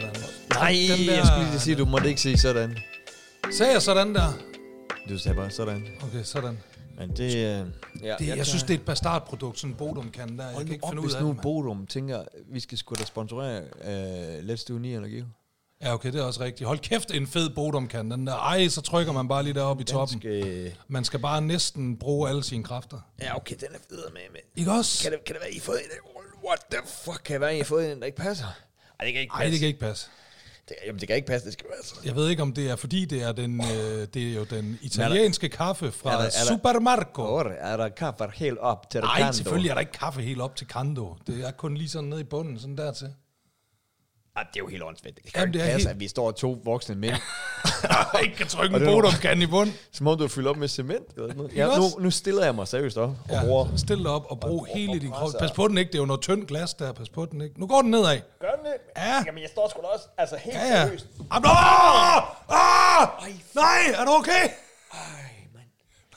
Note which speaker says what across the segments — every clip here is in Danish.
Speaker 1: Nej,
Speaker 2: den der-
Speaker 1: jeg skulle lige sige, du måtte ikke sige sådan.
Speaker 2: Sagde jeg sådan der?
Speaker 1: Du sagde bare sådan.
Speaker 2: Okay, sådan.
Speaker 1: Men det... Øh, ja,
Speaker 2: Det, jeg, synes, det er et bastardprodukt, sådan en bodum kan der. Jeg kan
Speaker 1: Hold nu
Speaker 2: ikke
Speaker 1: op,
Speaker 2: finde ud
Speaker 1: hvis
Speaker 2: af
Speaker 1: nu
Speaker 2: det, mand.
Speaker 1: Bodum tænker, vi skal sgu da sponsorere øh, Let's Do 9 Energi.
Speaker 2: Ja, okay, det er også rigtigt. Hold kæft, en fed bodum kan den der. Ej, så trykker man bare lige deroppe i toppen.
Speaker 1: Øh,
Speaker 2: Man skal bare næsten bruge alle sine kræfter.
Speaker 1: ja, okay, den er federe med, men...
Speaker 2: Ikke også?
Speaker 1: Kan det, kan det være, I har fået en... What the fuck? Kan det være, I har fået en, der ikke passer? Ej, det kan ikke
Speaker 2: Ej,
Speaker 1: passe.
Speaker 2: det kan ikke passe.
Speaker 1: Det, jamen, det kan ikke passe, det skal være sådan.
Speaker 2: Jeg ved ikke, om det er, fordi det er, den, øh, det er jo den italienske kaffe fra
Speaker 1: er der- er der-
Speaker 2: Supermarco.
Speaker 1: Hvor er der kaffe helt op til
Speaker 2: Nej,
Speaker 1: Ricardo?
Speaker 2: selvfølgelig er der ikke kaffe helt op til Kando. Det er kun lige sådan ned i bunden, sådan dertil.
Speaker 1: Ej, det er jo helt åndssvagt. Det kan
Speaker 2: Jamen,
Speaker 1: jo ikke
Speaker 2: det er
Speaker 1: passe,
Speaker 2: helt-
Speaker 1: at vi står to voksne mænd.
Speaker 2: Og ikke kan trykke
Speaker 1: Og
Speaker 2: en
Speaker 1: det var-
Speaker 2: bodumkan i bunden.
Speaker 1: Som om du har fyldt op med cement. Eller noget. Ja,
Speaker 2: Ikke også?
Speaker 1: nu, nu stiller jeg mig seriøst op og bruger...
Speaker 2: Ja, stil dig op og brug hele
Speaker 1: og
Speaker 2: din krop.
Speaker 1: presser.
Speaker 2: Pas på den ikke, det er jo noget tyndt glas der. Pas på den ikke. Nu går den nedad.
Speaker 1: Gør den det?
Speaker 2: Ja.
Speaker 1: Jamen, jeg står sgu da også altså helt
Speaker 2: Ja, ja. Am- Åh! Ah! Nej, er du okay?
Speaker 1: Ej, mand.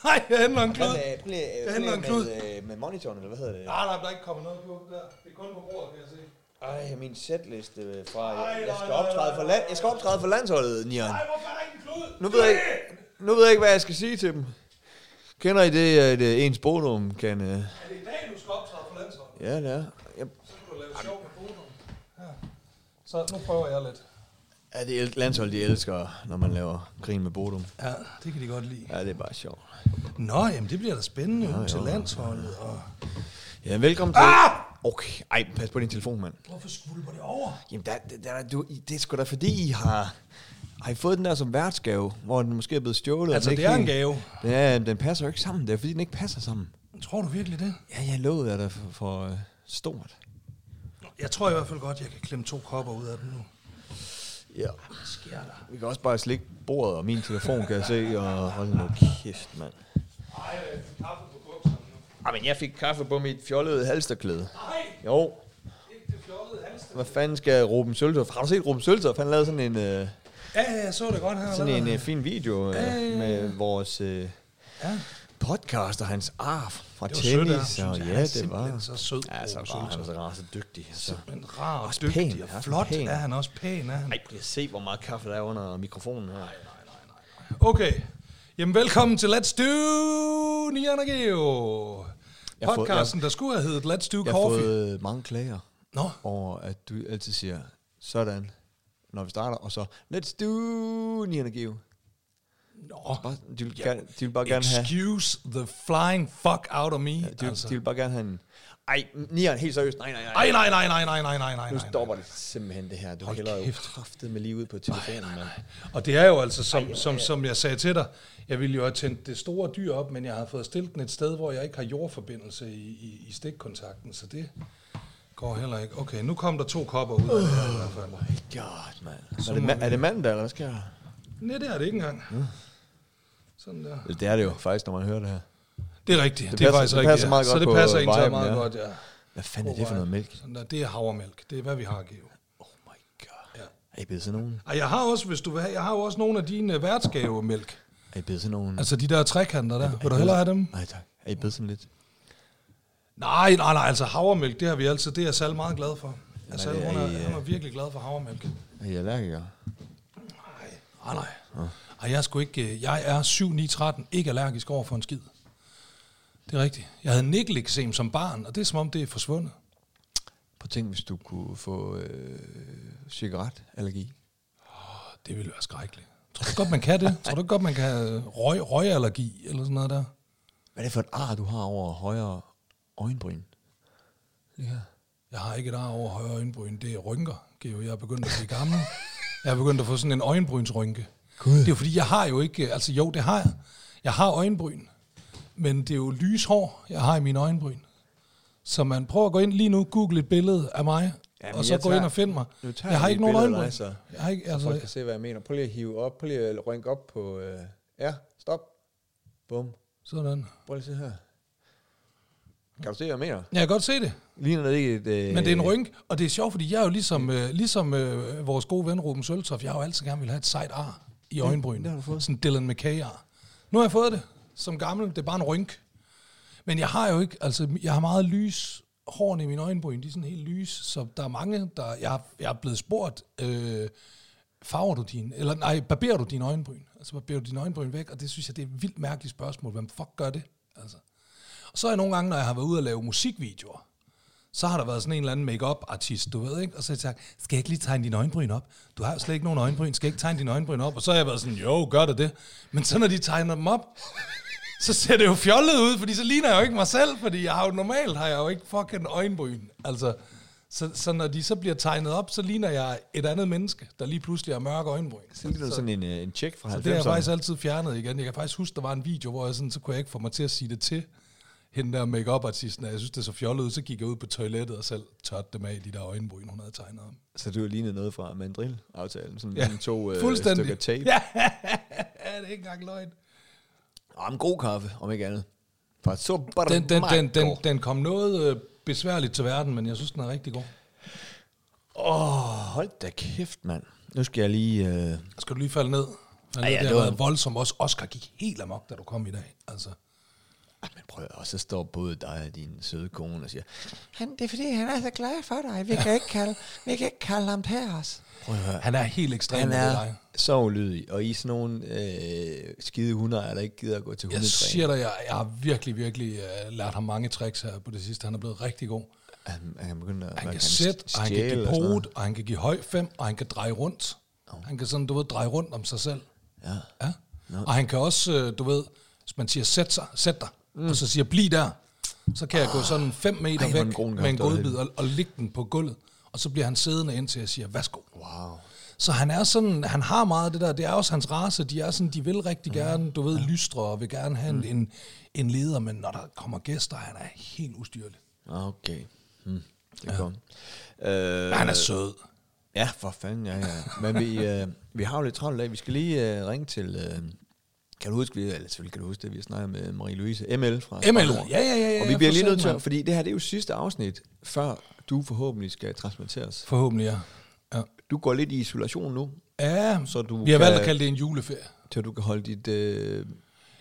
Speaker 2: Nej, jeg henter en klud.
Speaker 1: Hvad, øh, Prøv lige, øh,
Speaker 2: Det
Speaker 1: prøv
Speaker 2: handler om
Speaker 1: lige
Speaker 2: Knud.
Speaker 1: med, øh, med monitoren, eller hvad hedder det?
Speaker 2: Nej, nej, der er ikke kommet noget på der. Det er kun på bordet, kan jeg se.
Speaker 1: Ej, min setliste øh, fra...
Speaker 2: Ej,
Speaker 1: Jeg, jeg,
Speaker 2: nej,
Speaker 1: skal
Speaker 2: nej,
Speaker 1: optræde
Speaker 2: nej,
Speaker 1: for
Speaker 2: nej.
Speaker 1: land, jeg skal optræde for landsholdet, Nian.
Speaker 2: Nej, hvorfor er der ikke en klud?
Speaker 1: Nu ved jeg ikke, nu ved jeg ikke hvad jeg skal sige til dem. Kender I det, at øh, ens bonum kan... Øh,
Speaker 2: Er det i dag, du skal optræde på landsholdet?
Speaker 1: ja, det er. Jeg,
Speaker 2: Så kan du lave sjov med bonum. Ja. Så nu prøver jeg lidt.
Speaker 1: ja, det el- landshold, de elsker, når man laver grin med Bodum.
Speaker 2: Ja, det kan de godt lide.
Speaker 1: Ja, det er bare sjovt.
Speaker 2: Nå, jamen det bliver da spændende ja, til landsholdet. Og...
Speaker 1: Ja, velkommen til...
Speaker 2: Ah!
Speaker 1: Okay, ej, pas på din telefon, mand.
Speaker 2: Hvorfor skvulper det over?
Speaker 1: Jamen, der, der, der, du, I- det er sgu da fordi, I har, har I fået den der som værtsgave, hvor den måske er blevet stjålet. og
Speaker 2: Altså,
Speaker 1: den
Speaker 2: det er en
Speaker 1: helt-
Speaker 2: gave.
Speaker 1: Ja, den passer jo ikke sammen. Det er fordi, den ikke passer sammen.
Speaker 2: Tror du virkelig det?
Speaker 1: Ja, jeg lovede jer da for, for øh, stort.
Speaker 2: Jeg tror i hvert fald godt, jeg kan klemme to kopper ud af den nu.
Speaker 1: Ja.
Speaker 2: Hvad sker der?
Speaker 1: Vi kan også bare slikke bordet, og min telefon kan jeg se, og hold nu kæft, mand.
Speaker 2: Ej, øh, kaffe på bukserne nu.
Speaker 1: Jamen, Ah, jeg fik kaffe på mit fjollede halsterklæde.
Speaker 2: Nej,
Speaker 1: Jo,
Speaker 2: ikke det fjollede halster.
Speaker 1: hvad fanden skal Ruben Søltoft? Har du set Ruben Søltoft? Han lavede sådan en, øh,
Speaker 2: Ja, ja, jeg så det godt her.
Speaker 1: sådan en
Speaker 2: eller?
Speaker 1: øh, fin video
Speaker 2: Ja, ja,
Speaker 1: øh,
Speaker 2: ja,
Speaker 1: med vores øh,
Speaker 2: Ja.
Speaker 1: podcast og hans arv fra
Speaker 2: Det var sødt af ham,
Speaker 1: tennis.
Speaker 2: synes
Speaker 1: og,
Speaker 2: jeg. Han
Speaker 1: ja,
Speaker 2: er
Speaker 1: det var.
Speaker 2: simpelthen så sød,
Speaker 1: Ja, altså, så
Speaker 2: Ruben
Speaker 1: var han
Speaker 2: Søltoft.
Speaker 1: så rar, så dygtig. altså. Så.
Speaker 2: Men rar og
Speaker 1: Også
Speaker 2: dygtig
Speaker 1: pæn,
Speaker 2: og
Speaker 1: også
Speaker 2: flot
Speaker 1: pæn.
Speaker 2: er han også. Pæn er han.
Speaker 1: Ej, prøv lige at se, hvor meget kaffe der er under mikrofonen her.
Speaker 2: Okay. Jamen, velkommen til Let's Do Nian og Geo.
Speaker 1: Jeg har fået-
Speaker 2: Podcasten, der skulle have heddet Let's Do
Speaker 1: Jeg har
Speaker 2: Coffee.
Speaker 1: fået øh, mange klager
Speaker 2: Nå,
Speaker 1: over, at du altid siger sådan, når vi starter, og så let's do Nina Geo.
Speaker 2: nå.
Speaker 1: Bare, de, vil gerne, de vil bare gerne have...
Speaker 2: Excuse the flying fuck out of me.
Speaker 1: De, altså. de vil bare gerne have en... Ej, Nian, helt seriøst. Nej, nej, nej.
Speaker 2: Ej, nej, nej, nej, nej, nej, nej, nej.
Speaker 1: nu
Speaker 2: nej.
Speaker 1: stopper det simpelthen det her. Du hælder jo
Speaker 2: kæft.
Speaker 1: kraftet med lige ud på telefonen, mand.
Speaker 2: Og det er jo altså, som, som, som jeg sagde til dig, jeg ville jo have tændt det store dyr op, men jeg har fået stillet den et sted, hvor jeg ikke har jordforbindelse i, i, i stikkontakten, så det går heller ikke. Okay, nu kom der to kopper ud af det her i hvert fald.
Speaker 1: God, mand. Er det, ma- er det mandag, eller hvad sker der?
Speaker 2: Nej, det er det ikke engang. Sådan der.
Speaker 1: Det er det jo faktisk, når man hører det her.
Speaker 2: Det er rigtigt. Det,
Speaker 1: passer-
Speaker 2: er faktisk
Speaker 1: det
Speaker 2: rigtigt,
Speaker 1: passer
Speaker 2: ja.
Speaker 1: meget
Speaker 2: Så
Speaker 1: godt
Speaker 2: det
Speaker 1: på
Speaker 2: passer ind så
Speaker 1: viben,
Speaker 2: meget
Speaker 1: ja.
Speaker 2: godt, ja.
Speaker 1: Hvad fanden er det for noget mælk?
Speaker 2: Sådan der. Det er havremælk. Det er, hvad vi har, Geo.
Speaker 1: Oh my god.
Speaker 2: Ja.
Speaker 1: Er I blevet sådan nogen?
Speaker 2: Og jeg har også, hvis du vil have, jeg har jo også nogle af dine øh, værtsgavemælk.
Speaker 1: Er I blevet sådan nogen?
Speaker 2: Altså de der trekanter der.
Speaker 1: Er I
Speaker 2: Vil du hellere
Speaker 1: blevet-
Speaker 2: have dem?
Speaker 1: Nej, tak. Er I blevet sådan lidt?
Speaker 2: Nej, nej, nej, altså havremælk, det har vi altid, det er Sal meget glad for. Ja, Sal,
Speaker 1: det er
Speaker 2: hun er,
Speaker 1: I, øh,
Speaker 2: han er virkelig glad for havremælk.
Speaker 1: Er I allergikere?
Speaker 2: Nej, nej, nej. Ej, jeg er sgu ikke, øh, jeg er 7 9 13, ikke allergisk over for en skid. Det er rigtigt. Jeg havde nikkeliksem som barn, og det er som om, det er forsvundet.
Speaker 1: Prøv at tænk, hvis du kunne få øh, cigaretallergi.
Speaker 2: Det ville være skrækkeligt. Tror du godt, man kan det? Tror du godt, man kan have røg, røgallergi eller sådan noget der?
Speaker 1: Hvad er det for et ar, du har over højre øjenbryn? Lige her.
Speaker 2: Jeg har ikke et ar over højre øjenbryn, det er rynker, Geo. Jeg er begyndt at blive gammel. Jeg er begyndt at få sådan en øjenbrynsrynke.
Speaker 1: Gud.
Speaker 2: Det er jo fordi, jeg har jo ikke, altså jo, det har jeg. Jeg har øjenbryn, men det er jo lyshår, jeg har i mine øjenbryn. Så man prøver at gå ind lige nu, google et billede af mig,
Speaker 1: Jamen,
Speaker 2: og så
Speaker 1: jeg
Speaker 2: gå
Speaker 1: tager-
Speaker 2: ind og find mig.
Speaker 1: nu tager
Speaker 2: Jeg har
Speaker 1: jeg
Speaker 2: ikke
Speaker 1: lige et
Speaker 2: nogen
Speaker 1: billede
Speaker 2: øjenbryn.
Speaker 1: af dig, så
Speaker 2: jeg har ikke, altså,
Speaker 1: Folk kan se, hvad jeg mener. Prøv lige at hive op. Prøv lige at rynke op på... Øh, ja, stop. Bum.
Speaker 2: sådan.
Speaker 1: Prøv lige at se her. Kan du se, hvad jeg mener?
Speaker 2: Ja, jeg kan godt se det,
Speaker 1: Ligner det ikke et... Øh,
Speaker 2: men det er en rynke, og det er sjovt, fordi jeg er jo ligesom, øh, ligesom øh, vores gode ven Ruben Søltoft, jeg har jo altid gerne vil have et sejt ar i øjenbryn.
Speaker 1: det har du fået.
Speaker 2: Sådan Dylan McKay-ar. Nu har jeg fået det som gammel, det er bare en rynk. Men jeg har jo ikke, altså jeg har meget lys, hårene i mine øjenbryn, de er sådan helt lys, så der er mange, der, jeg, har- jeg er blevet spurgt, øh, farver du din, eller nej, barberer du dine øjenbryn? Altså barberer du dine øjenbryn væk? Og det synes jeg, det er et vildt mærkeligt spørgsmål. Hvem fuck gør det? Altså. Og så er jeg nogle gange, når jeg har været ude og lave musikvideoer, så har der været sådan en eller anden make artist du ved, ikke? Og så har jeg sagt, skal jeg ikke lige tegne dine øjenbryn op? Du har jo slet ikke nogen øjenbryn, skal jeg ikke tegne dine øjenbryn op? Og så har jeg været sådan, jo, gør det det. Men så når de tegner dem op, så ser det jo fjollet ud, fordi så ligner jeg jo ikke mig selv, fordi jeg har jo normalt har jeg jo ikke fucking øjenbryn. Altså, så, så når de så bliver tegnet op, så ligner jeg et andet menneske, der lige pludselig har mørke øjenbryn.
Speaker 1: Så ligner det sådan en, øh, en check fra
Speaker 2: Så det har jeg
Speaker 1: 90'erne.
Speaker 2: faktisk altid fjernet igen. Jeg kan faktisk huske, der var en video, hvor jeg sådan, så kunne jeg ikke få mig til at sige det til hende der make artisten jeg synes, det er så fjollet ud, så gik jeg ud på toilettet og selv tørte dem af i de der øjenbryn, hun havde tegnet om.
Speaker 1: Så du har lignet noget fra mandrill-aftalen. Sådan
Speaker 2: Ja,
Speaker 1: ja. to øh,
Speaker 2: fuldstændig.
Speaker 1: stykker tape. Ja.
Speaker 2: Ja, det er ikke engang løgn.
Speaker 1: Og en Ah, god kaffe, om ikke andet. Fra super
Speaker 2: Den, den, den, den, den kom noget øh, besværligt til verden, men jeg synes, den er rigtig god.
Speaker 1: Åh, hold da kæft, mand. Nu skal jeg lige... Øh...
Speaker 2: Skal du lige falde ned? Ja,
Speaker 1: ja,
Speaker 2: ja, det,
Speaker 1: det
Speaker 2: det
Speaker 1: var-
Speaker 2: var voldsomt også. Oscar gik helt amok, da du kom i dag. Altså.
Speaker 1: Ej, men prøv, og så står både dig og din søde kone og siger, han, det er fordi, han er så glad for dig. Vi kan ikke kalde, vi kan ikke kalde ham til os. Prøv at høre.
Speaker 2: Han er helt ekstrem
Speaker 1: Han
Speaker 2: med
Speaker 1: er
Speaker 2: dig.
Speaker 1: så ulydig, og I er sådan nogle øh, skide hundeejere, der ikke gider at gå til
Speaker 2: Jeg
Speaker 1: hundetræning.
Speaker 2: siger dig, jeg, jeg har virkelig, virkelig uh, lært ham mange tricks her på det sidste. Han er blevet rigtig god.
Speaker 1: Han, han begynder at
Speaker 2: Han
Speaker 1: man
Speaker 2: kan sætte, og han kan
Speaker 1: stjæle
Speaker 2: give
Speaker 1: og sådan noget.
Speaker 2: pot, og han kan give høj fem, og han kan dreje rundt. Han kan sådan, du ved, dreje rundt om sig selv.
Speaker 1: Ja.
Speaker 2: Ja. Og han kan også, øh, du ved, hvis man siger, sæt, sig, sæt dig, mm. og så siger, bliv der, så kan jeg gå sådan 5 meter
Speaker 1: Ah. Ej, hvor den
Speaker 2: væk
Speaker 1: grone
Speaker 2: med en
Speaker 1: kamp, der var
Speaker 2: godbid og, og ligge den på gulvet, og så bliver han siddende indtil jeg siger, værsgo.
Speaker 1: Wow.
Speaker 2: Så han er sådan, han har meget af det der, det er også hans race, de er sådan, de vil rigtig gerne, du ved, lystre og vil gerne have
Speaker 1: Mm.
Speaker 2: en, en, en leder, men når der kommer gæster, han er helt ustyrlig.
Speaker 1: Ah, Okay. Hmm. Det er godt. Øh,
Speaker 2: Øh. Han er sød.
Speaker 1: Ja, for fanden, ja, ja. Men vi, øh, vi har jo lidt travlt i dag. Vi skal lige øh, ringe til... Øh, kan du huske, vi, eller selvfølgelig kan du huske det, vi snakker med Marie-Louise ML fra...
Speaker 2: ML, ja, ja, ja, ja.
Speaker 1: Og vi bliver lige
Speaker 2: for
Speaker 1: nødt til,
Speaker 2: satan.
Speaker 1: at- fordi det her det er jo sidste afsnit, før du forhåbentlig skal transplanteres.
Speaker 2: Forhåbentlig, ja. Ja,
Speaker 1: Du går lidt i isolation nu,
Speaker 2: ja
Speaker 1: så du
Speaker 2: vi har
Speaker 1: kan,
Speaker 2: valgt at kalde det en juleferie.
Speaker 1: til du kan holde dit... Øh,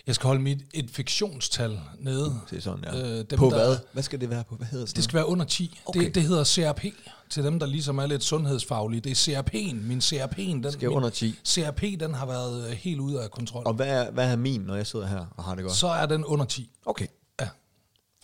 Speaker 2: Jeg skal holde mit infektionstal nede.
Speaker 1: Mm, det er sådan, ja.
Speaker 2: Øh, dem,
Speaker 1: på
Speaker 2: der-
Speaker 1: hvad? Hvad skal det være på? Hvad hedder sådan
Speaker 2: Det skal være under 10. Okay.
Speaker 1: Okay.
Speaker 2: Det, det hedder CRP. Til dem, der ligesom er lidt sundhedsfaglige. Det er CRP'en. Min CRP'en, den,
Speaker 1: skal
Speaker 2: min
Speaker 1: under 10.
Speaker 2: CRP, den har været øh, helt ude af kontrol.
Speaker 1: Og hvad er, hvad er min, når jeg sidder her og har det godt?
Speaker 2: Så er den under 10.
Speaker 1: Okay.
Speaker 2: Ja.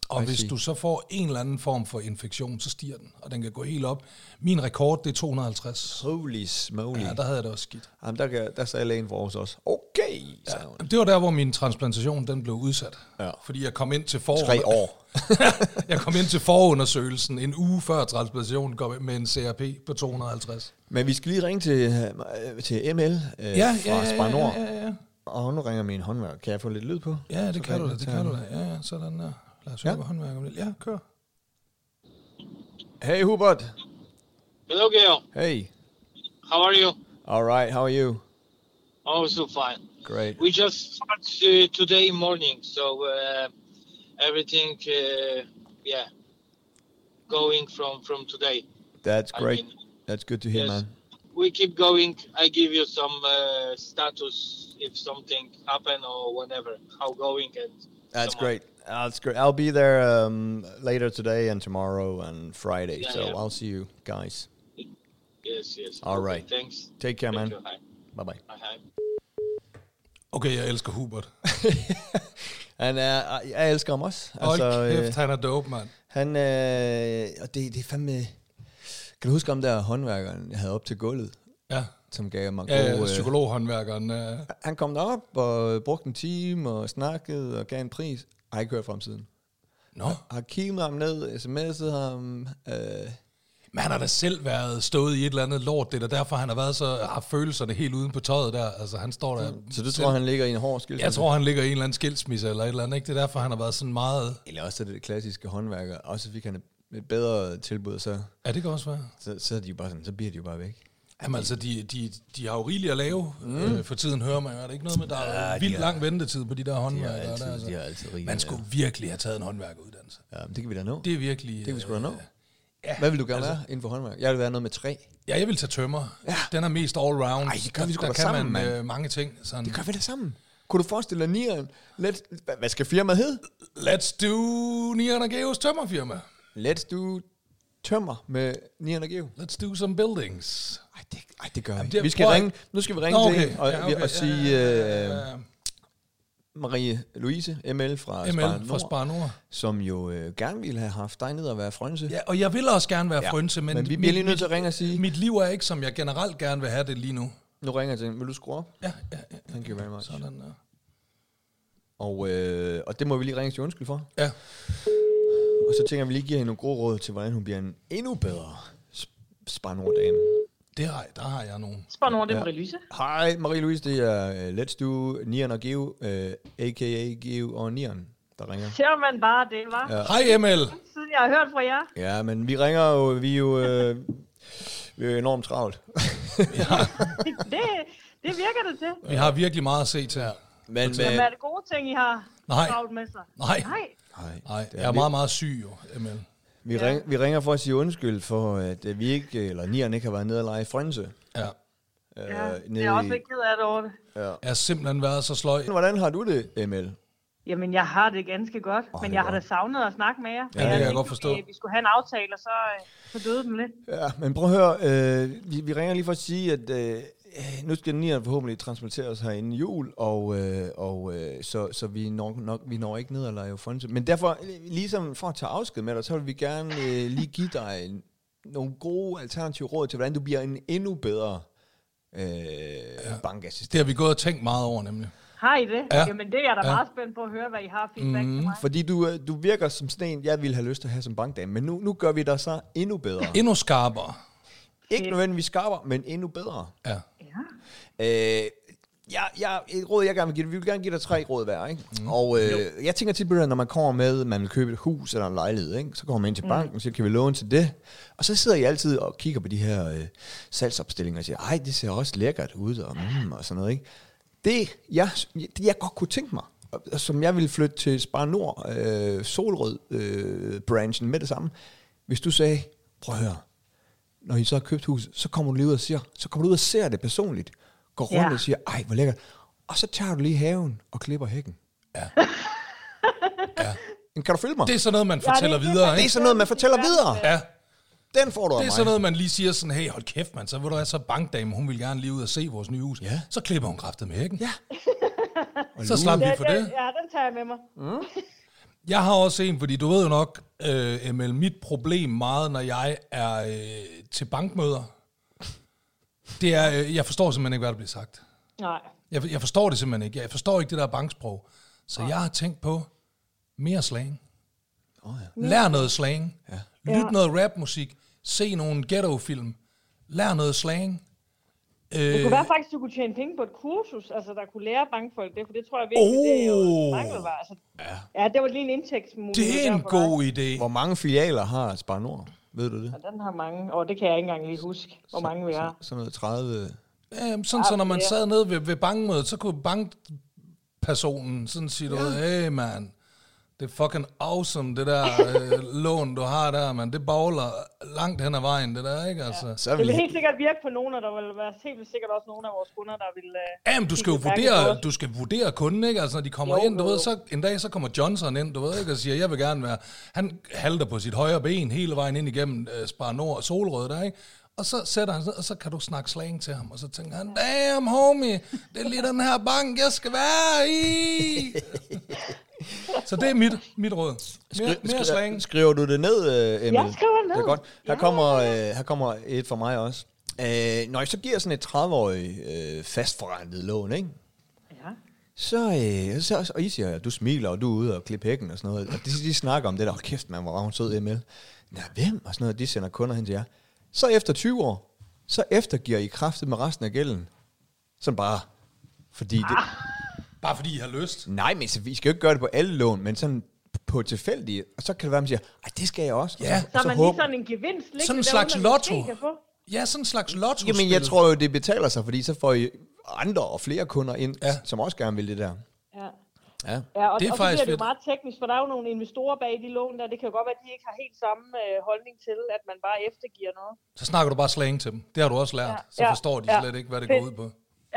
Speaker 2: Og
Speaker 1: I
Speaker 2: hvis
Speaker 1: see.
Speaker 2: du så får en eller anden form for infektion, så stiger den, og den kan gå helt op. Min rekord, det er 250.
Speaker 1: Holy smoly.
Speaker 2: Ja, der havde jeg det også skidt.
Speaker 1: Jamen, der, kan, der sagde lægen for os også. Okay, sagde hun.
Speaker 2: Det var der, hvor min transplantation den blev udsat.
Speaker 1: Ja.
Speaker 2: Fordi jeg kom ind til forår.
Speaker 1: Tre år.
Speaker 2: jeg kom ind til forundersøgelsen en uge før transplantationen kom med en CRP på 250.
Speaker 1: Men vi skal lige ringe til, øh, til ML øh,
Speaker 2: Ja,
Speaker 1: fra
Speaker 2: ja, ja,
Speaker 1: Spar Nord.
Speaker 2: ja, ja, ja.
Speaker 1: Og nu ringer min håndværker. Kan jeg få lidt lyd på?
Speaker 2: Ja, det
Speaker 1: Så
Speaker 2: kan du da,
Speaker 1: ringer
Speaker 2: det
Speaker 1: jeg
Speaker 2: kan
Speaker 1: til
Speaker 2: du da. Ja, ja, sådan der. Lad os
Speaker 1: Ja.
Speaker 2: høre, ja. håndværker om lidt. Ja, kør.
Speaker 1: ham. Hey, Hubert.
Speaker 3: Hello, Gail.
Speaker 1: Hey.
Speaker 3: How are you?
Speaker 1: All right, how are you?
Speaker 3: Oh, so fine.
Speaker 1: Great.
Speaker 3: We just start uh, today morning, so uh, everything, uh, yeah, going from from today.
Speaker 1: That's
Speaker 3: I
Speaker 1: great.
Speaker 3: mean,
Speaker 1: That's good to hear,
Speaker 3: Yes.
Speaker 1: man.
Speaker 3: we keep going. I give you some uh, status if something happen or whatever. How going and
Speaker 4: That's
Speaker 3: Come on.
Speaker 4: great. That's great. I'll be there um, later today and tomorrow and Friday.
Speaker 3: Yeah,
Speaker 4: so
Speaker 3: yeah.
Speaker 4: I'll see you guys.
Speaker 3: yes, yes.
Speaker 4: All
Speaker 3: Okay,
Speaker 4: right.
Speaker 3: Thanks.
Speaker 4: Take care,
Speaker 3: Thank
Speaker 4: man.
Speaker 3: you. Hi.
Speaker 4: Bye bye.
Speaker 3: Hi, hi.
Speaker 2: Okay, jeg elsker Hubert.
Speaker 1: Han er, uh, jeg elsker ham også.
Speaker 2: Hold altså,
Speaker 1: øh,
Speaker 2: kæft, han er dope, mand.
Speaker 1: han, øh, og det, det er fandme... Kan du huske om der håndværkeren, jeg havde op til gulvet,
Speaker 2: Ja,
Speaker 1: som gav mig
Speaker 2: ja, ja
Speaker 1: god... øh,
Speaker 2: psykologhåndværkeren. Øh,
Speaker 1: han kom derop og brugte en time og snakkede og gav en pris. Har ikke hørt fra ham siden.
Speaker 2: Nå,
Speaker 1: Har kigget ham ned, sms'et ham. Øh,
Speaker 2: men han har da selv været stået i et eller andet lort. Det er da derfor, han har været så, har følelserne helt uden på tøjet der. Altså, han står der.
Speaker 1: så du tror, han ligger i en hård skilsmisse?
Speaker 2: Jeg tror, han ligger i en eller anden skilsmisse eller et eller andet. Ikke? Det er derfor, han har været sådan meget...
Speaker 1: Eller også er det det klassiske håndværker. Og så fik han et- et bedre tilbud, så,
Speaker 2: Ja, det kan også være.
Speaker 1: så, så, er de jo bare sådan, så bliver de jo bare væk.
Speaker 2: Jamen altså, de, de, de har jo rigeligt at lave mm. øh, for tiden, hører man jo. Er det ikke noget med, der er ja, vildt lang ventetid på de der håndværkere?
Speaker 1: altid-
Speaker 2: der, altså.
Speaker 1: de har altid rigeligt
Speaker 2: Man
Speaker 1: at
Speaker 2: skulle virkelig have taget en håndværkeruddannelse.
Speaker 1: Ja, men det kan vi da nå. Det, Altså-
Speaker 2: Det er virkelig... øh,
Speaker 1: det kan vi sgu da nå.
Speaker 2: ja,
Speaker 1: Hvad vil du gerne være inden for håndværk? Jeg vil være noget med træ.
Speaker 2: Ja, jeg vil tage tømmer. Ja. Den er mest all-round.
Speaker 1: Ej, det gør vi sgu
Speaker 2: der,
Speaker 1: da
Speaker 2: der kan
Speaker 1: sammen,
Speaker 2: man
Speaker 1: mand.
Speaker 2: øh, mange ting. Sådan.
Speaker 1: Det gør vi da sammen. Kunne du forestille dig nieren? Let, hva- hvad skal firmaet hedde?
Speaker 2: Let's do Nian og Geos tømmerfirma.
Speaker 1: Let's do tømmer med nieren og geo.
Speaker 2: Let's do some buildings.
Speaker 5: Ej, det, ej, det gør vi
Speaker 2: Jamen,
Speaker 5: ikke.
Speaker 2: det-
Speaker 5: Vi skal
Speaker 2: prøv at-
Speaker 5: ringe, nu skal vi ringe
Speaker 2: Nå,
Speaker 1: okay.
Speaker 5: til en og,
Speaker 2: Ja, okay.
Speaker 1: og sige
Speaker 2: Ja,
Speaker 1: øh,
Speaker 2: ja, ja.
Speaker 1: Marie Louise, ML fra Spar
Speaker 2: ML fra
Speaker 1: Nord,
Speaker 2: Spar Nord.
Speaker 1: som jo øh, gerne ville have haft dig ned og være frønse.
Speaker 2: Ja, og jeg vil også gerne være
Speaker 1: Ja,
Speaker 2: ja, frønse, men,
Speaker 1: men vi bliver
Speaker 2: mit-
Speaker 1: lige nødt
Speaker 2: mit-
Speaker 1: til at ringe og sige-
Speaker 2: Mit liv er ikke, som jeg generelt gerne vil have det lige nu.
Speaker 1: Nu ringer jeg til hende. Vil du skrue op?
Speaker 2: Ja, ja, ja.
Speaker 1: Thank you very much.
Speaker 2: Sådan øh. der.
Speaker 1: Og, øh, og det må vi lige ringe til undskyld for.
Speaker 2: Ja,
Speaker 1: Og så tænker vi lige at give hende nogle gode råd til, hvordan hun bliver en endnu bedre spanordame.
Speaker 2: det har, der har jeg nogen.
Speaker 6: Spørg nogen, det er Marie-Louise.
Speaker 1: Hej Marie-Louise, det er øh, Let's Do, Nian og Geo, øh, a.k.a. Geo og Nian, der ringer.
Speaker 6: Ser man bare det, var ja.
Speaker 2: Hej ML!
Speaker 6: Siden jeg har hørt fra jer.
Speaker 1: Ja, men vi ringer jo, vi er jo, øh, vi er jo enormt travlt.
Speaker 6: Det, det virker det til.
Speaker 2: Vi har virkelig meget at se til.
Speaker 1: Men, øh,
Speaker 6: Men
Speaker 1: men
Speaker 6: er det gode ting, I har
Speaker 2: Nej.
Speaker 6: travlt med sig?
Speaker 2: Nej.
Speaker 6: Nej.
Speaker 1: nej,
Speaker 2: Nej,
Speaker 1: det
Speaker 2: jeg er meget, meget syg jo, ML.
Speaker 1: vi, ring, vi ringer for at sige undskyld for, at øh, vi ikke, eller Nian ikke har været nede og lege frønse.
Speaker 2: Ja.
Speaker 1: Øh,
Speaker 6: Ja, det er
Speaker 1: nede
Speaker 6: også
Speaker 1: i-
Speaker 6: lidt ked af det over det.
Speaker 2: Jeg har simpelthen været så sløj.
Speaker 1: Hvordan har du det, ML?
Speaker 6: Jamen, jeg har det ganske godt, oh, men
Speaker 1: det er
Speaker 6: jeg har da
Speaker 1: godt.
Speaker 6: savnet at snakke med jer. Ja,
Speaker 2: det kan jeg godt forstå.
Speaker 6: Vi, vi skulle have en aftale, og så, øh, så døde den lidt.
Speaker 1: Ja, men prøv at høre, øh, vi, vi ringer lige for at sige, at øh, nu skal Nian forhåbentlig transporteres her inden jul, og, øh, og øh, så, så vi, når, nok, vi når ikke ned og lege frønse. Men derfor, øh, ligesom for at tage afsked med dig, så vil vi gerne øh, lige give dig en, nogle gode alternative råd til, hvordan du bliver en endnu bedre øh, ja. bankassistent.
Speaker 2: Det har vi gået og tænkt meget over nemlig.
Speaker 6: Har I det?
Speaker 2: Ja. Mm-hmm.
Speaker 6: Ja. Jamen, det er jeg da ja. meget spændt på at høre, hvad I har feedback mm, til mig.
Speaker 1: Fordi du, øh, du virker som sådan en, jeg ville have lyst til at have som bankdame, men nu, nu gør vi dig så endnu bedre.
Speaker 2: Endnu skarpere.
Speaker 1: ikke nødvendigvis skarpere, men endnu bedre.
Speaker 2: Ja.
Speaker 6: Ja.
Speaker 1: Øh, jeg, jeg, et råd, jeg gerne vil give dig. Vi vil gerne give dig tre råd hver, ikke? Mm. Og øh, jeg tænker tit på det, når man kommer med, at man vil købe et hus eller en lejlighed, ikke? Så kommer man ind til banken og siger, kan vi låne til det? Og så sidder jeg altid og kigger på de her øh, salgsopstillinger og siger, ej, det ser også lækkert ud, og, mm, og sådan noget, ikke? Det jeg, det, jeg godt kunne tænke mig, og- og som jeg ville flytte til Spar Nord, øh, Solrød-branchen øh, branchen med det samme, hvis du sagde, prøv at høre, når I så har købt huset, så kommer du lige ud og ser, så kommer du ud og ser det personligt. Går rundt ja.
Speaker 6: Ja.
Speaker 1: og siger, ej, hvor lækkert. Og så tager du lige haven og klipper hækken. Ja. ja. Kan du følge mig?
Speaker 2: Det
Speaker 1: Det,
Speaker 2: er sådan noget, man
Speaker 6: er
Speaker 2: fortæller
Speaker 6: ikke-
Speaker 2: videre,
Speaker 1: det er
Speaker 2: ikke?
Speaker 1: sådan noget, man fortæller videre.
Speaker 2: Ja.
Speaker 1: Den får du af
Speaker 2: Det er
Speaker 1: mig.
Speaker 2: sådan noget, man lige siger sådan, hey, hold kæft, mand, så vil du have så bankdame, hun vil gerne lige ud og se vores nye hus.
Speaker 1: Ja.
Speaker 2: Så klipper hun kraftet med hækken.
Speaker 1: Ja.
Speaker 2: Så slap vi
Speaker 6: Ja,
Speaker 2: for det.
Speaker 6: den, ja, den tager jeg med mig.
Speaker 2: Jeg har også en, fordi du ved jo nok, øh, ML, mit problem meget, når jeg er øh, til bankmøder, det er, øh, jeg forstår simpelthen ikke, hvad der bliver sagt.
Speaker 6: Nej.
Speaker 2: Jeg, jeg forstår det simpelthen ikke. Jeg forstår ikke det der banksprog. Så jeg har tænkt på mere slang.
Speaker 1: Oh, ja.
Speaker 2: Lær noget slang. Ja. Lyt noget rapmusik. Se nogle ghetto-film. Lær noget slang.
Speaker 6: Det
Speaker 2: Øh,
Speaker 6: kunne være faktisk, du kunne tjene penge på et kursus, altså der kunne lære bankfolk det, for det tror jeg virkelig,
Speaker 2: virkelig,
Speaker 6: det
Speaker 2: det er jo
Speaker 6: jo
Speaker 2: Oh.
Speaker 6: manglet var. Altså, ja. ja, det var lige en indtægtsmulighed.
Speaker 2: det er en god idé.
Speaker 1: Hvor mange filialer har Spar Nord? Ved du det?
Speaker 6: Den har mange, og det kan jeg ikke engang lige huske, hvor mange vi er.
Speaker 1: Sådan noget 30...
Speaker 2: Jamen, Øhm, sådan, så når man sad nede ved, ved bankmødet, så kunne bankpersonen sådan sige, du ja. hey man, det er fucking awesome, det der øh, lån, du har der, man. Det bagler langt hen ad vejen, det der, ikke? Altså.
Speaker 1: Så
Speaker 6: Det
Speaker 1: vil
Speaker 6: vil
Speaker 1: jeg...
Speaker 6: helt sikkert virke på nogen, og der vil være helt vildt sikkert også nogle af vores kunder, der vil... Øh,
Speaker 2: Ja, men du skal jo
Speaker 6: Det er
Speaker 2: vurdere,
Speaker 6: godt.
Speaker 2: du skal vurdere kunden, ikke? Altså, når de kommer
Speaker 6: Jo,
Speaker 2: ind, du
Speaker 6: jo,
Speaker 2: ved,
Speaker 6: jo.
Speaker 2: så en dag så kommer Johnson ind, du ved, ikke? Og siger, jeg vil gerne være... Han halter på sit højre ben hele vejen ind igennem øh, Spar Nord og Solrød der, ikke? Og så sætter han sig ned, og så kan du snakke slang til ham. Og så tænker han, damn homie, det er lige den her bank, jeg skal være i. så det er mit, mit råd. Mere,
Speaker 1: Skri-
Speaker 2: mere
Speaker 1: skri-
Speaker 2: slang.
Speaker 1: Skriver du det ned, øh, Emil?
Speaker 6: Jeg skriver det ned.
Speaker 1: Det er godt. Her, ja, kommer, øh, her kommer et fra mig også. Øh, når jeg så giver sådan et 30-årig øh, fastforrentet lån, ikke?
Speaker 6: ja.
Speaker 1: så, øh, så og I siger, at du smiler, og du er ude og klippe hækken og sådan noget. Og de, de snakker om det der, oh, kæft man, hvor var hun sød ML. Nå, hvem? Og sådan noget, de sender kunder hen til jer. Så efter 20 år, så eftergiver I kraftet med resten af gælden. Som bare, fordi det,
Speaker 2: Bare fordi I har lyst.
Speaker 1: nej, men så, vi skal jo ikke gøre det på alle lån, men sådan på tilfældige. Og så kan det være, at man siger, ej, det skal jeg også.
Speaker 2: Ja.
Speaker 1: og så, og
Speaker 6: Så er
Speaker 1: så
Speaker 6: man ligesom-
Speaker 1: håber-
Speaker 6: lige sådan en gevinst liggende
Speaker 2: Altså, Sådan en
Speaker 6: derude,
Speaker 2: slags
Speaker 6: man måske
Speaker 2: lotto.
Speaker 6: kan få.
Speaker 2: Ja, sådan en slags lotto
Speaker 1: Jamen, jeg tror jo, det betaler sig, fordi så får I andre og flere kunder ind, ja.
Speaker 2: Ja.
Speaker 1: som også gerne vil det der.
Speaker 6: Ja.
Speaker 1: Ja.
Speaker 6: Ja, og,
Speaker 2: Det
Speaker 6: det
Speaker 2: er
Speaker 6: er og så
Speaker 2: faktisk
Speaker 6: bliver det jo
Speaker 2: fedt.
Speaker 6: meget teknisk, for der er jo nogle investorer bag de lån der. Det kan jo godt være, at de ikke har helt samme øh, holdning til, at man bare eftergiver noget.
Speaker 2: Så snakker du bare slang til dem. Det har du også lært.
Speaker 6: Ja.
Speaker 2: Så
Speaker 6: Ja.
Speaker 2: forstår de
Speaker 6: Ja.
Speaker 2: slet ikke, hvad det går
Speaker 6: Fedt.
Speaker 2: ud på.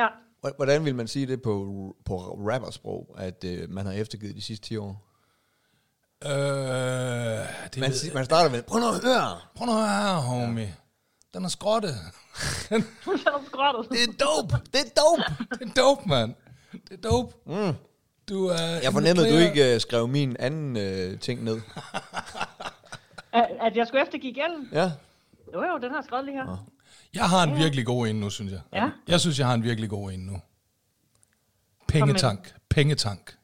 Speaker 6: Ja,
Speaker 1: Hvordan vil man sige det på, på rappersprog, at øh, man har eftergivet de sidste 10 år?
Speaker 2: Øh, det
Speaker 1: Man,
Speaker 2: ved- Øh,
Speaker 1: si- man starter med, prøv nu at høre.
Speaker 2: Prøv nu at høre her, homie. Den er skrotte.
Speaker 6: Den er skrottet.
Speaker 2: Det er dope.
Speaker 1: Det er dope.
Speaker 2: Det er dope, mand. Det er dope. Mm. Du er
Speaker 1: Jeg fornemmede, at du ikke øh, skrev min anden øh, ting ned.
Speaker 6: At, at jeg skulle eftergive gælden?
Speaker 1: Ja.
Speaker 6: Jo, jo, den har jeg skrevet lige her.
Speaker 2: Jeg har en virkelig god en nu, synes jeg.
Speaker 6: Ja.
Speaker 2: Jeg synes, jeg har en virkelig god en nu. Pengetank. Pengetank.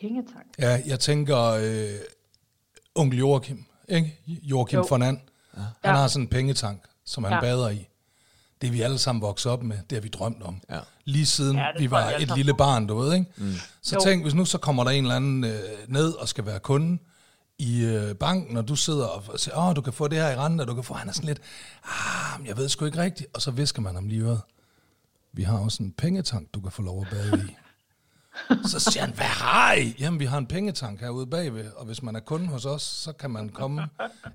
Speaker 6: Pengetank.
Speaker 2: Ja, jeg tænker øh, onkel Joachim, ikke? Joachim
Speaker 6: Jo.
Speaker 2: jo. von And. Ja. Han
Speaker 6: Ja.
Speaker 2: har sådan en pengetank, som han
Speaker 6: Ja.
Speaker 2: ja. bader i. Det er vi alle sammen vokset op med. Det har vi drømt om.
Speaker 1: Ja.
Speaker 2: Lige siden
Speaker 6: Ja,
Speaker 2: ja,
Speaker 6: det
Speaker 2: vi
Speaker 6: tror jeg,
Speaker 2: var
Speaker 6: vi alle
Speaker 2: et
Speaker 6: sammen
Speaker 2: lille barn, du ved, ikke? Mm. Så
Speaker 6: Jo.
Speaker 2: tænk, hvis nu så kommer der en eller anden øh, ned og skal være kunde i øh, banken, og du sidder og siger, åh, du kan få det her i renten, og du kan få... Han er sådan lidt, ah, men jeg ved sgu ikke rigtigt. Og så visker man ham lige i øret. Vi har også en pengetank, du kan få lov at bade i. Så siger han, hvad har I? Jamen, vi har en pengetank herude bagved, og hvis man er kunde hos os, så kan man komme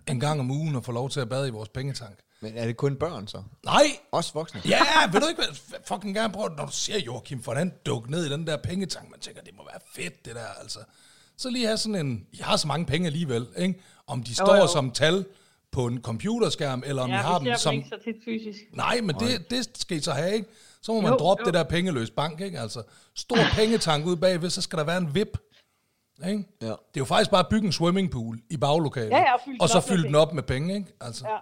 Speaker 2: en gang om ugen og få lov til at bade i vores pengetank.
Speaker 1: Men er det kun børn så?
Speaker 2: Nej!
Speaker 1: Også voksne?
Speaker 2: Ja, vil du ikke hvad- fucking gerne prøve, det? når du ser Joachim for den dukke ned i den der pengetank, man tænker, det må være fedt, det der, altså. Så lige have sådan en, jeg har så mange penge alligevel, ikke? Om de står
Speaker 6: jo.
Speaker 2: som tal på en computerskærm, eller om
Speaker 6: Ja,
Speaker 2: I har
Speaker 6: vi ser
Speaker 2: dem som
Speaker 6: ikke så tit fysisk.
Speaker 2: Nej, men det, det skal I så have, ikke? Så må man
Speaker 6: Jo,
Speaker 2: droppe
Speaker 6: jo.
Speaker 2: det der pengeløs bank, ikke? Altså, stor pengetank ude bagved, så skal der være en vip, ikke?
Speaker 1: Ja.
Speaker 2: Det er jo faktisk bare at bygge en swimmingpool i baglokalet,
Speaker 6: Ja, ja, og fylde den
Speaker 2: og så
Speaker 6: op med
Speaker 2: fylde den
Speaker 6: penge.
Speaker 2: op med penge, ikke? Altså,
Speaker 6: Ja.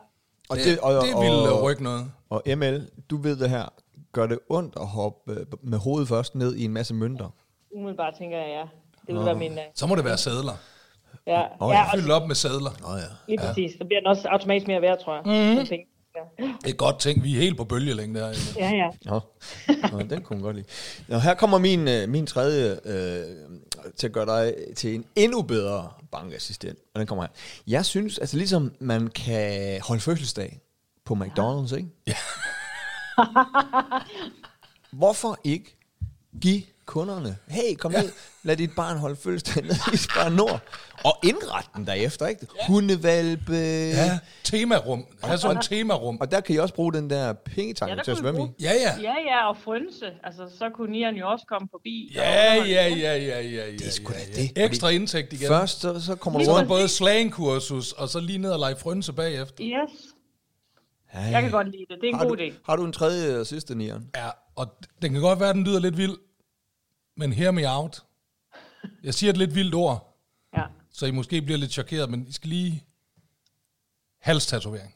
Speaker 1: Og
Speaker 2: det, det, og, det ville
Speaker 1: og,
Speaker 2: og, rykke noget.
Speaker 1: og ML, du ved det her. Gør det ondt at hoppe øh, med hovedet først ned i en masse mønter?
Speaker 6: Umiddelbart tænker jeg, ja. Det vil være min... øh,
Speaker 2: Så må det være sædler.
Speaker 6: Ja,
Speaker 1: Åh,
Speaker 6: ja
Speaker 1: ja.
Speaker 6: og
Speaker 2: Fyld op med sædler.
Speaker 1: Nå ja.
Speaker 6: lige præcis. Så bliver den også automatisk mere værd, tror jeg.
Speaker 2: Mhm.
Speaker 6: Mm-hmm.
Speaker 2: Det er et godt ting. Vi er helt på bølgelængde her. egentlig.
Speaker 6: Ja, ja.
Speaker 1: Nå. Nå, den kunne hun godt lide. Nå, her kommer min, øh, min tredje øh, til at gøre dig til en endnu bedre bankassistent. Og den kommer her. Jeg synes, altså ligesom man kan holde fødselsdag på McDonald's, ikke? Ja. Hvorfor ikke give kunderne, hey, kom ned, lad dit barn holde fødselsdag ned i Spar Nord, og indret den derefter, ikke? Hundevalpe.
Speaker 2: Ja, temarum. Have sådan et temarum.
Speaker 1: Og der kan I også bruge den der pengetanke
Speaker 6: Ja,
Speaker 1: ja,
Speaker 6: der
Speaker 1: til at
Speaker 6: kunne I
Speaker 1: svømme i.
Speaker 6: bruge-
Speaker 2: Ja, ja.
Speaker 6: Ja, ja, og frønse. Altså, så kunne nieren jo også komme forbi.
Speaker 2: Ja, ja, ja, ja, ja, ja. Det
Speaker 1: er sgu da
Speaker 2: ja, ja.
Speaker 1: det,
Speaker 2: Ekstra indtægt igen. Først.
Speaker 1: Først så, så kommer du
Speaker 2: Så er der
Speaker 1: rundt.
Speaker 2: både slangkursus, og så lige ned og lege frønse bagefter.
Speaker 6: Yes. Jeg kan godt lide det. Det er en
Speaker 1: Har
Speaker 6: god
Speaker 1: du,
Speaker 6: idé.
Speaker 1: har du en tredje og sidste nieren?
Speaker 2: Ja, og den kan godt være, at den lyder lidt vild, men hear me out. Jeg siger et lidt vildt ord,
Speaker 6: Ja.
Speaker 2: så I måske bliver lidt chokeret, men I skal lige... Halstatovering.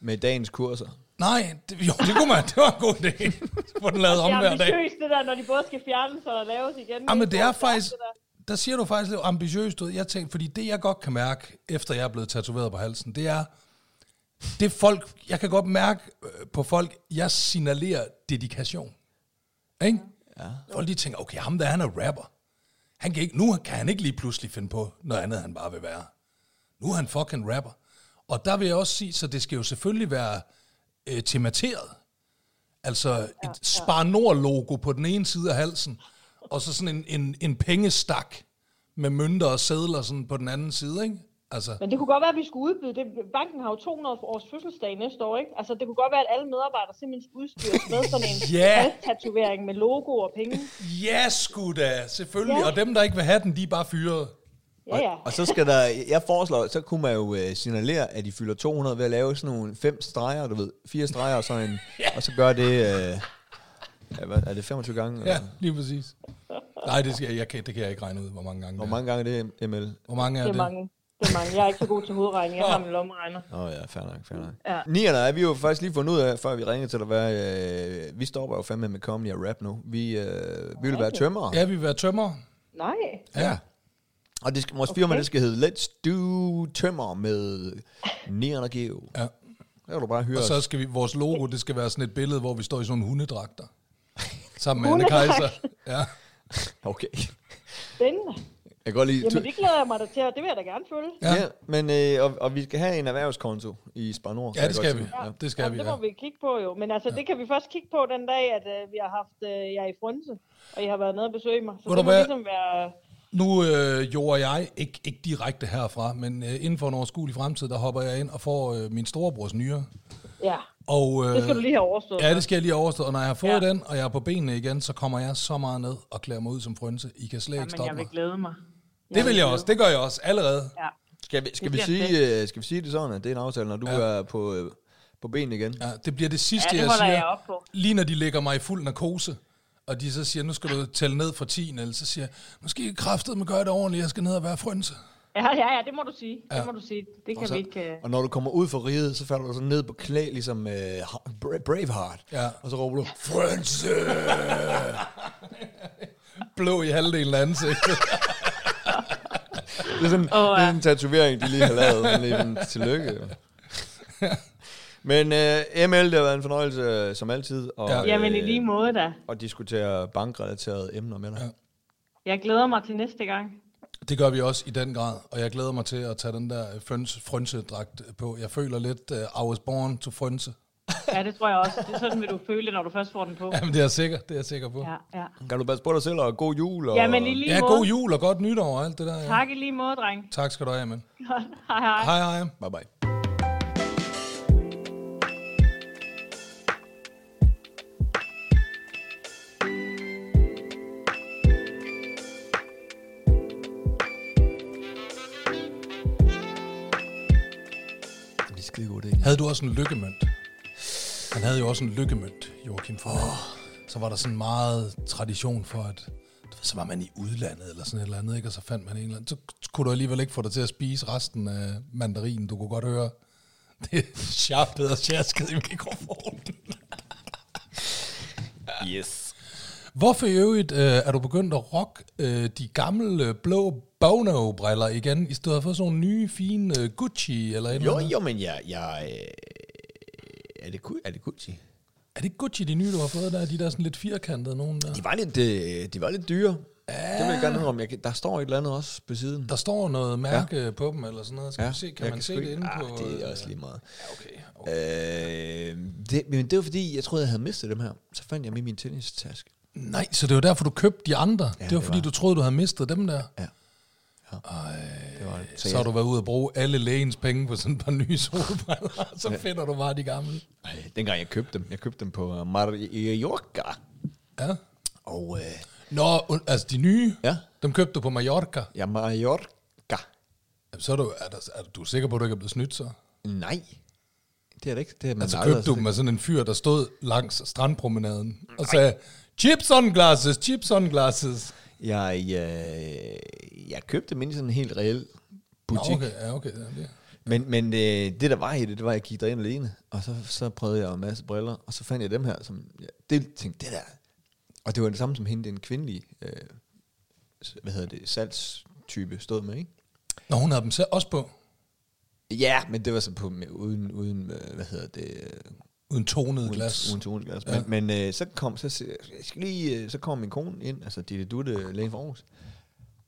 Speaker 1: Med dagens kurser.
Speaker 2: Nej, det, jo, det kunne man. Det var en god idé. Få den lavet om
Speaker 6: Det er
Speaker 2: hver dag.
Speaker 6: ambitiøst, det der, når de både skal fjernes og laves igen.
Speaker 2: Ja, men det er
Speaker 6: tror jeg,
Speaker 2: faktisk...
Speaker 6: det der.
Speaker 2: Der siger du faktisk lidt ambitiøst ud. Jeg tænkte, fordi det, jeg godt kan mærke, efter jeg er blevet tatoveret på halsen, det er... Det er folk... Jeg kan godt mærke øh, på folk, jeg signalerer dedikation. Ikke? Ja. Folk de tænker, okay, ham der, han er rapper. Han kan ikke, nu kan han ikke lige pludselig finde på noget andet, han bare vil være. Nu er han fucking rapper. Og der vil jeg også sige, så det skal jo selvfølgelig være øh, temateret. Altså et ja, Spar Nord-logo på den ene side af halsen, og så sådan en, en, en pengestak med mønter og sædler sådan på den anden side, ikke? Altså,
Speaker 6: Men det kunne godt være, at vi skulle udbyde det. Banken har jo 200 års fødselsdag næste år, ikke? Altså, det kunne godt være, at alle medarbejdere simpelthen skulle udstyres med sådan en
Speaker 2: Ja.
Speaker 6: yeah. tatovering med logo og penge.
Speaker 2: ja sgu da, selvfølgelig.
Speaker 6: Ja.
Speaker 2: Ja. Og dem, der ikke vil have den, de er bare fyret.
Speaker 6: Ja, ja.
Speaker 1: Og så skal der, jeg foreslår, så kunne man jo øh, signalere, at de fylder 200 ved at lave sådan nogle fem streger, du ved, fire streger og sådan en, og så gør det, øh, ja, hvad, er det 25 gange?
Speaker 2: Ja,
Speaker 1: Eller,
Speaker 2: lige præcis. Nej, det, skal, jeg, jeg kan, det kan jeg ikke regne ud, hvor mange gange
Speaker 1: hvor
Speaker 2: det er.
Speaker 1: mange gange er det, ML?
Speaker 2: Hvor mange er
Speaker 6: Det
Speaker 2: det?
Speaker 6: er mange. Det er mange. Jeg er ikke så god til hovedregning. Jeg har min lommeregner.
Speaker 1: Åh oh, ja, fair nok, fair nok.
Speaker 6: Ja.
Speaker 1: Nierne er vi jo faktisk lige fundet ud af, før vi ringede til dig, hvad, øh, vi stopper jo fandme med comedy og rap nu. Vi, øh, vi vil være tømmer.
Speaker 2: Ja, vi vil være tømmer.
Speaker 6: Nej.
Speaker 2: Ja.
Speaker 1: Og det skal, vores okay. firma, det skal hedde Let's Do Tømmer med Nieren og Geo.
Speaker 2: ja.
Speaker 1: Der kan du bare høre
Speaker 2: Og så
Speaker 1: os.
Speaker 2: skal vi, vores logo, det skal være sådan et billede, hvor vi står i sådan nogle hundedragter. Sammen med Anne
Speaker 6: Hundedragt.
Speaker 2: Kaiser. Ja.
Speaker 1: Okay.
Speaker 6: Spændende.
Speaker 1: Jeg kan godt lide...
Speaker 6: Jamen, det glæder jeg mig da til, og det vil jeg da gerne følge.
Speaker 1: ja. ja, men øh, og, og, vi skal have en erhvervskonto i Spar Nord.
Speaker 2: ja, det skal vi.
Speaker 1: Ja.
Speaker 2: Det skal
Speaker 6: Jamen,
Speaker 2: vi,
Speaker 6: det
Speaker 2: ja.
Speaker 6: må vi kigge på jo. Men altså, det kan vi først kigge på den dag, at øh, vi har haft øh, jer i Frunse, og I har været nede og besøge mig. Så
Speaker 2: Ved
Speaker 6: det
Speaker 2: du
Speaker 6: må
Speaker 2: hvad?
Speaker 6: ligesom være...
Speaker 2: Nu øh, jorder jeg, ikke, ikke direkte herfra, men øh, inden for en overskuelig fremtid, der hopper jeg ind og får øh, min storebrors nyre.
Speaker 6: Ja,
Speaker 2: Og, øh,
Speaker 6: det skal du lige have overstået.
Speaker 2: Ja, det skal jeg lige overstå. Og når jeg har fået
Speaker 6: Ja.
Speaker 2: ja. den, og jeg er på benene igen, så kommer jeg så meget ned og klæder mig ud som frønse. I kan slet ikke
Speaker 6: Men jeg
Speaker 2: stoppe
Speaker 6: vil
Speaker 2: mig.
Speaker 6: glæde mig.
Speaker 2: Det vil jeg også. Det gør jeg også allerede.
Speaker 6: Ja.
Speaker 1: Skal vi, skal, vi
Speaker 6: bliver
Speaker 1: sige, øh, skal vi sige det sådan, at det er en aftale, når du ja. er på, øh, på benene igen?
Speaker 2: Ja, det bliver det sidste,
Speaker 6: Ja, det
Speaker 2: jeg
Speaker 6: holder
Speaker 2: siger.
Speaker 6: jeg op på.
Speaker 2: Lige når de lægger mig i fuld narkose, og de så siger, nu skal du tælle ned fra 10, eller så siger jeg, nu skal I kraftedeme gøre det ordentligt, jeg skal ned og være frønse.
Speaker 6: Ja, ja, ja, det må du sige. Det må du sige. Det kan
Speaker 2: så-
Speaker 6: vi ikke... øh,
Speaker 1: Og når du kommer ud fra riget, så falder du sådan ned på knæ, ligesom øh, Har- Bra- Braveheart.
Speaker 2: Ja.
Speaker 1: Og så råber du,
Speaker 2: Frønse! Blå i halvdelen af ansigtet.
Speaker 1: Det er sådan,
Speaker 6: Åh,
Speaker 1: oh, ja.
Speaker 6: ja.
Speaker 1: en tatovering, de lige har lavet. Sådan lige en tillykke. Men uh, ML, det har været en fornøjelse, øh, som altid. Og,
Speaker 2: Ja.
Speaker 6: Jamen i
Speaker 1: øh,
Speaker 6: lige måde da.
Speaker 1: Og diskutere bankrelaterede emner med dig. Ja.
Speaker 6: Jeg glæder mig til næste gang.
Speaker 2: Det gør vi også i den grad, og jeg glæder mig til at tage den der øh, frønse, frønsedragt øh, på. Jeg føler lidt, uh, I was born to frønse.
Speaker 6: Ja, det tror jeg også. Det er sådan, vil du føle det, når du først får den på.
Speaker 2: Jamen, det er jeg sikker, det er jeg sikker på. Ja,
Speaker 6: Ja, ja.
Speaker 1: Kan du passe på dig selv, og god jul. Og,
Speaker 6: Jamen i lige
Speaker 2: ja god
Speaker 6: måde.
Speaker 2: jul og godt nytår og alt det der. Ja.
Speaker 6: Tak i lige måde, dreng.
Speaker 2: tak skal du have, mand.
Speaker 6: Hej hej.
Speaker 2: Hej, hej.
Speaker 1: Bye bye. Det er skide god idé.
Speaker 2: Havde du også en lykkemønt? Han havde jo også en lykkemønt, Joachim for. Oh. Så var der sådan meget tradition for, at du ved, så var man i udlandet eller sådan et eller andet, ikke? og så fandt man en eller anden. Så kunne du alligevel ikke få dig til at spise resten af mandarinen. Du kunne godt høre, det er sharpt og sjasket i mikrofonen.
Speaker 1: Yes.
Speaker 2: Hvorfor i øvrigt øh, er du begyndt at rock øh, de gamle øh, blå Bono-briller igen, i stedet for sådan nogle nye, fine øh, Gucci eller et eller
Speaker 1: Jo,
Speaker 2: andet?
Speaker 1: jo, men jeg... jeg øh, er, det, Gu- er det Gucci?
Speaker 2: Er det ikke Gucci, de nye, du har fået der? De der sådan lidt firkantede nogen der?
Speaker 1: De var lidt, øh, de var lidt dyre. Ja. Det vil jeg gerne høre om. Jeg, kan- der står et eller andet også på siden.
Speaker 2: Der står noget mærke ja. på dem eller sådan noget. Skal ja, se, kan
Speaker 1: jeg
Speaker 2: man se
Speaker 1: sgu
Speaker 2: det
Speaker 1: ikke-
Speaker 2: inde på... øh,
Speaker 1: Ah, det er også lige meget.
Speaker 2: okay.
Speaker 1: Øh, det, men det var fordi, jeg troede, jeg havde mistet dem her. Så fandt jeg dem i min tennistaske.
Speaker 2: Nej, så det var derfor, du købte de andre. Ja, det var
Speaker 1: det
Speaker 2: fordi,
Speaker 1: var.
Speaker 2: du troede, du havde mistet dem der.
Speaker 1: Ja. Det var det.
Speaker 2: Så, Øh, så har du været ude og bruge alle lægens penge på sådan et par nye solbriller, og så finder du bare de gamle.
Speaker 1: Ej, dengang jeg købte dem. Jeg købte dem på øh, Mallorca.
Speaker 2: Ja.
Speaker 1: Og øh,
Speaker 2: Nå, und- altså de nye,
Speaker 1: Ja.
Speaker 2: dem købte du på Mallorca.
Speaker 1: ja, Mallorca.
Speaker 2: Jamen, Så er du, er, der, er du sikker på, at du ikke er blevet snydt så?
Speaker 1: Nej. Det er det ikke. Det er man
Speaker 2: Altså
Speaker 1: aldrig-
Speaker 2: købte du dem af sådan en fyr, der stod langs strandpromenaden og sagde, chip sunglasses, chip sunglasses.
Speaker 1: Jeg, øh, jeg købte dem inde i sådan en helt reel
Speaker 2: Nå,
Speaker 1: butik.
Speaker 2: okay, ja, okay. Ja, det.
Speaker 1: Men, men øh, det, der var i det, det var, at jeg gik derind alene, og så, så prøvede jeg en masse briller, og så fandt jeg dem her, som jeg det, tænkte, det der. Og det var det samme som hende, den kvindelige, øh, s- hvad hedder det, salgstype stod med, ikke?
Speaker 2: Nå, hun havde dem selv også på,
Speaker 1: Ja, men det var så på, med, uden, uden, øh, hvad hedder det, øh,
Speaker 2: uden tonet glas.
Speaker 1: uden, uden toneglas. Ja. Men, men øh, så kom, så, se- jeg skal lige, øh, så kom min kone ind, altså Ditte Dutte, lægen fra Aarhus,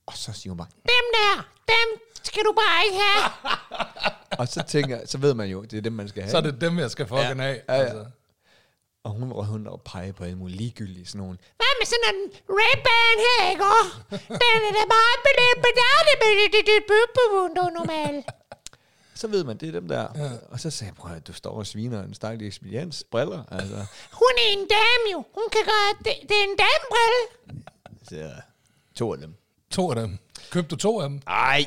Speaker 1: og så siger hun bare,
Speaker 7: Dem der, dem skal du bare ikke have.
Speaker 1: og så tænker jeg- så ved man jo, det er dem, man skal have.
Speaker 2: Så er det dem, jeg skal fucking have.
Speaker 1: Ja, ja.
Speaker 2: Altså.
Speaker 1: Og hun var rundt og pege på alle mulige ligegyldige sådan nogle,
Speaker 7: Hvad med sådan en Ray-Ban her, ikke? også? Den er da meget beløbet, der er det beløbet, normalt.
Speaker 1: så ved man, det er dem der. Ja. Og så sagde jeg, prøv at høre, du står og sviner en stakkelig ekspediens briller. Altså,
Speaker 7: Hun er en dame jo. Hun kan gøre, det, det er en damebrille.
Speaker 1: så jeg, to af dem.
Speaker 2: To af dem. Købte du to af dem?
Speaker 1: Ej,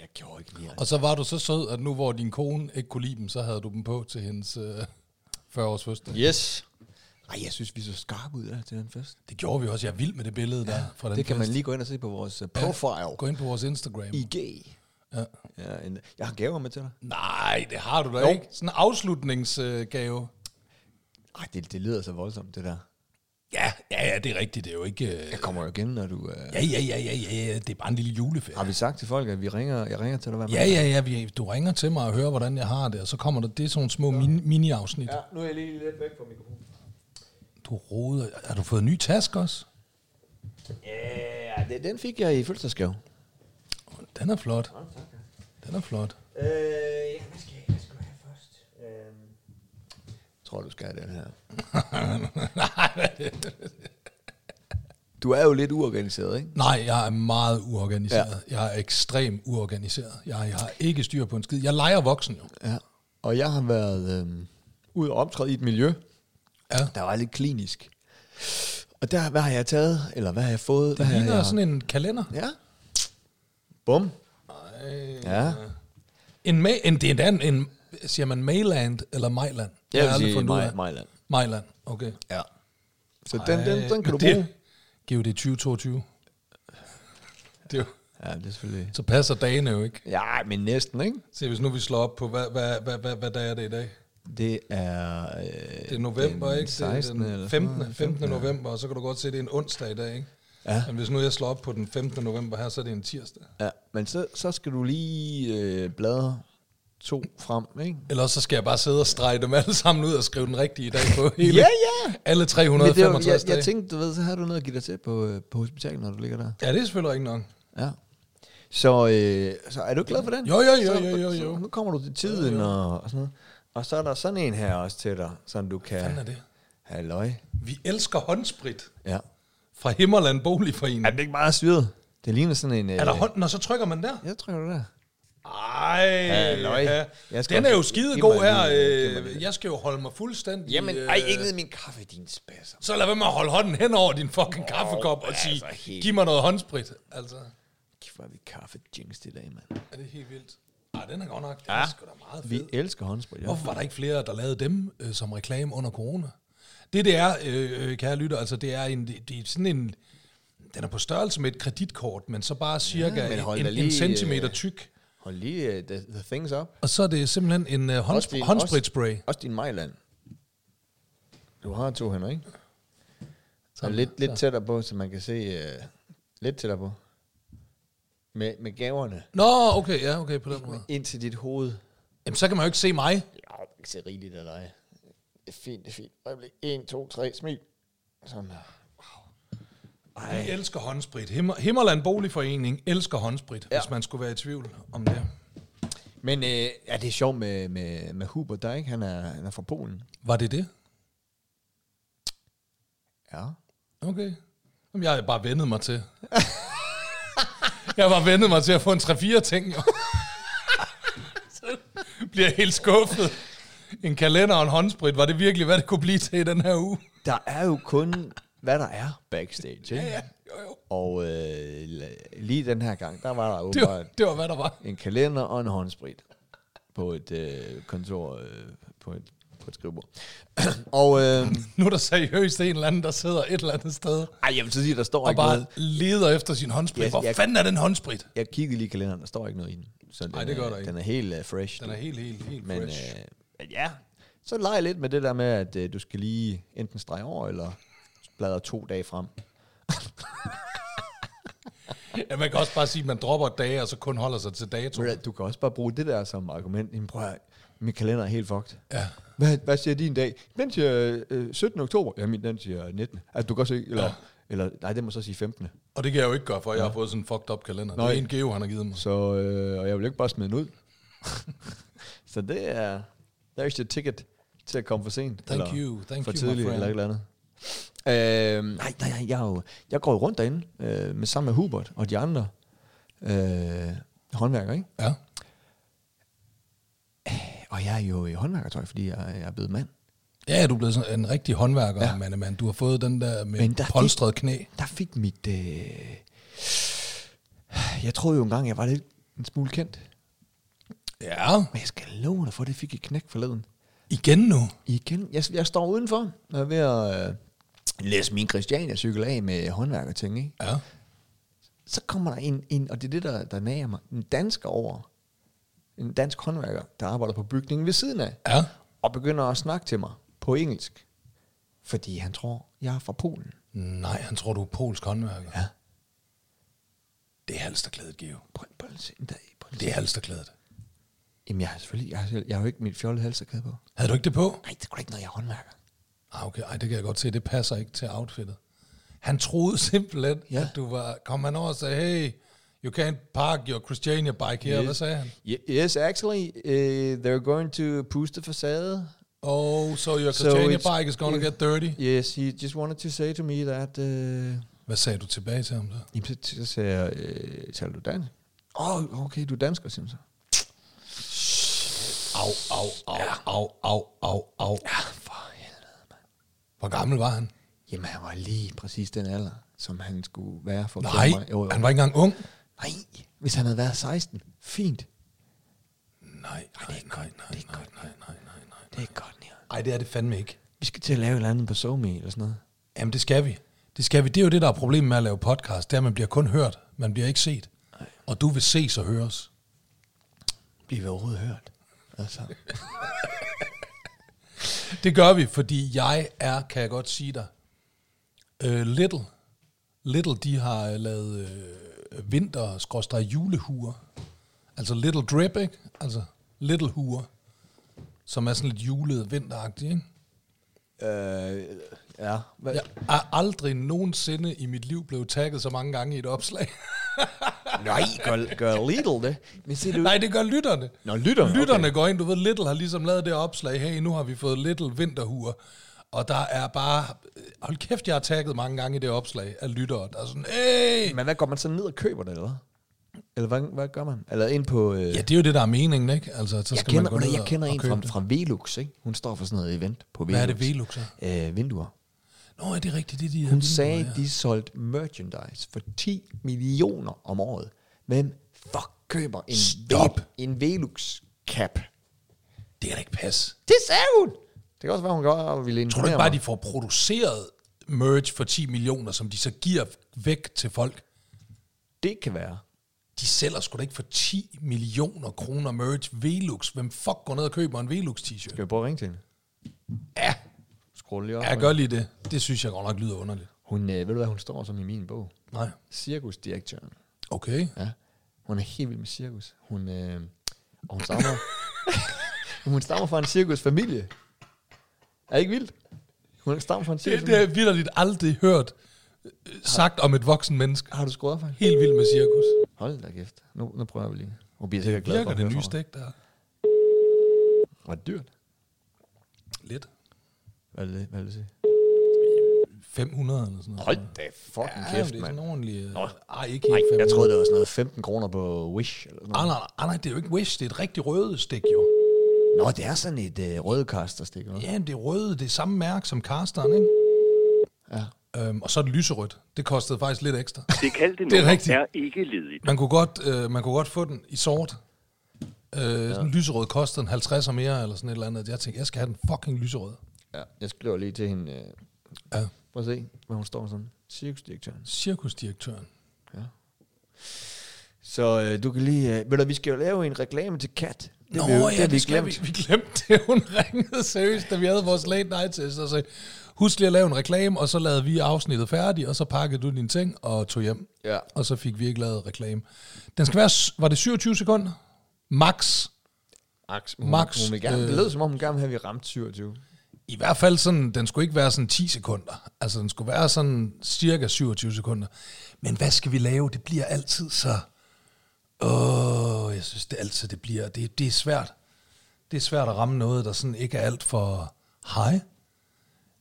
Speaker 1: jeg gjorde ikke mere.
Speaker 2: Og så var du så sød, at nu hvor din kone ikke kunne lide dem, så havde du dem på til hendes øh, 40-års fødselsdag.
Speaker 1: Yes. Ej, jeg synes, vi så skarpe ud der til den fest.
Speaker 2: Det gjorde vi også. Jeg er vild med det billede der fra den
Speaker 1: det kan
Speaker 2: fest.
Speaker 1: man lige gå ind og se på vores øh, profile.
Speaker 2: Gå ind på vores Instagram. I...
Speaker 1: IG. Ja. ja en, jeg har gaver med til dig.
Speaker 2: Nej, det har du da
Speaker 1: Jo.
Speaker 2: ikke. Sådan en afslutningsgave.
Speaker 1: Ej, det, det lyder så voldsomt, det der.
Speaker 2: Ja, ja, ja, det er rigtigt. Det er jo ikke... Øh...
Speaker 1: Jeg kommer jo igen, når du... Øh,
Speaker 2: Ja, ja, ja, ja, ja, ja, det er bare en lille juleferie.
Speaker 1: Har vi sagt til folk, at vi ringer, jeg ringer til dig hver
Speaker 2: Ja, ja, ja, vi, du ringer til mig og hører, hvordan jeg har det, og så kommer der, det er sådan nogle små min, mini-afsnit. Ja, nu er jeg lige lidt væk fra mikrofonen. Du roder. Har du fået en ny taske også?
Speaker 1: Ja, det, den fik jeg i fødselsdagsgave.
Speaker 2: Den er flot. Den er flot.
Speaker 1: Øh, ja, hvad skal jeg, hvad skal jeg have først? Øh. Jeg tror, du skal have den her. du er jo lidt uorganiseret, ikke?
Speaker 2: Nej, jeg er meget uorganiseret. Ja. Jeg er ekstremt uorganiseret. Jeg, jeg har ikke styr på en skid. Jeg leger voksen jo.
Speaker 1: Ja. Og jeg har været øh, ude og optræde i et miljø,
Speaker 2: Ja.
Speaker 1: der var lidt klinisk. Og der, hvad har jeg taget? Eller hvad har jeg fået? Det hvad
Speaker 2: Jeg
Speaker 1: har
Speaker 2: ligner
Speaker 1: jeg...
Speaker 2: sådan en kalender.
Speaker 1: Ja. Bum. Ja.
Speaker 2: En, ma- en, det er endda en, en, siger man Mayland eller Mailand?
Speaker 1: Jeg
Speaker 2: har
Speaker 1: vil
Speaker 2: aldrig
Speaker 1: sige
Speaker 2: fundet ud
Speaker 1: Maj-
Speaker 2: af.
Speaker 1: Mailand.
Speaker 2: Mailand, okay.
Speaker 1: Ja. Så den, den, den kan du
Speaker 2: det,
Speaker 1: bruge.
Speaker 2: Giv det 2022. Det er jo,
Speaker 1: Ja, det er selvfølgelig.
Speaker 2: så passer dagene jo ikke.
Speaker 1: Ja, men næsten, ikke?
Speaker 2: Se, hvis nu vi slår op på, hvad, hvad, hvad, hvad, hvad dag er det i dag?
Speaker 1: Det er... Øh,
Speaker 2: Det er november,
Speaker 1: den
Speaker 2: ikke? Det er
Speaker 1: 16.
Speaker 2: den
Speaker 1: eller sådan
Speaker 2: 15.
Speaker 1: noget.
Speaker 2: 15. november, og så kan du godt se, at det er en onsdag i dag, ikke?
Speaker 1: Ja.
Speaker 2: Men hvis nu jeg slår op på den 15. november her, så er det en tirsdag.
Speaker 1: Ja, men så, så skal du lige øh, bladre to frem, ikke?
Speaker 2: Eller også så skal jeg bare sidde og strege dem alle sammen ud og skrive den rigtige i dag på hele,
Speaker 1: Ja, ja.
Speaker 2: alle
Speaker 1: Men det er, jo-
Speaker 2: 365
Speaker 1: jeg, jeg
Speaker 2: dage.
Speaker 1: tænkte, du ved, så har du noget at give dig til på, øh, på hospitalet, når du ligger der.
Speaker 2: Ja, det er selvfølgelig ikke nok.
Speaker 1: Ja. Så, øh, så er du glad for den?
Speaker 2: Jo, jo, jo,
Speaker 1: Så-
Speaker 2: jo, jo,
Speaker 1: så-
Speaker 2: jo.
Speaker 1: Nu kommer du til tiden Og, og sådan noget. Og så er der sådan en her også til dig, sådan du kan...
Speaker 2: Fanden er det?
Speaker 1: Halløj.
Speaker 2: Vi elsker håndsprit
Speaker 1: Ja.
Speaker 2: fra Himmerland Boligforening.
Speaker 1: Er det ikke meget syret? Det ligner sådan en... Øh,
Speaker 2: Er der hånd, når så trykker man der?
Speaker 1: Jeg tror, det der.
Speaker 2: Ej,
Speaker 1: Halløj.
Speaker 2: ja.
Speaker 1: Jeg skal
Speaker 2: den
Speaker 1: også-
Speaker 2: er jo
Speaker 1: Giv
Speaker 2: skide
Speaker 1: mig
Speaker 2: god her.
Speaker 1: lige- giv mig
Speaker 2: øh, Jeg skal jo holde mig fuldstændig...
Speaker 1: Jamen,
Speaker 2: øh,
Speaker 1: ej, ikke ned i min kaffe, din spasser.
Speaker 2: Så lad være med at holde hånden hen over din fucking kaffekop og sige,
Speaker 1: altså, helt-
Speaker 2: giv mig noget håndsprit. Altså,
Speaker 1: Kæft, hvor er vi kaffe jinx i dag, mand.
Speaker 2: er det helt vildt? Ej, den er godt nok. Den ja. er sgu da meget
Speaker 1: Vi
Speaker 2: fed.
Speaker 1: elsker håndsprit. Ja.
Speaker 2: Hvorfor var der ikke flere, der lavede dem øh, som reklame under corona? Det, det er, øh, øh, kære lytter, altså det er, en, det, det er sådan en... Den er på størrelse med et kreditkort, men så bare cirka
Speaker 1: men
Speaker 2: ja,
Speaker 1: hold
Speaker 2: en,
Speaker 1: da
Speaker 2: en
Speaker 1: lige,
Speaker 2: centimeter
Speaker 1: øh,
Speaker 2: tyk.
Speaker 1: Hold lige uh, the, the things up.
Speaker 2: Og så er det simpelthen en uh,
Speaker 1: Også
Speaker 2: håndspr-
Speaker 1: din-
Speaker 2: håndspritspray.
Speaker 1: Også, også din Mejland. Du har to hænder, ikke? Så lidt, lidt tættere på, så man kan se uh, lidt tættere på. Med, med gaverne
Speaker 2: Nå, okay, ja, okay, på den måde.
Speaker 1: ind til dit hoved.
Speaker 2: Jamen, så kan man jo ikke se mig.
Speaker 1: Ja, man kan se rigeligt af dig. Det er fint, det er fint. Øjeblik. 1, 2, 3, smil. Sådan der.
Speaker 2: Vi elsker håndsprit. Himmer, Himmerland Boligforening elsker håndsprit, ja. hvis man skulle være i tvivl om det.
Speaker 1: Men øh, ja, det er sjovt med, med, med Huber, der ikke? Han er, han er fra Polen.
Speaker 2: Var det det?
Speaker 1: Ja.
Speaker 2: Okay. Jamen, jeg har bare vendet mig til. jeg har bare vendet mig til at få en 3-4 ting, jo. Så bliver jeg helt skuffet. En kalender og en håndsprit, var det virkelig, hvad det kunne blive til i den her uge?
Speaker 1: Der er jo kun, hvad der er backstage, ikke?
Speaker 2: Ja, ja, jo, jo.
Speaker 1: Og øh, la- lige den her gang, der var der
Speaker 2: Det var,
Speaker 1: åbenbart
Speaker 2: det var hvad der var.
Speaker 1: en kalender og en håndsprit på et øh, kontor, øh, på, et, på et skrivebord. og øh,
Speaker 2: Nu er der seriøst en eller anden, der sidder et eller andet sted
Speaker 1: ej, jeg vil så sige, der står
Speaker 2: og
Speaker 1: ikke bare,
Speaker 2: bare
Speaker 1: noget.
Speaker 2: leder efter sin håndsprit.
Speaker 1: Ja,
Speaker 2: Hvor
Speaker 1: jeg-
Speaker 2: fanden er den håndsprit?
Speaker 1: Jeg kiggede lige i kalenderen, der står ikke noget i den. Så den,
Speaker 2: Ej, det gør
Speaker 1: er-
Speaker 2: der ikke.
Speaker 1: Den er helt øh, fresh.
Speaker 2: Den er helt, helt, helt
Speaker 1: Men
Speaker 2: fresh.
Speaker 1: øh, men ja, så leg lidt med det der med, at øh, du skal lige enten strege over, eller bladre to dage frem.
Speaker 2: Ja, man kan også bare sige, at man dropper dage, og så kun holder sig til dato.
Speaker 1: Ved Du hvad, du kan også bare bruge det der som argument. Jamen, prøv at, høre, min kalender er helt fucked.
Speaker 2: Ja.
Speaker 1: Hvad, hvad siger din dag? Den siger øh, 17. oktober. Ja, min den siger 19. Altså, du kan godt se, eller, ja. eller nej, det må så sige 15.
Speaker 2: Og det kan jeg jo ikke gøre, for jeg har fået sådan en fucked up kalender.
Speaker 1: Nej.
Speaker 2: Det er en geo, han har givet mig.
Speaker 1: Så øh, og jeg vil ikke bare smide den ud. så det er, there's your ticket til at komme for sent.
Speaker 2: Thank you, thank
Speaker 1: for
Speaker 2: you, my
Speaker 1: tidligt,
Speaker 2: friend.
Speaker 1: eller et eller andet. Øh, nej, nej, nej, jeg, er jo, jeg går jo rundt derinde øh, med, sammen med Hubert og de andre øh, håndværkere, ikke?
Speaker 2: Ja.
Speaker 1: Og jeg er jo i håndværkertøj, fordi jeg, jeg er blevet mand.
Speaker 2: Ja, du er blevet sådan en rigtig håndværker, ja. mand, mand. Du har fået den der med
Speaker 1: Men der-
Speaker 2: polstret knæ.
Speaker 1: der fik mit... Øh... Jeg troede jo engang, jeg var lidt en smule kendt.
Speaker 2: Ja,
Speaker 1: Men jeg skal love dig for, det fik et knæk forleden.
Speaker 2: igen nu.
Speaker 1: Igen. Jeg, jeg står udenfor og er ved at øh, læse min Christiania-cykel af med håndværkerting, ikke?
Speaker 2: Ja.
Speaker 1: Så kommer der en, en og det er det, der, der nager mig, en dansker over. En dansk håndværker, der arbejder på bygningen ved siden af.
Speaker 2: Ja.
Speaker 1: Og begynder at snakke til mig på engelsk. Fordi han tror, jeg er fra Polen.
Speaker 2: Nej, han tror, du er polsk håndværker.
Speaker 1: Ja.
Speaker 2: Det er halsterklædet, Geo.
Speaker 1: Prøv, prøv, lige at se- prøv, lige at se.
Speaker 2: Det er halsterklædet.
Speaker 1: Jamen, jeg har selvfølgelig, jeg har, selv- jeg har jo ikke mit fjollede halserkæde på.
Speaker 2: Havde du ikke det på?
Speaker 1: Nej, det er ikke noget, jeg håndværker.
Speaker 2: Ah, okay. Ej, det kan jeg godt se. Det passer ikke til outfittet. Han troede simpelthen, ja.
Speaker 1: Ja.
Speaker 2: at du var... Kom han over og sagde, hey, you can't park your Christiania bike here. Yes. Hvad sagde han?
Speaker 1: Yes, actually, uh, they're going to boost the facade.
Speaker 2: Oh, so your
Speaker 1: So
Speaker 2: Christiania
Speaker 1: it's-
Speaker 2: bike is gonna
Speaker 1: it's-
Speaker 2: get dirty.
Speaker 1: Yes, he just wanted to say to me that... Uh,
Speaker 2: Hvad sagde du tilbage til ham så?
Speaker 1: jamen, så, så sagde jeg, øh, taler du dansk? Åh, oh, okay, du er dansker, siger han så.
Speaker 2: Au, au, au, au, au, au, au. Ja,
Speaker 1: For helvede.
Speaker 2: Hvor gammel var han?
Speaker 1: Jamen, han var lige præcis den alder, som han skulle være for at
Speaker 2: Nej,
Speaker 1: kende mig. Jo, jo.
Speaker 2: han var ikke engang ung.
Speaker 1: Nej, hvis han havde været 16. Fint.
Speaker 2: nej, nej, nej, nej, nej, nej, nej, nej, nej.
Speaker 5: Det er godt, Niel.
Speaker 2: Ej, det er det fandme ikke.
Speaker 5: Vi skal til at lave et eller andet på SoMe eller sådan noget.
Speaker 2: Jamen, det skal vi. Det skal vi. Det er jo det, der er problemet med at lave podcast. Det er, at man bliver kun hørt. Man bliver ikke set. Og du vil ses og høres.
Speaker 5: Bliver vi overhovedet hørt? Altså.
Speaker 2: Det gør vi, fordi jeg er, kan jeg godt sige dig, uh, Little. Little, de har øh, lavet uh, vinter julehuer. Altså Little Drip, ikke? Altså Little Huer. Som er sådan lidt julet vinteragtigt, ikke?
Speaker 1: Øh, ja. Hvad?
Speaker 2: Jeg er aldrig nogensinde i mit liv blevet tagget så mange gange i et opslag.
Speaker 1: Nej, gør, gør Lidl det. Men se, du...
Speaker 2: Nej, det gør lytterne.
Speaker 1: Nå, lytterne,
Speaker 2: Lytterne
Speaker 1: okay.
Speaker 2: går ind, du ved, Little har ligesom lavet det opslag, hey, nu har vi fået Little vinterhuer, og der er bare, hold kæft, jeg har tagget mange gange i det opslag af lyttere, der er sådan, hey!
Speaker 1: Men hvad går man så ned og køber det, eller hvad? Eller hvad, hvad gør man? Eller ind på... Øh,
Speaker 2: Ja, det er jo det, der er meningen, ikke? Altså, så
Speaker 1: jeg,
Speaker 2: skal
Speaker 1: kender,
Speaker 2: man gå ned
Speaker 1: jeg kender
Speaker 2: og,
Speaker 1: en
Speaker 2: og købe
Speaker 1: fra,
Speaker 2: det.
Speaker 1: fra Velux, ikke? Hun står for sådan noget event på Velux.
Speaker 2: Hvad er det, Velux
Speaker 1: er? Øh, vinduer.
Speaker 2: Nå, er det rigtigt, det er de her
Speaker 1: Hun
Speaker 2: vinduer,
Speaker 1: sagde,
Speaker 2: ja.
Speaker 1: at de solgte merchandise for 10 millioner om året. Hvem fuck køber en,
Speaker 2: Stop.
Speaker 1: Ve- en Velux cap?
Speaker 2: Det kan da ikke passe.
Speaker 1: Det sagde hun! Det kan også være, hun godt ville
Speaker 2: Tror du
Speaker 1: informere
Speaker 2: ikke bare, de
Speaker 1: mig.
Speaker 2: får produceret merch for 10 millioner, som de så giver væk til folk?
Speaker 1: Det kan være.
Speaker 2: de sælger sgu da ikke for 10 millioner kroner merch Velux. Hvem fuck går ned og køber en Velux t-shirt?
Speaker 1: Skal vi prøve at ringe til hende?
Speaker 2: Ja,
Speaker 1: Skrulle lige op.
Speaker 2: ja, jeg gør lige det. Det synes jeg godt nok lyder underligt.
Speaker 1: Hun, øh, ved du hvad hun står som i min bog?
Speaker 2: Nej.
Speaker 1: Cirkusdirektøren.
Speaker 2: Okay.
Speaker 1: Ja. Hun er helt vild med cirkus. Hun, øh, og hun stammer, hun stammer fra en cirkusfamilie. Er det ikke vildt? Hun stammer fra en
Speaker 2: Det, det
Speaker 1: cirkusfamilie.
Speaker 2: har jeg vildt aldrig hørt øh, sagt om et voksen menneske.
Speaker 1: Har du skruet op for hende?
Speaker 2: Helt vild med cirkus.
Speaker 1: Hold da kæft. Nu, nu prøver vi lige. Hun bliver sikkert glad for
Speaker 2: Virker
Speaker 1: at
Speaker 2: det
Speaker 1: høre
Speaker 2: nye
Speaker 1: fra mig.
Speaker 2: stik der?
Speaker 1: Var det dyrt?
Speaker 2: Lidt.
Speaker 1: Hvad vil det, hvad vil det sige?
Speaker 2: 500 eller sådan noget.
Speaker 1: Hold da fucking
Speaker 2: ja,
Speaker 1: kæft,
Speaker 2: det er
Speaker 1: mand.
Speaker 2: sådan ordentligt. øh,
Speaker 1: Nå.
Speaker 2: Ej, ikke
Speaker 1: Nej,
Speaker 2: helt 500.
Speaker 1: jeg troede, det var sådan noget 15 kroner på Wish. Eller sådan
Speaker 2: Ah,
Speaker 1: noget.
Speaker 2: nej, nej, nej, det er jo ikke Wish, det er et rigtig røde stik jo.
Speaker 1: Nå, det er sådan et øh, rødkast, der stikker. Ja.
Speaker 2: Ja, det er røde, det er samme mærke som Carsteren, ikke?
Speaker 1: ja.
Speaker 2: Øhm, og så er det lyserødt. Det kostede faktisk lidt ekstra.
Speaker 8: Det kaldte
Speaker 2: Det er
Speaker 8: nummer
Speaker 2: rigtigt.
Speaker 8: er ikke ledigt.
Speaker 2: Man kunne godt, øh, man kunne godt få den i sort. Øh, ja. Lyserød kostede en 50 og mere, eller sådan et eller andet. Jeg tænkte, jeg skal have den fucking lyserød.
Speaker 1: ja. Jeg skriver lige til hende. Øh,
Speaker 2: Ja.
Speaker 1: prøv at se, hvad hun står sådan. Cirkusdirektøren.
Speaker 2: Cirkusdirektøren.
Speaker 1: Så øh, du kan lige... Øh, ved du, vi skal jo lave en reklame til Kat. Det
Speaker 2: Nå
Speaker 1: har vi jo-
Speaker 2: ja,
Speaker 1: har
Speaker 2: det, det skal vi, vi glemte det. Hun ringede seriøst, da vi havde vores late night test, og sagde, husk lige at lave en reklame, og så lavede vi afsnittet færdigt, og så pakkede du dine ting og tog hjem.
Speaker 1: Ja.
Speaker 2: Og så fik vi ikke lavet reklame. Den skal være, s- var det 27 sekunder? Max.
Speaker 1: Max, hun,
Speaker 2: Max,
Speaker 1: Hun vil gerne, øh,
Speaker 2: øh,
Speaker 1: det lød som om, hun gerne vil have, at vi ramte 27.
Speaker 2: I hvert fald sådan, den skulle ikke være sådan 10 sekunder. Altså, den skulle være sådan cirka 27 sekunder. Men hvad skal vi lave? Det bliver altid så... Åh, jeg synes det altid, det bliver... Det, det er svært. Det er svært at ramme noget, der sådan ikke er alt for... Hej,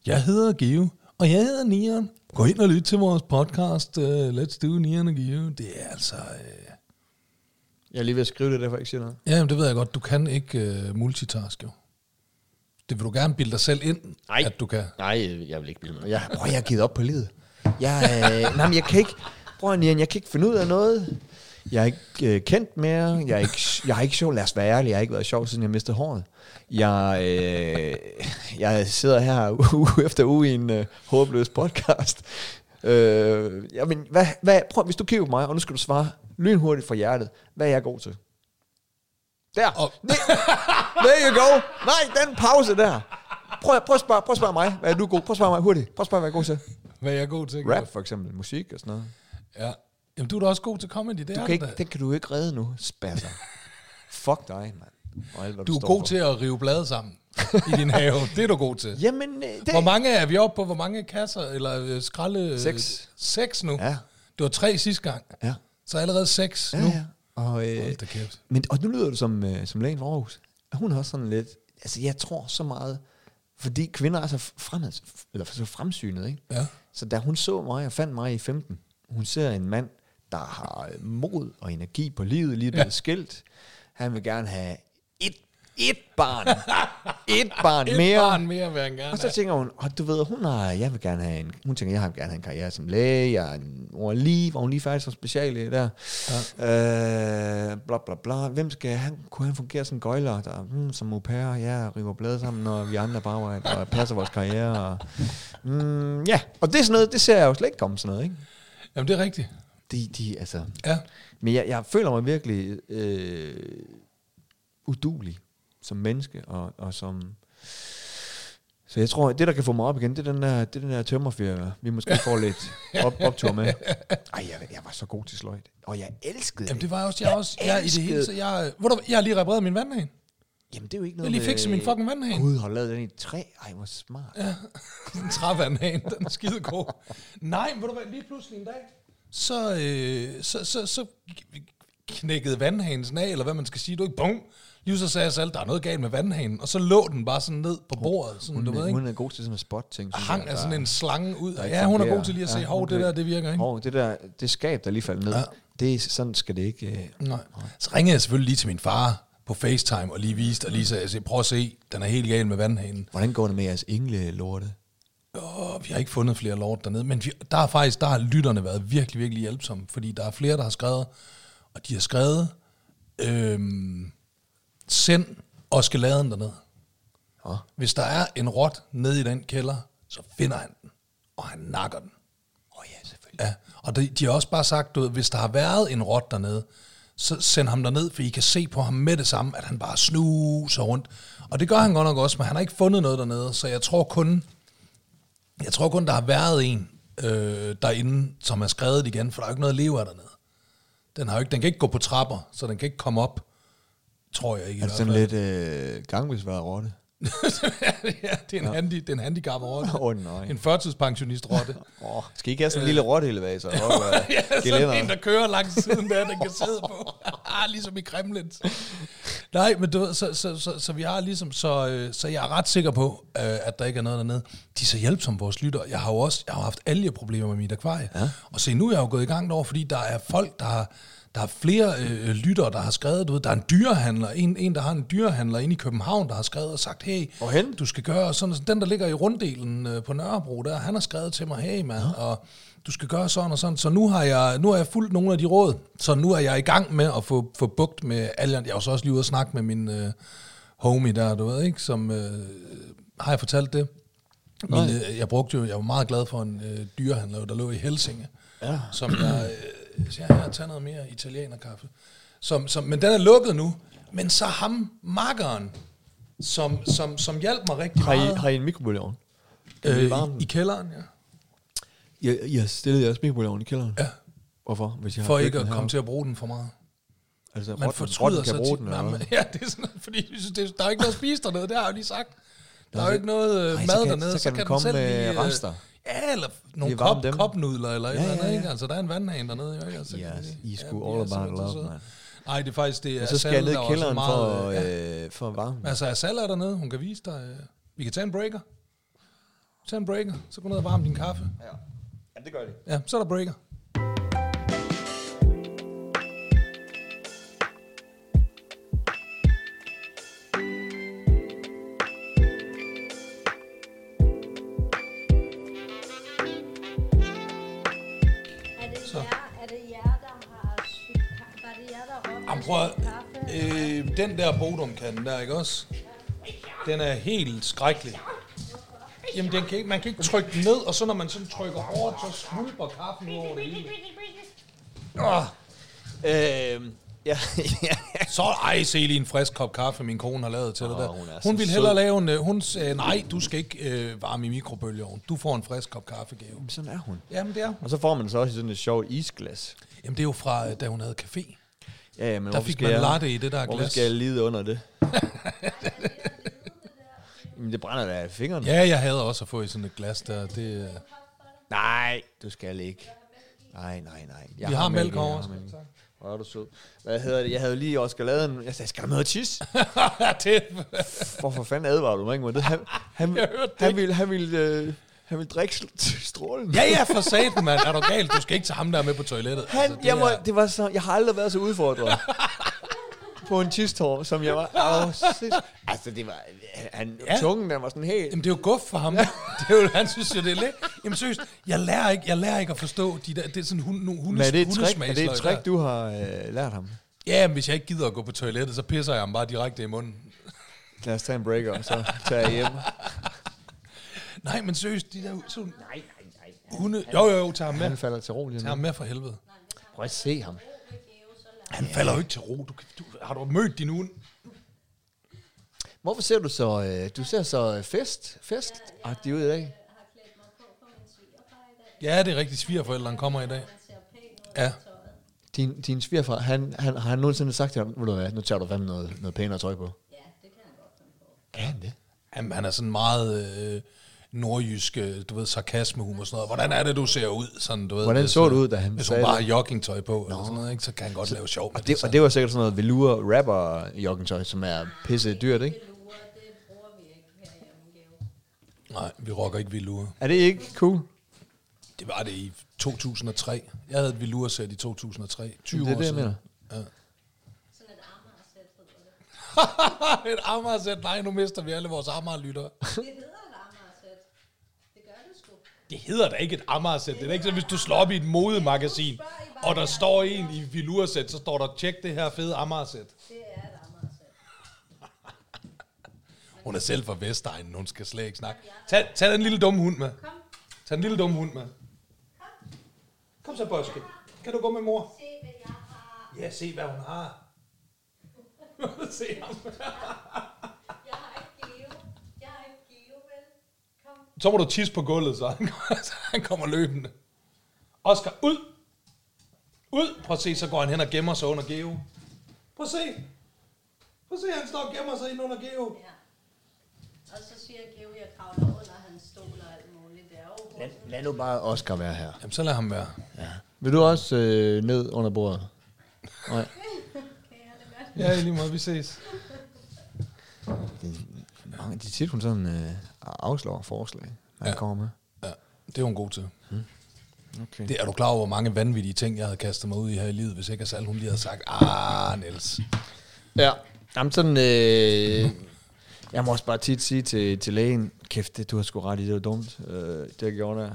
Speaker 2: jeg hedder Geo, og jeg hedder Nieren. Gå ind og lyt til vores podcast, uh, Let's Do Nieren og Geo. Det er altså... Øh...
Speaker 1: Jeg er lige ved at skrive det, derfor jeg ikke siger noget.
Speaker 2: Jamen, det ved jeg godt. Du kan ikke øh, multitask, jo. Det vil du gerne bilde dig selv ind,
Speaker 1: Nej.
Speaker 2: at du kan.
Speaker 1: Nej, jeg vil ikke blive med. Jeg, prøv, jeg har givet op på livet. Jeg, øh, nej, men jeg kan ikke... Prøv, Nian, jeg kan ikke finde ud af noget. Jeg er ikke øh, kendt mere. Jeg er ikke, jeg er ikke sjov. Lad os være ærlig. Jeg har ikke været sjov, siden jeg mistede håret. Jeg, øh, jeg sidder her uge efter uge i en øh, håbløs podcast. Øh, jamen, hvad, hvad, prøv, hvis du kigger på mig, og nu skal du svare lynhurtigt fra hjertet. Hvad er jeg god til? Der.
Speaker 2: Og-
Speaker 1: Oh. There you go. Nej, den pause der. Prøv, prøv, at spørge, prøv at spørge mig, hvad er du god? Prøv at spørge mig hurtigt. Prøv at spørge, hvad jeg er god til.
Speaker 2: Hvad er jeg god til? ikke?
Speaker 1: Rap for eksempel, musik og sådan noget.
Speaker 2: Ja. Jamen, du er da også god til comedy, det
Speaker 1: Du
Speaker 2: er
Speaker 1: kan ikke,
Speaker 2: da.
Speaker 1: det kan du ikke redde nu, spasser. Fuck dig, mand. Og alt, hvad
Speaker 2: Du er
Speaker 1: står
Speaker 2: god
Speaker 1: for.
Speaker 2: til at rive blade sammen i din have. Det er du god til.
Speaker 1: Jamen, øh, det...
Speaker 2: Hvor mange er vi oppe på? Hvor mange kasser eller øh, skralde? øh,
Speaker 1: Seks.
Speaker 2: Seks nu?
Speaker 1: Ja.
Speaker 2: Det var tre sidste gang.
Speaker 1: Ja.
Speaker 2: Så allerede seks
Speaker 1: Ja,
Speaker 2: nu.
Speaker 1: ja. Og, øh,
Speaker 2: Hold da kæft.
Speaker 1: men, og nu lyder du som, øh, som lægen fra Aarhus. Hun har også sådan lidt... Altså, jeg tror så meget... Fordi kvinder er så, fremad, eller så fremsynet, ikke?
Speaker 2: Ja.
Speaker 1: Så da hun så mig og fandt mig i 15, hun ser en mand, der har øh, mod og energi på livet, lige blevet ja. skilt. Han vil gerne have et, et barn. et barn
Speaker 2: Et
Speaker 1: mere.
Speaker 2: barn mere vil han gerne
Speaker 1: Og så
Speaker 2: have.
Speaker 1: tænker hun, og du ved, hun har, jeg vil gerne have en, hun tænker, jeg har gerne have en karriere som læge, jeg er en hvor, lige, hvor hun lige færdig som speciallæge der. Ja. Øh, bla bla bla. Hvem skal han, kunne han fungere som gøjler, der mm, som au pair, ja, river blade sammen, når vi andre bare arbejder og passer vores karriere. Og, mm, ja, og det er sådan noget, det ser jeg jo slet ikke komme sådan noget, ikke?
Speaker 2: Jamen, det er rigtigt.
Speaker 1: De, de, altså,
Speaker 2: Ja.
Speaker 1: men jeg, jeg føler mig virkelig øh, udulig som menneske, og, og som... Så jeg tror, at det, der kan få mig op igen, det er den der, det er den der tømmerferie, vi måske får lidt op, optur med. Ej, jeg, jeg var så god til sløjt. Og jeg elskede
Speaker 2: Jamen,
Speaker 1: det.
Speaker 2: det var også, jeg, også, jeg er i det hele, så jeg, hvor du, jeg har lige repareret min vandhane.
Speaker 1: Jamen, det er jo ikke
Speaker 2: Jeg
Speaker 1: noget
Speaker 2: har lige fikset min fucking vandhane.
Speaker 1: Gud, har du lavet den i træ? Ej, hvor smart. Ja.
Speaker 2: en trævandhane, den er skide god. Nej, men ved du hvad, lige pludselig en dag, så, øh, så, så, så knækkede vandhanen af, eller hvad man skal sige, du ikke, bum, lige så sagde jeg selv, der er noget galt med vandhanen, og så lå den bare sådan ned på bordet, sådan, du ved, ikke?
Speaker 1: Hun er god til sådan en spot ting.
Speaker 2: Hang af sådan en slange ud, og ja, hun er god til lige at se, hov, det der, det virker, ikke?
Speaker 1: Hov, det der, det skab, der lige faldt ned, ja. det, er- sådan skal det ikke... Øh,
Speaker 2: Nej. Så ringede jeg selvfølgelig lige til min far på FaceTime, og lige viste, og lige sagde, altså, prøv at se, den er helt gal med vandhanen.
Speaker 1: Hvordan går det med jeres engle-lorte?
Speaker 2: Og vi har ikke fundet flere lort dernede, men vi, der har faktisk, der har lytterne været virkelig, virkelig hjælpsomme, fordi der er flere, der har skrevet, og de har skrevet, øhm, send Oskeladen derned.
Speaker 1: Hå?
Speaker 2: Hvis der er en rot nede i den kælder, så finder han den, og han nakker den. Åh oh, ja, selvfølgelig. Ja, og de, de har også bare sagt, du ved, hvis der har været en rot dernede, så send ham derned, for I kan se på ham med det samme, at han bare snuser rundt. Og det gør han godt nok også, men han har ikke fundet noget dernede, så jeg tror kun, jeg tror kun, der har været en øh, derinde, som er skrevet igen, for der er jo ikke noget leve af dernede. Den, har jo ikke, den kan ikke gå på trapper, så den kan ikke komme op, tror jeg ikke. i
Speaker 1: Er det
Speaker 2: hvert
Speaker 1: sådan
Speaker 2: fald.
Speaker 1: lidt øh, gangbesværet rotte?
Speaker 2: ja, det er en, handi, det er en handicap-rotte.
Speaker 1: Åh, oh, nej.
Speaker 2: En førtidspensionist-rotte.
Speaker 1: Oh, skal I ikke have sådan en lille rotte-elevator?
Speaker 2: Øh. ja, sådan en, der kører langs siden der, den kan sidde på. Ah, ligesom i Kremlin. Nej, men du ved, så, så, så, så vi har ligesom, så, øh, så jeg er ret sikker på, øh, at der ikke er noget dernede. De er så hjælpsomme, vores lytter. Jeg har jo også jeg har haft algeproblemer med mit akvarie. Ja. Og se, nu er jeg jo gået i gang derovre, fordi der er folk, der har, der er flere øh, lyttere, der har skrevet, du ved, der er en dyrehandler, en, en der har en dyrehandler inde i København, der har skrevet og sagt, hey,
Speaker 1: Hvorhen?
Speaker 2: du skal gøre sådan, og sådan. den der ligger i runddelen øh, på Nørrebro, der, han har skrevet til mig, hey mand, og du skal gøre sådan og sådan. Så nu har jeg, nu har jeg fulgt nogle af de råd, så nu er jeg i gang med at få, få bugt med alle. Jeg var så også lige ude og snakke med min øh, homie der, du ved ikke, som, øh, har jeg fortalt det? Min, øh, jeg brugte jo, jeg var meget glad for en øh, dyrehandler, der lå i Helsinge, ja. som jeg, øh, så jeg har taget noget mere italienerkaffe. Som, som, men den er lukket nu, men så ham, makkeren, som, som, som hjalp mig rigtig
Speaker 1: Har I,
Speaker 2: meget
Speaker 1: har I en mikrobølgeovn? I
Speaker 2: øh,
Speaker 1: varmen?
Speaker 2: i, i kælderen, ja.
Speaker 1: Jeg, jeg stillede jeres mikrobølgeovn i kælderen.
Speaker 2: Ja.
Speaker 1: Hvorfor? Hvis jeg
Speaker 2: for ikke at komme til at bruge den for meget.
Speaker 1: Altså,
Speaker 2: Man fortryder
Speaker 1: kan
Speaker 2: sig
Speaker 1: bruge
Speaker 2: tit.
Speaker 1: den,
Speaker 2: Nej,
Speaker 1: eller
Speaker 2: men- Ja, det er sådan, fordi vi synes, det, der er ikke noget at spise dernede, det har jeg jo lige sagt. Der er jo ikke noget øh,
Speaker 1: Ej, så
Speaker 2: mad
Speaker 1: kan-
Speaker 2: dernede,
Speaker 1: så kan den
Speaker 2: den
Speaker 1: komme
Speaker 2: selv
Speaker 1: med
Speaker 2: lige, øh,
Speaker 1: rester.
Speaker 2: Ja, eller nogle
Speaker 1: varme
Speaker 2: kop,
Speaker 1: dem.
Speaker 2: kopnudler, eller ja, et
Speaker 1: Ja,
Speaker 2: eller andet,
Speaker 1: ja, ja.
Speaker 2: ikke? Altså, der er en vandhane dernede, jo, ikke? Altså,
Speaker 1: Yes,
Speaker 2: kan vi-
Speaker 1: I sgu
Speaker 2: vi
Speaker 1: all
Speaker 2: er
Speaker 1: about
Speaker 2: simpelthen så
Speaker 1: love,
Speaker 2: søde.
Speaker 1: mand.
Speaker 2: Ej, det er faktisk, det er
Speaker 1: Og så skal
Speaker 2: Asal,
Speaker 1: jeg
Speaker 2: der
Speaker 1: ned i
Speaker 2: er også
Speaker 1: kælderen for,
Speaker 2: meget, øh, ja.
Speaker 1: øh, for varmen.
Speaker 2: Altså, Asal er dernede, hun kan vise dig. øh. Vi kan tage en breaker. Tag en breaker, så gå ned og varme din kaffe. Ja, ja det gør det. Ja, så er der breaker.
Speaker 8: Er det jer, er det jer der har sygt kaffe? Var det jer, der råbte
Speaker 2: Jamen prøv at,
Speaker 8: sygt kaffe?
Speaker 2: øh, den der bodumkanden der, ikke også? Den er helt skrækkelig. Jamen, den kan ikke, man kan ikke trykke den ned, og så når man sådan trykker hårdt, så smulper kaffen ud over det hele. Oh,
Speaker 1: Øh, ja, ja.
Speaker 2: så ej, se lige en frisk kop kaffe, min kone har lavet til dig der.
Speaker 1: hun
Speaker 2: Hun,
Speaker 1: er så
Speaker 2: hun ville
Speaker 1: sød.
Speaker 2: hellere lave en... øh, Hun sagde, nej, du skal ikke øh, varme i mikrobølgeovnen. Du får en frisk kop kaffegave.
Speaker 1: Sådan er hun.
Speaker 2: Jamen, det er hun.
Speaker 1: Og så får man så også i sådan et sjovt isglas.
Speaker 2: Jamen, det er jo fra, øh, da hun havde café.
Speaker 1: Ja, ja, men
Speaker 2: Der
Speaker 1: hvorfor
Speaker 2: fik
Speaker 1: skal
Speaker 2: man
Speaker 1: jeg-
Speaker 2: latte i det der
Speaker 1: Hvorfor
Speaker 2: glas.
Speaker 1: skal jeg lide under det? Jamen, det brænder da af fingrene.
Speaker 2: Ja, jeg havde også at få i sådan et glas der. Det, øh,
Speaker 1: Nej, du skal ikke. Nej, nej, nej. Jeg
Speaker 2: vi har mælk
Speaker 1: jeg
Speaker 2: over.
Speaker 1: har
Speaker 2: os.
Speaker 1: mælk. Hvor er du sød. Hvad hedder det? Jeg havde lige også lavet en... Jeg sagde, skal der noget tis?
Speaker 2: det,
Speaker 1: Hvorfor fanden advarer du mig ikke mod det? Han, han,
Speaker 2: Jeg hørte det
Speaker 1: han
Speaker 2: ikke.
Speaker 1: ville, han ville, øh, han ville drikke sl- strålen.
Speaker 2: Ja, ja, for satan, mand. Er du galt? Du skal ikke tage ham der med på toilettet.
Speaker 1: Han,
Speaker 2: Altså, det
Speaker 1: det, jeg, må,
Speaker 2: er-
Speaker 1: det var så, jeg har aldrig været så udfordret på en tistor, som jeg var. Åh, sinds- altså, det var... Han,
Speaker 2: Ja.
Speaker 1: Tungen, den var sådan helt...
Speaker 2: Jamen, det er jo guf for ham. Det er jo, han synes jo, det er lidt. Jamen seriøst, jeg lærer ikke, jeg lærer ikke at forstå de der, det er sådan hun, nogle hundes,
Speaker 1: Men er det et trick, er det
Speaker 2: hundesmagsløg
Speaker 1: et trick
Speaker 2: der.
Speaker 1: du har øh, lært ham?
Speaker 2: Ja, men hvis jeg ikke gider at gå på toilettet, så pisser jeg ham bare direkte i munden.
Speaker 1: Lad os tage en breaker, og så tager jeg hjem.
Speaker 2: Nej, men seriøst, de der sådan
Speaker 9: Nej, nej, nej.
Speaker 2: hunde... Jo, jo, jo, tag ham med.
Speaker 1: Han falder til ro lige
Speaker 2: Tag
Speaker 1: nu.
Speaker 2: ham med for helvede.
Speaker 9: Prøv at se ham.
Speaker 2: Han falder jo ikke til ro. Du, kan- du, har du mødt din hund?
Speaker 1: Hvorfor ser du så, øh, du ser så øh, fest, fest agtig ud i dag?
Speaker 2: Ja, det er rigtigt. Svigerforældrene kommer i dag. Ja.
Speaker 1: Din, din svigerfar, han, han, har han nogensinde sagt til ham, ved du hvad, nu tager du fandme noget, noget pænere tøj på? Ja, det kan han godt finde på. Kan han det?
Speaker 2: Jamen, han er sådan meget øh, nordjysk, øh, du ved, sarkasmehumor og sådan noget. Hvordan er det, du ser ud? Sådan, du ved,
Speaker 1: Hvordan
Speaker 2: hvis,
Speaker 1: så du
Speaker 2: øh,
Speaker 1: ud, da han
Speaker 2: Hvis hun
Speaker 1: sagde
Speaker 2: bare
Speaker 1: det?
Speaker 2: har joggingtøj på, eller sådan noget, ikke, så kan han godt lave sjov med
Speaker 1: Og det, og det var sikkert sådan noget velour rapper joggingtøj, som er pisse dyrt, ikke?
Speaker 2: så- Nej, vi rocker ikke velure.
Speaker 1: Er det ikke cool?
Speaker 2: Det var det i 2003. Jeg havde et velure-sæt i 2003. 20
Speaker 1: Det er det, jeg
Speaker 2: år siden.
Speaker 1: mener.
Speaker 2: Et Amager-sæt. Nej, nu mister vi alle vores Amager-lyttere. Det hedder da ikke et Amager-sæt. Det er da ikke sådan, hvis du slår op i et modemagasin, og der står en i velursæt, så står der, tjek det her fede Amager-sæt. Hun er selv fra Vestegnen, hun skal slet ikke snakke. Tag, tag den lille dumme hund med. Tag den lille dumme hund med. Kom så, Boske. Kan du gå med mor? Ja, se hvad hun har. se ham. Så må du tisse på gulvet, så han, så han kommer løbende. Oscar, ud! Ud! Prøv at se, så går han hen og gemmer sig under Geo. Prøv at se! Prøv at se, han står og gemmer sig ind under Geo.
Speaker 8: Og så siger Geo, jeg kravler under hans stol og alt muligt. Det er jo
Speaker 1: Lad, lad nu bare Oscar være her.
Speaker 2: Jamen, så lad ham være.
Speaker 1: Vil du også øh, ned under bordet? Nej.
Speaker 2: Ja, i lige måde, vi ses.
Speaker 1: Mange, de tit, hun sådan øh, afslår forslag, man
Speaker 2: Ja.
Speaker 1: ja. kommer med.
Speaker 2: Ja, det er hun god til.
Speaker 1: Okay.
Speaker 2: Det er du klar over, hvor mange vanvittige ting, jeg havde kastet mig ud i her i livet, hvis ikke Asal, hun lige havde sagt, ah, Niels.
Speaker 1: Ja. Jamen sådan, øh, jeg må også bare tit sige til, til lægen, kæft, det, du har sgu ret i, det var dumt, øh, det jeg gjorde der.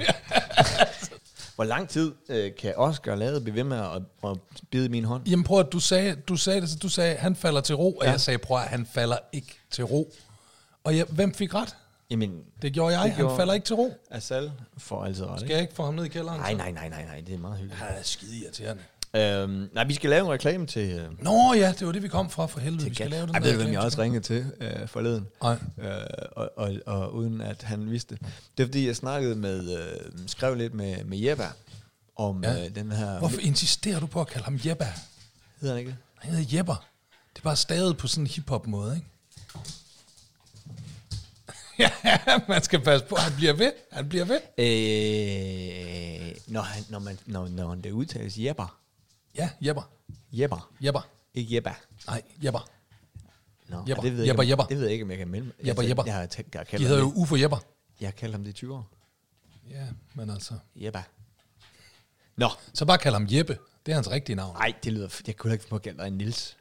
Speaker 1: Hvor lang tid øh, kan Oscar Lade blive ved med at, at bide i min hånd?
Speaker 2: Jamen prøv at du sagde, du sagde det, så du sagde, han falder til ro, og ja. jeg sagde, prøv at han falder ikke til ro. Og jeg, hvem fik ret?
Speaker 1: Jamen,
Speaker 2: Det gjorde jeg,
Speaker 1: Det
Speaker 2: han
Speaker 1: gjorde-
Speaker 2: falder ikke til ro.
Speaker 1: Asal får altid ret,
Speaker 2: Skal jeg ikke få ham ned i kælderen?
Speaker 1: Nej, nej, nej, nej, nej, det er meget hyggeligt.
Speaker 2: Han er skide irriterende.
Speaker 1: Øhm, nej, vi skal lave en reklame til... Øh,
Speaker 2: Nå ja, det var det, vi kom fra for helvede. Vi skal lave den
Speaker 1: Ej,
Speaker 2: der
Speaker 1: ved du, hvem jeg
Speaker 2: reklame.
Speaker 1: også ringede til øh, forleden?
Speaker 2: Nej.
Speaker 1: Øh, og, og, og, uden at han vidste det. Det er fordi, jeg snakkede med, øh, skrev lidt med, med Jeppe om
Speaker 2: Ja.
Speaker 1: ja. øh, den her...
Speaker 2: Hvorfor insisterer du på at kalde ham Jebba?
Speaker 1: hedder han ikke det?
Speaker 2: Han hedder Jepper. Det er bare stavet på sådan en hip-hop måde, ikke? ja, man skal passe på. Han bliver ved. Han bliver ved.
Speaker 1: Øh, når, han, når, man, når, når det udtales Jepper.
Speaker 2: Ja, Jepper.
Speaker 1: Jepper.
Speaker 2: Jepper.
Speaker 1: Ikke Jepper.
Speaker 2: Nej, Jepper.
Speaker 1: Nå,
Speaker 2: Jepper.
Speaker 1: det ved jeg
Speaker 2: Jepper,
Speaker 1: ikke,
Speaker 2: Jepper.
Speaker 1: om- Det ved jeg ikke, om jeg kan melde mig.
Speaker 2: Jepper,
Speaker 1: jeg,
Speaker 2: Jepper.
Speaker 1: Jeg, har tænkt, jeg, har
Speaker 2: De
Speaker 1: kaldt
Speaker 2: hedder
Speaker 1: ham
Speaker 2: jo
Speaker 1: det.
Speaker 2: UFO Jepper.
Speaker 1: jeg har kaldt ham det i 20 år.
Speaker 2: Ja, men altså...
Speaker 1: Jepper. Nå,
Speaker 2: Så bare kald ham Jeppe. Det er hans rigtige navn.
Speaker 1: nej, det lyder... f- Jeg kunne da ikke få på at kalde dig Nils.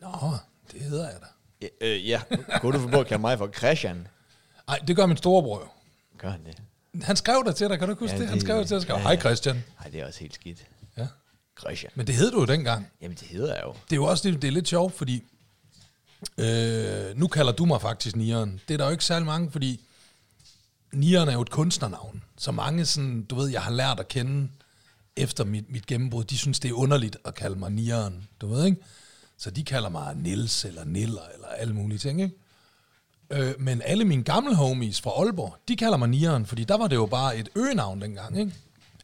Speaker 2: Nå, det hedder jeg da.
Speaker 1: Ja, øh, ja. kunne du få på at kalde mig for Christian?
Speaker 2: Nej, det gør min storebror jo.
Speaker 1: Gør han det?
Speaker 2: Han skrev der til dig, kan du ikke huske ja,
Speaker 1: Ja,
Speaker 2: det? Han
Speaker 1: det-
Speaker 2: skrev til dig, skrev,
Speaker 1: ja,
Speaker 2: hej
Speaker 1: ja.
Speaker 2: Christian.
Speaker 1: Nej, det er også helt skidt.
Speaker 2: Ja.
Speaker 1: Christian.
Speaker 2: Men det hed du jo dengang.
Speaker 1: Jamen, det hedder jeg jo.
Speaker 2: Det er jo også det, det er lidt sjovt, fordi øh, nu kalder du mig faktisk Nieren. Det er der jo ikke særlig mange, fordi Nieren er jo et kunstnernavn. Så mange, sådan, du ved, jeg har lært at kende efter mit, mit gennembrud, de synes, det er underligt at kalde mig Nieren. Du ved, ikke? Så de kalder mig Nils eller Niller eller alle mulige ting, ikke? Øh, men alle mine gamle homies fra Aalborg, de kalder mig Nieren, fordi der var det jo bare et øgenavn dengang, ikke?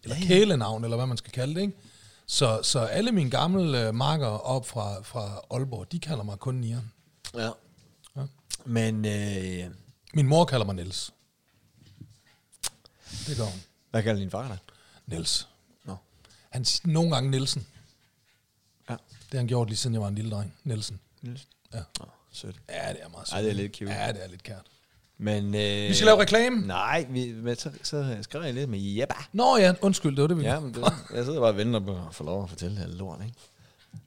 Speaker 2: Eller kælenavn, eller hvad man skal kalde det, ikke? Så, så alle mine gamle øh, marker op fra, fra Aalborg, de kalder mig kun Nieren.
Speaker 1: Ja. Men, øh,
Speaker 2: Min mor kalder mig Niels. Det gør hun.
Speaker 1: hvad kalder din far dig?
Speaker 2: Niels.
Speaker 1: Nå.
Speaker 2: Han siger nogle gange Nielsen.
Speaker 1: Ja.
Speaker 2: Det har han gjort lige siden jeg var en lille dreng. Nielsen.
Speaker 1: Nielsen.
Speaker 2: Ja.
Speaker 1: Nå, sødt.
Speaker 2: Ja, det er meget sødt.
Speaker 1: Ej, det er lidt cute.
Speaker 2: Ja, det er lidt kært.
Speaker 1: Men, øh,
Speaker 2: Vi skal lave reklame.
Speaker 1: Nej, vi, men så, så skrev jeg lidt med Jeppa.
Speaker 2: Nå ja, undskyld, det var det, vi
Speaker 1: Ja, men det, jeg sidder bare og venter på at få lov at fortælle det her lort, ikke?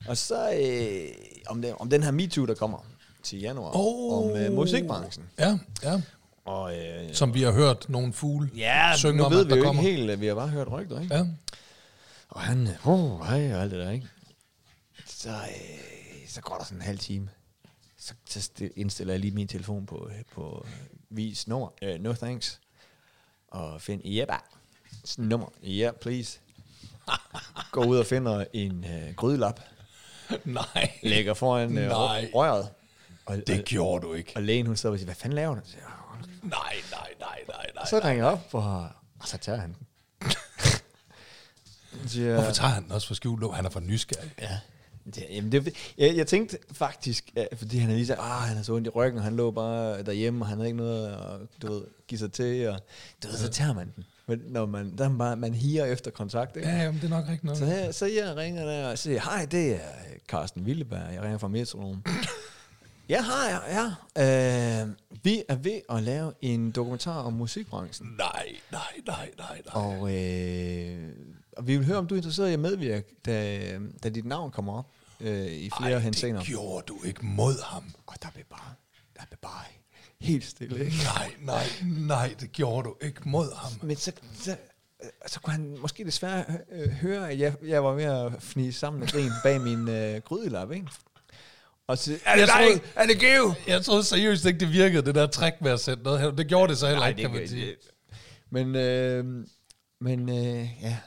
Speaker 1: Og så øh, om, det, om den her MeToo, der kommer til januar,
Speaker 2: Åh.
Speaker 1: om øh, musikbranchen.
Speaker 2: Ja, ja.
Speaker 1: Og øh,
Speaker 2: som vi har hørt nogle fugle
Speaker 1: ja,
Speaker 2: synge
Speaker 1: nu
Speaker 2: om,
Speaker 1: ved
Speaker 2: at
Speaker 1: vi
Speaker 2: der
Speaker 1: jo
Speaker 2: kommer.
Speaker 1: ikke helt, at vi har bare hørt rygter, ikke?
Speaker 2: Ja.
Speaker 1: Og han, øh, oh, hej, og alt det der, ikke? Så, øh, så går der sådan en halv time. Så, så sti- indstiller jeg lige min telefon på, øh, på øh, vis nummer. Øh, no thanks. Og find, yep, ah, sådan nummer. Yeah, please. Går ud og finder en øh, grydelap.
Speaker 2: Nej,
Speaker 1: Lægger foran øh,
Speaker 2: Nej.
Speaker 1: rø- røret. Og,
Speaker 2: det
Speaker 1: og,
Speaker 2: gjorde du ikke.
Speaker 1: og lægen hun sidder og siger, hvad fanden laver du? Så, siger jeg, "Åh,
Speaker 2: Nej, nej, nej, nej, nej.
Speaker 1: så ringer jeg op, og, og så tager han den. Så siger jeg,
Speaker 2: Hvorfor tager han den også for skjult låg? Han er for nysgerrig.
Speaker 1: Ja. Det, jamen det, jeg, jeg tænkte faktisk, ja, fordi han havde lige sagt, at han havde så ondt i ryggen, og han lå bare derhjemme, og han havde ikke noget at du ved, give sig til, og du ved, så tager man den. Men når man, der er man, bare, man higer efter kontakt, ikke?
Speaker 2: Ja, jamen, det er nok rigtigt nok.
Speaker 1: Så, her, så jeg ringer der og siger, hej, det er øh, Carsten Willeberg, jeg ringer fra Metronom. ja, hej, ja. Øh, vi er ved at lave en dokumentar om musikbranchen.
Speaker 2: Nej, nej, nej, nej, nej.
Speaker 1: Og, øh, og vi vil høre, om du er interesseret i at medvirke, da, øh, da dit navn kommer op øh, i flere
Speaker 2: Ej,
Speaker 1: hensener.
Speaker 2: det gjorde du ikke mod ham.
Speaker 1: Og der blev bare, der blev bare helt stille, ikke?
Speaker 2: Nej, nej, nej, det gjorde du ikke mod ham.
Speaker 1: Men så, så, øh, så kunne han måske desværre øh, høre, at jeg, jeg var ved at fnise sammen og grin bag min øh, grydelap, ikke? Og så, er
Speaker 2: Jeg troede-
Speaker 1: er det give?
Speaker 2: Jeg troede seriøst ikke, det virkede, det der trick med at sætte noget hen. Det gjorde det så heller ikke, kan man sige.
Speaker 1: Men, øh, men øh, ja.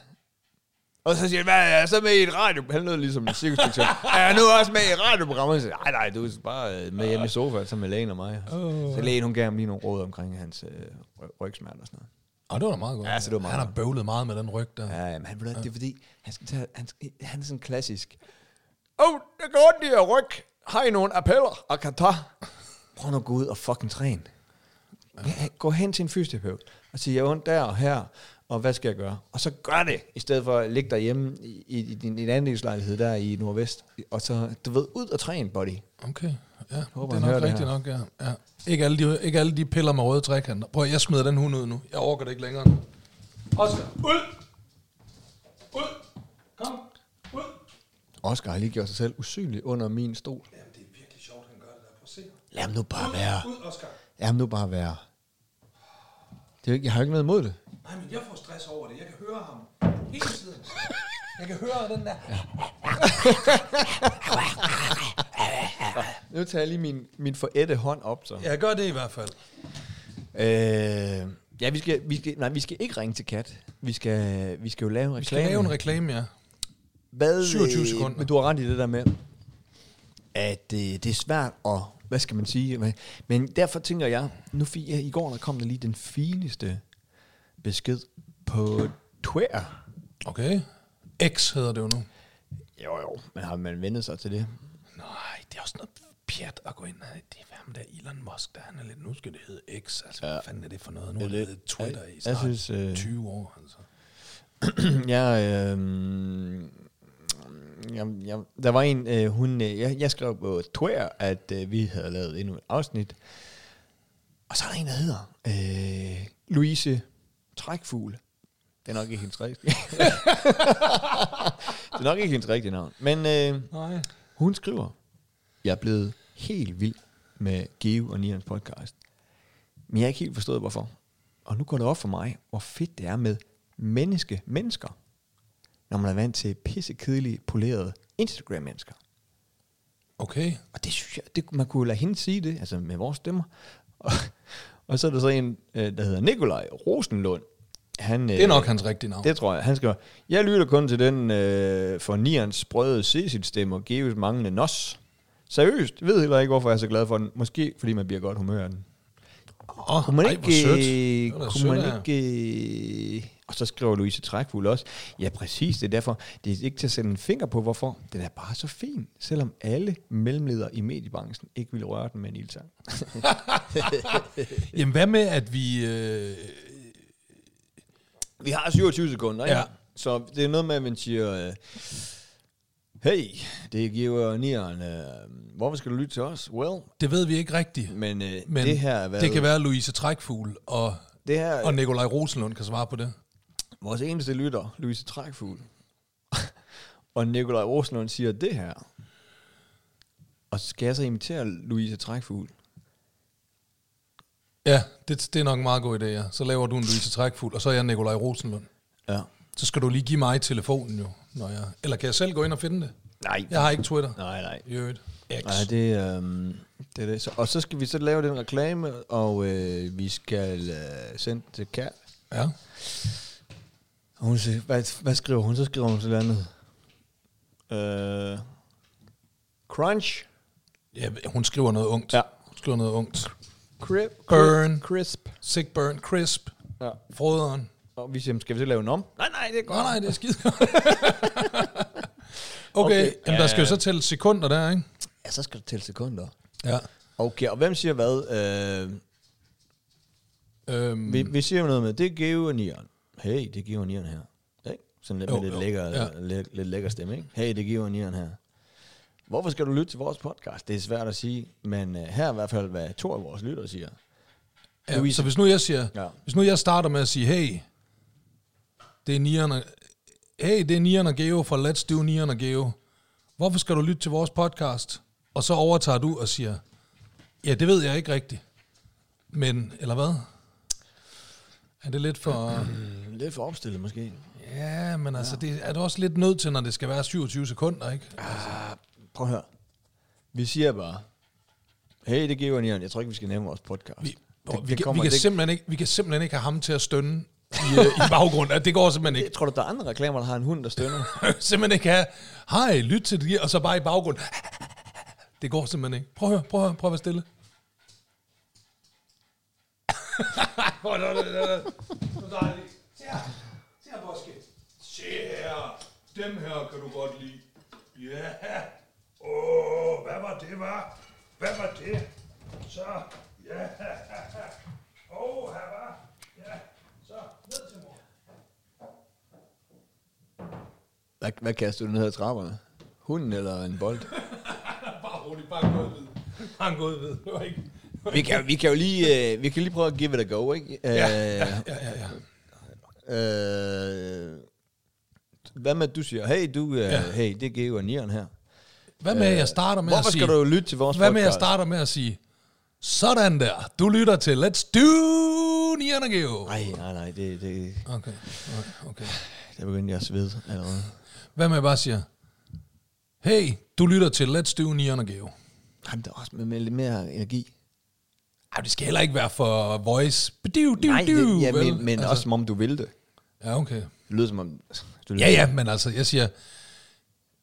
Speaker 1: Og så siger han, hvad er jeg så med i et radio? Han lød ligesom en cirkusinspektør. er jeg nu også med i et radioprogram? Og så siger, nej, nej, du er bare øh, med hjemme i sofaen, sammen med lægen og mig. Så lægen, hun gav ham lige nogle råd omkring hans øh, ry- rygsmerter og sådan noget.
Speaker 2: Og det var da meget godt.
Speaker 1: Ja, så det var meget
Speaker 2: Han har
Speaker 1: godt.
Speaker 2: bøvlet meget med den ryg der. Ja.
Speaker 1: Ja, ja, men han, ved du hvad, det er fordi, han, skal tage, han, skal- han er sådan klassisk. Åh, oh, det går ondt i at ryg. Har I nogle appeller og kan tage? Prøv nu at gå ud og fucking træne. Ja, gå hen til en fysioterapeut og sige, jeg er ondt der og her, og hvad skal jeg gøre? Og så gør det, i stedet for at ligge derhjemme i, i, i din, din andelslejlighed der i Nordvest. Og så, du ved, ud og træne, buddy.
Speaker 2: Okay, ja,
Speaker 1: håber,
Speaker 2: det
Speaker 1: han
Speaker 2: er
Speaker 1: hører
Speaker 2: nok
Speaker 1: det
Speaker 2: rigtigt
Speaker 1: her.
Speaker 2: nok, ja. ja. Ikke, alle de, ikke alle de piller med røde trekanter. Prøv, at- jeg smider den hund ud nu. Jeg orker det ikke længere nu. Oscar, ud! Ud! Kom! Ud!
Speaker 1: Oscar har lige gjort sig selv usynlig under min stol.
Speaker 2: Jamen, det er virkelig sjovt, han gør det der. Prøv at se.
Speaker 1: Lad ham nu bare være.
Speaker 2: Ud, Oscar.
Speaker 1: Lad ham nu bare være. Det er, jo ikke- jeg har jo ikke noget imod det.
Speaker 2: Nej, men jeg får stress over det. Jeg kan høre ham hele tiden. Jeg kan høre den der.
Speaker 1: Nu tager jeg lige min, min forætte hånd op, så.
Speaker 2: Jeg gør det i hvert fald.
Speaker 1: Øh, ja, vi skal, vi skal, nej, vi skal ikke ringe til Kat. Vi skal, vi skal jo lave en reklame.
Speaker 2: Vi skal lave en reklame, ja.
Speaker 1: Hvad, øh,
Speaker 2: 27 sekunder.
Speaker 1: Men du har ret i det der med, at øh, det er svært at, hvad skal man sige, men, men derfor tænker jeg, nu fi- ja, i går der kom der lige den fineste besked på Twitter.
Speaker 2: Okay. X hedder det jo nu.
Speaker 1: Jo jo, men har man vendet sig til det?
Speaker 2: Nej, det er også noget pjat at gå ind og det er ham der Elon Musk, der han er lidt, nu skal det hedde X, altså ja. hvad fanden er det for noget? Nu er det heddet Twitter i snart
Speaker 1: synes, øh,
Speaker 2: 20 år, altså.
Speaker 1: jeg, øh, jeg, jeg, der var en, øh, hun, øh, jeg, jeg skrev på Twitter, at øh, vi havde lavet endnu et afsnit. Og så er der en, der hedder øh, Louise Trækfugle. Det er nok ikke hendes rigtige. det er nok ikke hendes rigtige navn. Men øh,
Speaker 2: Nej.
Speaker 1: hun skriver, jeg er blevet helt vild med Geo og Nians podcast. Men jeg har ikke helt forstået, hvorfor. Og nu går det op for mig, hvor fedt det er med menneske mennesker, når man er vant til pissekedelige, polerede Instagram-mennesker.
Speaker 2: Okay.
Speaker 1: Og det synes jeg, det, man kunne jo lade hende sige det, altså med vores stemmer. Og, og så er der så en, øh, der hedder Nikolaj Rosenlund. Han, øh,
Speaker 2: Det er nok hans rigtige navn.
Speaker 1: det tror jeg. Han skriver, jeg lytter kun til den øh, for Nians sprøde Cecil-stemme og Geos manglende nos. Seriøst, jeg ved heller ikke, hvorfor jeg er så glad for den. Måske fordi man bliver godt humør af den.
Speaker 2: Åh,
Speaker 1: Kunne man
Speaker 2: ej, hvor sødt.
Speaker 1: ikke... øh,
Speaker 2: Det var da
Speaker 1: Kunne
Speaker 2: sødt af
Speaker 1: man
Speaker 2: jer.
Speaker 1: ikke... øh, Og så skriver Louise Trækfugl også, ja præcis, det er derfor, det er ikke til at sætte en finger på, hvorfor. Den er bare så fin, selvom alle mellemledere i mediebranchen ikke ville røre den med en ildtang.
Speaker 2: Jamen hvad med, at vi... Øh,
Speaker 1: Vi har 27 sekunder, ikke?
Speaker 2: Ja.
Speaker 1: Ja. Så det er noget med, at man siger, øh, hey, det giver nieren, øh, hvorfor skal du lytte til os? Well,
Speaker 2: det ved vi ikke rigtigt.
Speaker 1: men, øh,
Speaker 2: Men
Speaker 1: det her er
Speaker 2: det kan være Louise Trækfugl og,
Speaker 1: det her,
Speaker 2: og Nikolaj Rosenlund kan svare på det.
Speaker 1: vores eneste lytter, Louise Trækfugl. og Nikolaj Rosenlund siger det her. Og så skal jeg så imitere Louise Trækfugl.
Speaker 2: Ja, det, det er nok en meget god idé, ja. Så laver du en Louise Trækfuld, og så er jeg Nikolaj Rosenlund.
Speaker 1: Ja.
Speaker 2: Så skal du lige give mig telefonen jo. Når jeg, eller kan jeg selv gå ind og finde det?
Speaker 1: Nej.
Speaker 2: Jeg har ikke Twitter.
Speaker 1: Nej, nej.
Speaker 2: I øvrigt. X.
Speaker 1: Nej, det, øhm, det er det. Så, og så skal vi så lave den reklame, og øh, vi skal øh, sende det til Kat.
Speaker 2: Ja.
Speaker 1: Og hun siger, hvad, hvad skriver hun? Så skriver hun sådan noget. Øh, crunch.
Speaker 2: ja. hun skriver noget ungt.
Speaker 1: Ja.
Speaker 2: Hun skriver noget ungt.
Speaker 1: Crip,
Speaker 2: Burn.
Speaker 1: Crisp.
Speaker 2: Sick Burn, Crisp,
Speaker 1: Ja.
Speaker 2: Frøderen.
Speaker 1: Og vi siger, skal vi så lave den om? Nej, nej, det er
Speaker 2: Nej, nej, det er skide godt. okay, okay. Jamen, der skal jo så tælle sekunder der, ikke?
Speaker 1: Ja, så skal det tælle sekunder.
Speaker 2: Ja.
Speaker 1: Okay, og hvem siger hvad? Øh,
Speaker 2: Øhm,
Speaker 1: vi, vi siger noget med, det er Geo og Nieren. Hey, det er Geo og Nieren her. Ikke? Sådan lidt,
Speaker 2: Jo,
Speaker 1: med lidt,
Speaker 2: jo,
Speaker 1: lækker,
Speaker 2: ja.
Speaker 1: lidt, lidt lækker stemme, ikke? Hey, det er Geo og Nieren her. Hvorfor skal du lytte til vores podcast? Det er svært at sige, men uh, her er i hvert fald, hvad to af vores lyttere siger.
Speaker 2: ja,
Speaker 1: Louise.
Speaker 2: så hvis nu jeg siger,
Speaker 1: Ja.
Speaker 2: ja. hvis nu jeg starter med at sige, hey, det er Nian og, hey, det er Nian og Geo fra Let's Do Nian og Geo. Hvorfor skal du lytte til vores podcast? Og så overtager du og siger, ja, det ved jeg ikke rigtigt. Men, eller hvad? Er det lidt for...
Speaker 1: Lidt for opstillet måske.
Speaker 2: Ja, men altså, det er du også lidt nødt til, når det skal være 27 sekunder, ikke?
Speaker 1: Prøv at høre. Vi siger bare, hey, det er Geo og Nieren. Jeg tror ikke, vi skal nævne vores podcast.
Speaker 2: Vi, det, vi,
Speaker 1: det
Speaker 2: kan-
Speaker 1: kommer-
Speaker 2: vi, kan
Speaker 1: det-
Speaker 2: simpelthen ikke, vi kan simpelthen ikke have ham til at stønne i, øh, i baggrunden. Det går simpelthen
Speaker 1: Jeg
Speaker 2: ikke.
Speaker 1: tror du, der er andre reklamer, der har en hund, der stønner?
Speaker 2: simpelthen ikke have, hej, lyt til det, og så bare i baggrunden. Det går simpelthen ikke. Prøv at høre, prøv at høre, prøv at være stille. Hvor er det- det er- det er dejligt. Se her, se her, Boske. Se her, dem her kan du godt lide. Ja, åh, hvad var det, var? Hvad var det? Så, ja, åh, her var, ja, så, ned til mor.
Speaker 1: Hvad, hvad kaster du ned ad trapperne? Hunden eller en bold?
Speaker 2: Bare roligt, bare en god hvid. Bare en god hvid. Det var ikke...
Speaker 1: vi, kan, vi kan jo lige, øh, vi kan lige prøve at give it a go, ikke? Øh, ja, ja,
Speaker 2: Ja, ja, ja.
Speaker 1: Øh, hvad med, at du siger, hey, du, øh, ja.
Speaker 2: Ja.
Speaker 1: hey, det er Geo og Nieren her.
Speaker 2: Hvad med, at jeg starter med at
Speaker 1: Øh, Hvorfor
Speaker 2: sige...
Speaker 1: skal du lytte til vores
Speaker 2: Hvad med, at jeg
Speaker 1: podcast?
Speaker 2: starter med at sige... Sådan der. Du lytter til Let's Do Nierne Geo.
Speaker 1: Nej, nej, nej, det, det,
Speaker 2: Okay, okay, okay.
Speaker 1: der begyndte jeg at svede allerede.
Speaker 2: Hvad med, at jeg bare siger... Hey, du lytter til Let's Do Nierne Geo.
Speaker 1: Jamen, det er også med, med lidt mere energi.
Speaker 2: Ej, det skal heller ikke være for voice. Bdiv, div,
Speaker 1: nej,
Speaker 2: div,
Speaker 1: det, ja,
Speaker 2: vel?
Speaker 1: men, men altså. også som om du vil det.
Speaker 2: Ja, okay.
Speaker 1: Det lyder som om... Du
Speaker 2: Ja, ja, men altså, jeg siger...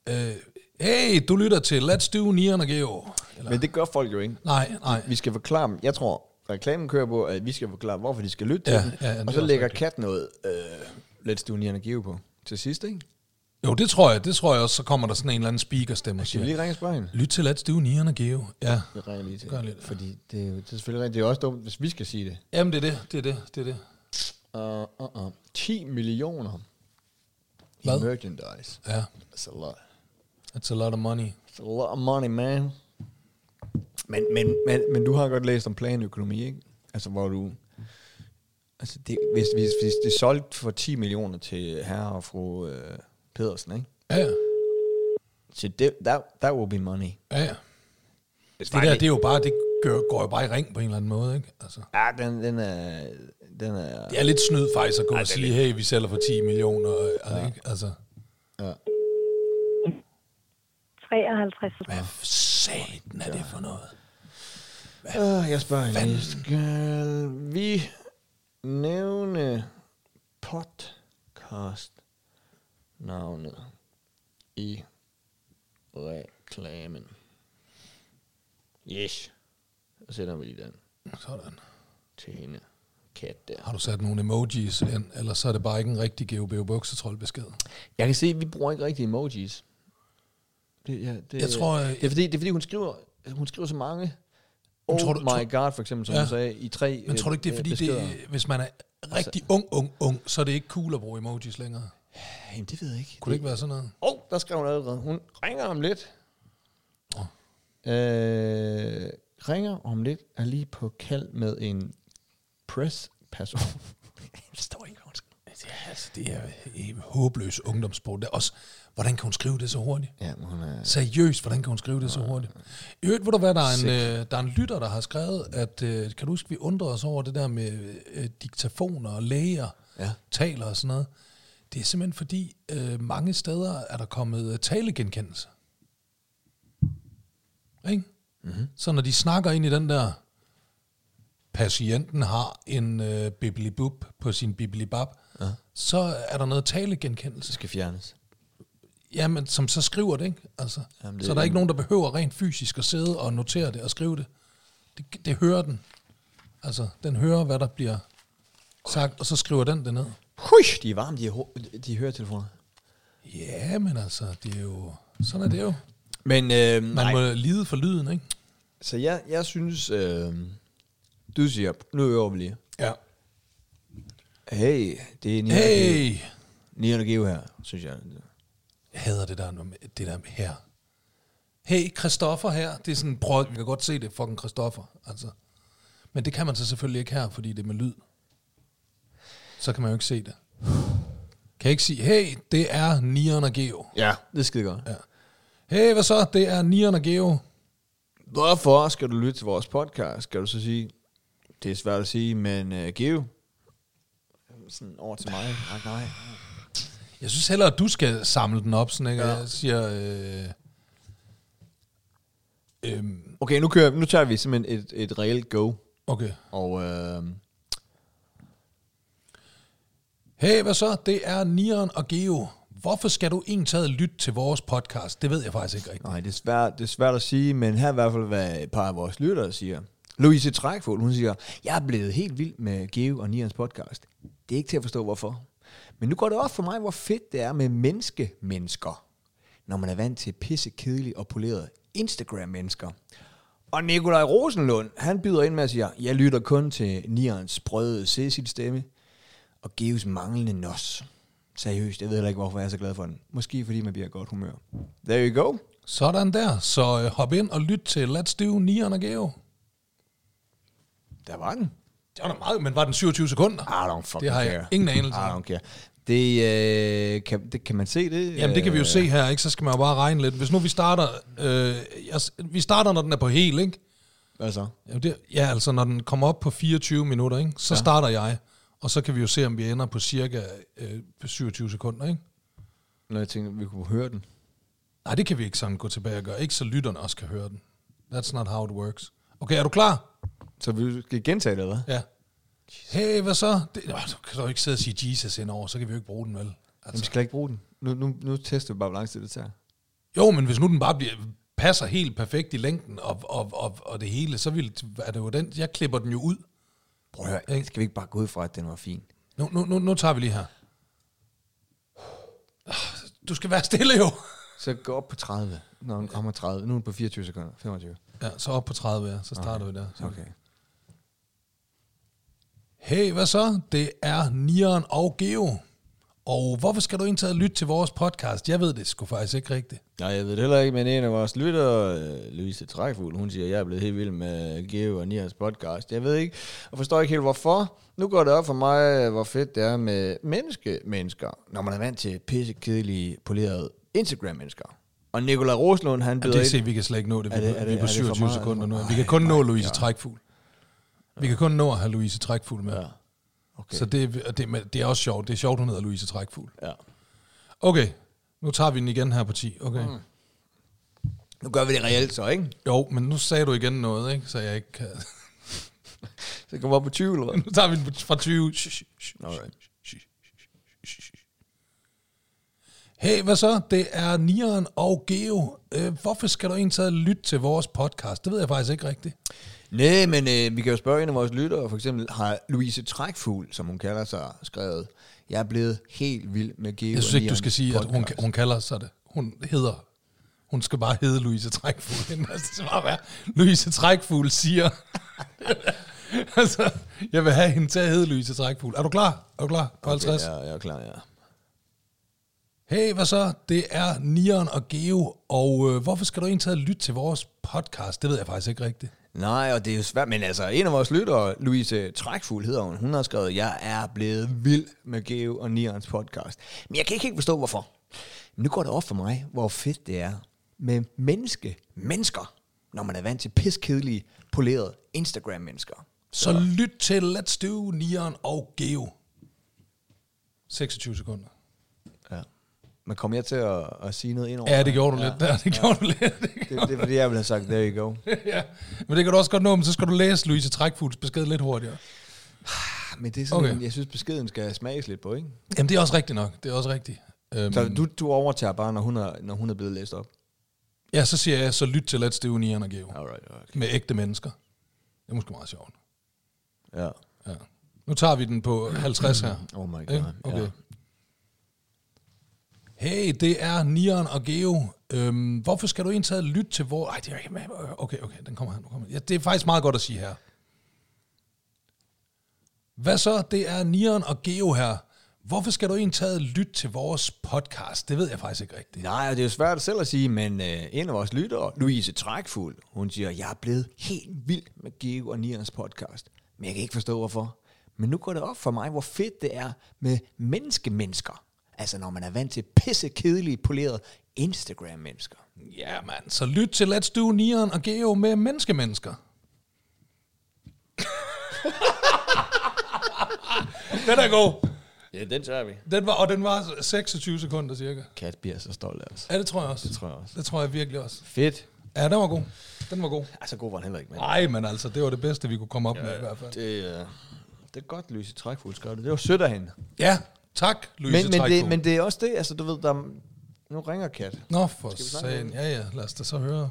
Speaker 2: Øh, hey, du lytter til Let's Do Nierne Geo. Eller,
Speaker 1: Men det gør folk jo ikke.
Speaker 2: nej, nej.
Speaker 1: vi skal forklare dem. Jeg tror, reklamen kører på, at vi skal forklare, hvorfor de skal lytte
Speaker 2: Ja,
Speaker 1: til dem.
Speaker 2: ja, ja, det
Speaker 1: og
Speaker 2: er
Speaker 1: så
Speaker 2: også
Speaker 1: lægger Kat noget øh, Let's Do Nian Geo på til sidst, ikke?
Speaker 2: Jo, det tror jeg. Det tror jeg også. Så kommer der sådan en eller anden speaker stemme og
Speaker 1: Skal vi
Speaker 2: siger,
Speaker 1: lige ringe og spørge hende?
Speaker 2: lyt til Let's Do Nieren og Geo. Ja.
Speaker 1: Vi ringer lige til.
Speaker 2: Gør lidt.
Speaker 1: Fordi det er, jo, det er selvfølgelig rigtigt. Det er også dumt, hvis vi skal sige det.
Speaker 2: Jamen, det er det. Det er det. Det er det.
Speaker 1: Uh, uh, uh. 10 millioner
Speaker 2: Hvad?
Speaker 1: i merchandise.
Speaker 2: Ja.
Speaker 1: That's a lot.
Speaker 2: That's a lot of money.
Speaker 1: That's a lot of money, man. Men, men, men, men du har godt læst om planøkonomi, ikke? Altså, hvor du... Altså, det, hvis, hvis, hvis det er solgt for 10 millioner til herre og fru øh, Pedersen, ikke?
Speaker 2: Ja, ja.
Speaker 1: So that, that that will be money.
Speaker 2: ja, ja.
Speaker 1: It's
Speaker 2: Det der, det er jo bare, det gør, går jo bare i ring på en eller anden måde, ikke? Altså,
Speaker 1: Ah, den, den er... Den er...
Speaker 2: det er lidt snyd faktisk at gå og sige, hey, vi sælger for 10 millioner, øh, ja. ikke? Altså,
Speaker 10: 53.
Speaker 2: hvad satan er det for noget? Ah,
Speaker 1: Uh, jeg spørger hende. Skal vi nævne podcast-navnet i reklamen? Yes. Så sætter vi lige den
Speaker 2: Sådan.
Speaker 1: til hende. Kat der.
Speaker 2: Har du sat nogle emojis ind, eller så er det bare ikke en rigtig GOBO buksetrollbesked?
Speaker 1: Jeg kan se, at vi bruger ikke rigtig emojis. Det, ja, det,
Speaker 2: Jeg tror, øh,
Speaker 1: det er, fordi, det er fordi, hun skriver, hun skriver så mange. Oh
Speaker 2: Men tror
Speaker 1: tror
Speaker 2: du-
Speaker 1: du, my god, for eksempel, som ja.
Speaker 2: Ja.
Speaker 1: hun sagde, i tre
Speaker 2: Men tror du ikke, det er
Speaker 1: øh,
Speaker 2: fordi,
Speaker 1: beskeder. Altså-
Speaker 2: det, hvis man er rigtig ung, ung, ung, så er det ikke cool at bruge emojis længere?
Speaker 1: Jamen, det ved jeg ikke.
Speaker 2: Kunne det ikke være sådan noget?
Speaker 1: Åh, oh, der skrev hun allerede. Hun ringer om lidt.
Speaker 2: Åh.
Speaker 1: Øh, ringer om lidt er lige på kald med en press-person. det står ikke, hvad hun skriver.
Speaker 2: Altså, det er en håbløs ungdomssport. Det er også, Hvordan kan hun skrive det så hurtigt?
Speaker 1: Ja, men hun er...
Speaker 2: Seriøst, hvordan kan hun skrive det så hurtigt? I øvrigt, ved du hvad, der er, en, øh, der er en lytter, der har skrevet, at øh, kan du huske, vi undrede os over det der med øh, diktafoner og læger,
Speaker 1: Ja.
Speaker 2: taler og sådan noget. Det er simpelthen fordi, øh, mange steder er der kommet øh, talegenkendelse. Ikke? Mm-hmm. Så når de snakker ind i den der, patienten har en øh, biblibub på sin biblibab, ja. så er der noget talegenkendelse.
Speaker 1: Det skal fjernes.
Speaker 2: Jamen, som så skriver det, ikke? Altså,
Speaker 1: Jamen,
Speaker 2: Jamen,
Speaker 1: det-
Speaker 2: det, så der er ikke nogen, der behøver rent fysisk at sidde og notere det og skrive det. Det, det hører den. Altså, den hører, hvad der bliver sagt, og så skriver den det ned.
Speaker 1: Hush, de er varme, de, er ho- de høretelefoner.
Speaker 2: Ja, men altså, det er jo... Sådan er det jo.
Speaker 1: Men øh,
Speaker 2: Man Nej. må lide for lyden, ikke?
Speaker 1: Så jeg, jeg synes, øh, du siger, nu øver vi lige.
Speaker 2: Ja.
Speaker 1: Hey, det er Nino hey.
Speaker 2: Hey!
Speaker 1: Nino Geo her, synes jeg.
Speaker 2: Jeg hader det der, med- det der med her. Hey, Christoffer her. Det er sådan, prøv, vi kan godt se det, er fucking Christoffer. Altså. Men det kan man så selvfølgelig ikke her, fordi det er med lyd. Så kan man jo ikke se det. Kan jeg ikke sige, hey, det er Nian og Geo.
Speaker 1: Ja, det er skide godt. Ja.
Speaker 2: Hey, hvad så? Det er Nian og Geo.
Speaker 1: Hvorfor skal du lytte til vores podcast? Skal du så sige, det er svært at sige, men uh, Geo? Sådan over til mig. Nej, nej.
Speaker 2: Jeg synes hellere, at du skal samle den op, sådan, ikke? Ja. Jeg siger, øh, øhm,
Speaker 1: Okay, nu, kører, nu tager vi simpelthen et, et reelt go.
Speaker 2: okay.
Speaker 1: Og øh,
Speaker 2: Hey, hvad så? Det er Nian og Geo. Hvorfor skal du egentlig taget lytte til vores podcast? Det ved jeg faktisk ikke rigtigt.
Speaker 1: nej, det er, svært, det er svært at sige, men her er i hvert fald, hvad et par af vores lyttere siger. Louise Trækfuld, hun siger, jeg er blevet helt vild med Geo og Nians podcast. Det er ikke til at forstå, hvorfor. Men nu går det op for mig, hvor fedt det er med menneske-mennesker, når man er vant til pisse kedelige og polerede Instagram-mennesker. Og Nikolaj Rosenlund, han byder ind med at sige, jeg lytter kun til Nians sprøde Cecil-stemme og Geos manglende nos. Seriøst, jeg ved heller ikke, hvorfor jeg er så glad for den. Måske fordi man bliver i godt humør. There you go.
Speaker 2: Sådan der. Så øh, hop ind og lyt til Let's Do Nian og Geo.
Speaker 1: Der var den.
Speaker 2: Det var da meget, men var den 27 sekunder?
Speaker 1: I don't fucking
Speaker 2: Det har jeg
Speaker 1: care.
Speaker 2: ingen anelse
Speaker 1: I
Speaker 2: om.
Speaker 1: don't care. Det, øh, kan, det, kan man se det?
Speaker 2: Jamen det kan vi jo se her, ikke? Så skal man jo bare regne lidt. Hvis nu vi starter, øh, jeg, s- vi starter, når den er på hel, ikke?
Speaker 1: Øh, Hvad så?
Speaker 2: Jamen det, ja, altså når den kommer op på 24 minutter, ikke? Så ja. starter jeg. Og så kan vi jo se, om vi ender på cirka øh, på 27 sekunder, ikke?
Speaker 1: Når jeg tænkte, vi kunne høre den.
Speaker 2: Nej, det kan vi ikke sådan gå tilbage og gøre. Ikke så lytterne også kan høre den. That's not how it works. Okay, er du klar?
Speaker 1: Så vi skal gentage det, eller hvad?
Speaker 2: Ja. Hey, hvad så? Det, nå, du kan dog ikke sidde og sige Jesus indover, så kan vi jo ikke bruge den, vel?
Speaker 1: Jamen, vi
Speaker 2: Altså,
Speaker 1: skal da ikke bruge den. Nu, nu, nu tester vi bare, hvor lang tid det tager.
Speaker 2: jo, men hvis nu den bare bliver, passer helt perfekt i længden og, og, og, og det hele, så vil, er det jo den, jeg klipper den jo ud.
Speaker 1: Prøv at høre, skal vi ikke bare gå ud fra, at den var fin?
Speaker 2: Nu, nu, nu, nu tager vi lige her. Du skal være stille jo.
Speaker 1: Så gå op på 30, når den rammer 30. Nu er den på 24 sekunder, 25.
Speaker 2: Ja, så op på 30, ja. Så starter okay. vi der. Så.
Speaker 1: Okay.
Speaker 2: Hey, hvad så? Det er Nieren og Geo. Og hvorfor skal du indtage og lytte til vores podcast? Jeg ved det sgu faktisk ikke rigtigt.
Speaker 1: Nej, jeg ved det heller ikke, men en af vores lyttere, øh, Louise Trækfugl, hun siger, at jeg er blevet helt vild med Geo og Nias podcast. Jeg ved ikke, og forstår ikke helt hvorfor. Nu går det op for mig, øh, hvor fedt det er med menneske-mennesker, når man er vant til pisse kedelige, polerede Instagram-mennesker. Og Nikolaj Roslund, han
Speaker 2: Ja,
Speaker 1: byder
Speaker 2: det
Speaker 1: ind.
Speaker 2: se, vi kan slet ikke nå det. Vi,
Speaker 1: Er
Speaker 2: er
Speaker 1: det-
Speaker 2: det,
Speaker 1: er
Speaker 2: vi
Speaker 1: det-
Speaker 2: er
Speaker 1: er
Speaker 2: på
Speaker 1: det for
Speaker 2: 27
Speaker 1: meget?
Speaker 2: sekunder nu. Vi kan kun nå Louise Trækfugl. Vi kan kun nå at have Louise Trækfugl med.
Speaker 1: Okay.
Speaker 2: Så det, og det, men det er også sjovt. Det er sjovt, hun hedder Louise Trækfugl.
Speaker 1: Ja.
Speaker 2: Okay, nu tager vi den igen her på 10. Okay. Mm.
Speaker 1: Nu gør vi det reelt så, ikke?
Speaker 2: Jo, men nu sagde du igen noget, ikke? så jeg ikke kan...
Speaker 1: Så kommer vi op på 20 eller hvad?
Speaker 2: nu tager vi den fra 20. Shh, shh, shh,
Speaker 1: Alright.
Speaker 2: shh, shh, shh. Hey, hvad så? Det er Nieren og Geo. Øh, hvorfor skal du egentlig tage og lytte til vores podcast? Det ved jeg faktisk ikke rigtigt.
Speaker 1: Nej, men øh, vi kan jo spørge en af vores lyttere. For eksempel har Louise Trækfugl, som hun kalder sig, skrevet, jeg er blevet helt vild med Geo
Speaker 2: Jeg synes
Speaker 1: og
Speaker 2: ikke, du
Speaker 1: Nias
Speaker 2: skal sige, at hun,
Speaker 1: podcast."
Speaker 2: hun kalder sig det. Hun hedder... Hun skal bare hedde Louise Trækfugl. Det skal bare være, Louise Trækfugl siger... altså, jeg vil have hende til at hedde Louise Trækfugl. Er du klar? Er du klar? På 50?
Speaker 1: Ja, jeg er klar, ja.
Speaker 2: Hey, hvad så? Det er Nieren og Geo, og øh, hvorfor skal du egentlig tage og lytte til vores podcast? Det ved jeg faktisk ikke rigtigt.
Speaker 1: Nej, og det er jo svært, men altså en af vores lyttere, Louise Trækfugl hedder hun, hun har skrevet, jeg er blevet vild med Geo og Nians podcast. Men jeg kan ikke helt forstå, hvorfor. Men nu går det op for mig, hvor fedt det er med menneske, mennesker, når man er vant til piskedelige, polerede Instagram-mennesker.
Speaker 2: Så lyt til Let's Do, Neon og Geo. 26 sekunder.
Speaker 1: Ja. Man kommer jeg til at, at sige noget ind over
Speaker 2: Ja, det gjorde du lidt der. Det gjorde du lidt.
Speaker 1: det, det er fordi, jeg ville have sagt, there you go.
Speaker 2: ja. Men det kan du også godt nå, men så skal du læse Louise Trækfugls besked lidt hurtigere.
Speaker 1: Ah, Men det er sådan,
Speaker 2: Okay.
Speaker 1: okay. jeg synes, beskeden skal smages lidt på, ikke?
Speaker 2: Jamen, det er også rigtigt nok. Det er også rigtigt. Øhm,
Speaker 1: Så du, du overtager bare, når hun, er, når hun er blevet læst op.
Speaker 2: Ja, så siger jeg, så lyt til Let's Do, Neon og Geo.
Speaker 1: Alright, okay.
Speaker 2: Med ægte mennesker. Det er måske meget sjovt.
Speaker 1: Ja.
Speaker 2: Ja. Nu tager vi den på 50 her.
Speaker 1: Oh my
Speaker 2: Ikke?
Speaker 1: god.
Speaker 2: Okay.
Speaker 1: Ja.
Speaker 2: Hey, det er Nieren og Geo. Øhm, hvorfor skal du indtaget lytte til hvor... Ej, det er ikke... øh, Okay, okay, den kommer her. Nu kommer den. ja, det er faktisk meget godt at sige her. Hvad så? Det er Nieren og Geo her. Hvorfor skal du indtaget lytte til vores podcast? Det ved jeg faktisk ikke rigtigt.
Speaker 1: Nej, og det er jo svært selv at sige, men øh, en af vores lyttere, Louise Trækfuld, hun siger, jeg er blevet helt vild med Geo og Nierens podcast, men jeg kan ikke forstå hvorfor. Men nu går det op for mig, hvor fedt det er med menneske-mennesker. Altså når man er vant til pisse kedelige, polerede Instagram-mennesker.
Speaker 2: Ja, mand. Så lyt til Let's Do Nieren og Geo med menneske-mennesker. den er god.
Speaker 5: Ja, den tager vi.
Speaker 2: Den var, og den var 26 sekunder cirka.
Speaker 1: Kat bliver så stolt af os.
Speaker 2: Ja, det tror jeg også.
Speaker 1: Det tror jeg også.
Speaker 2: Det tror jeg virkelig også.
Speaker 1: Fedt.
Speaker 2: Ja, den var god. Den var god.
Speaker 1: Altså god var han heller ikke, men
Speaker 2: Nej, men altså, det var det bedste, vi kunne komme op ja, med i hvert fald.
Speaker 1: det, øh, det er godt, Louise Trækfuld skrev det. Det var sødt af hende.
Speaker 2: Ja, tak, Louise
Speaker 1: Men, men, det, men
Speaker 2: det...
Speaker 1: det er også det, altså du ved, der, nu ringer Kat.
Speaker 2: Nå, for sagen. Ja, ja, lad os da så høre.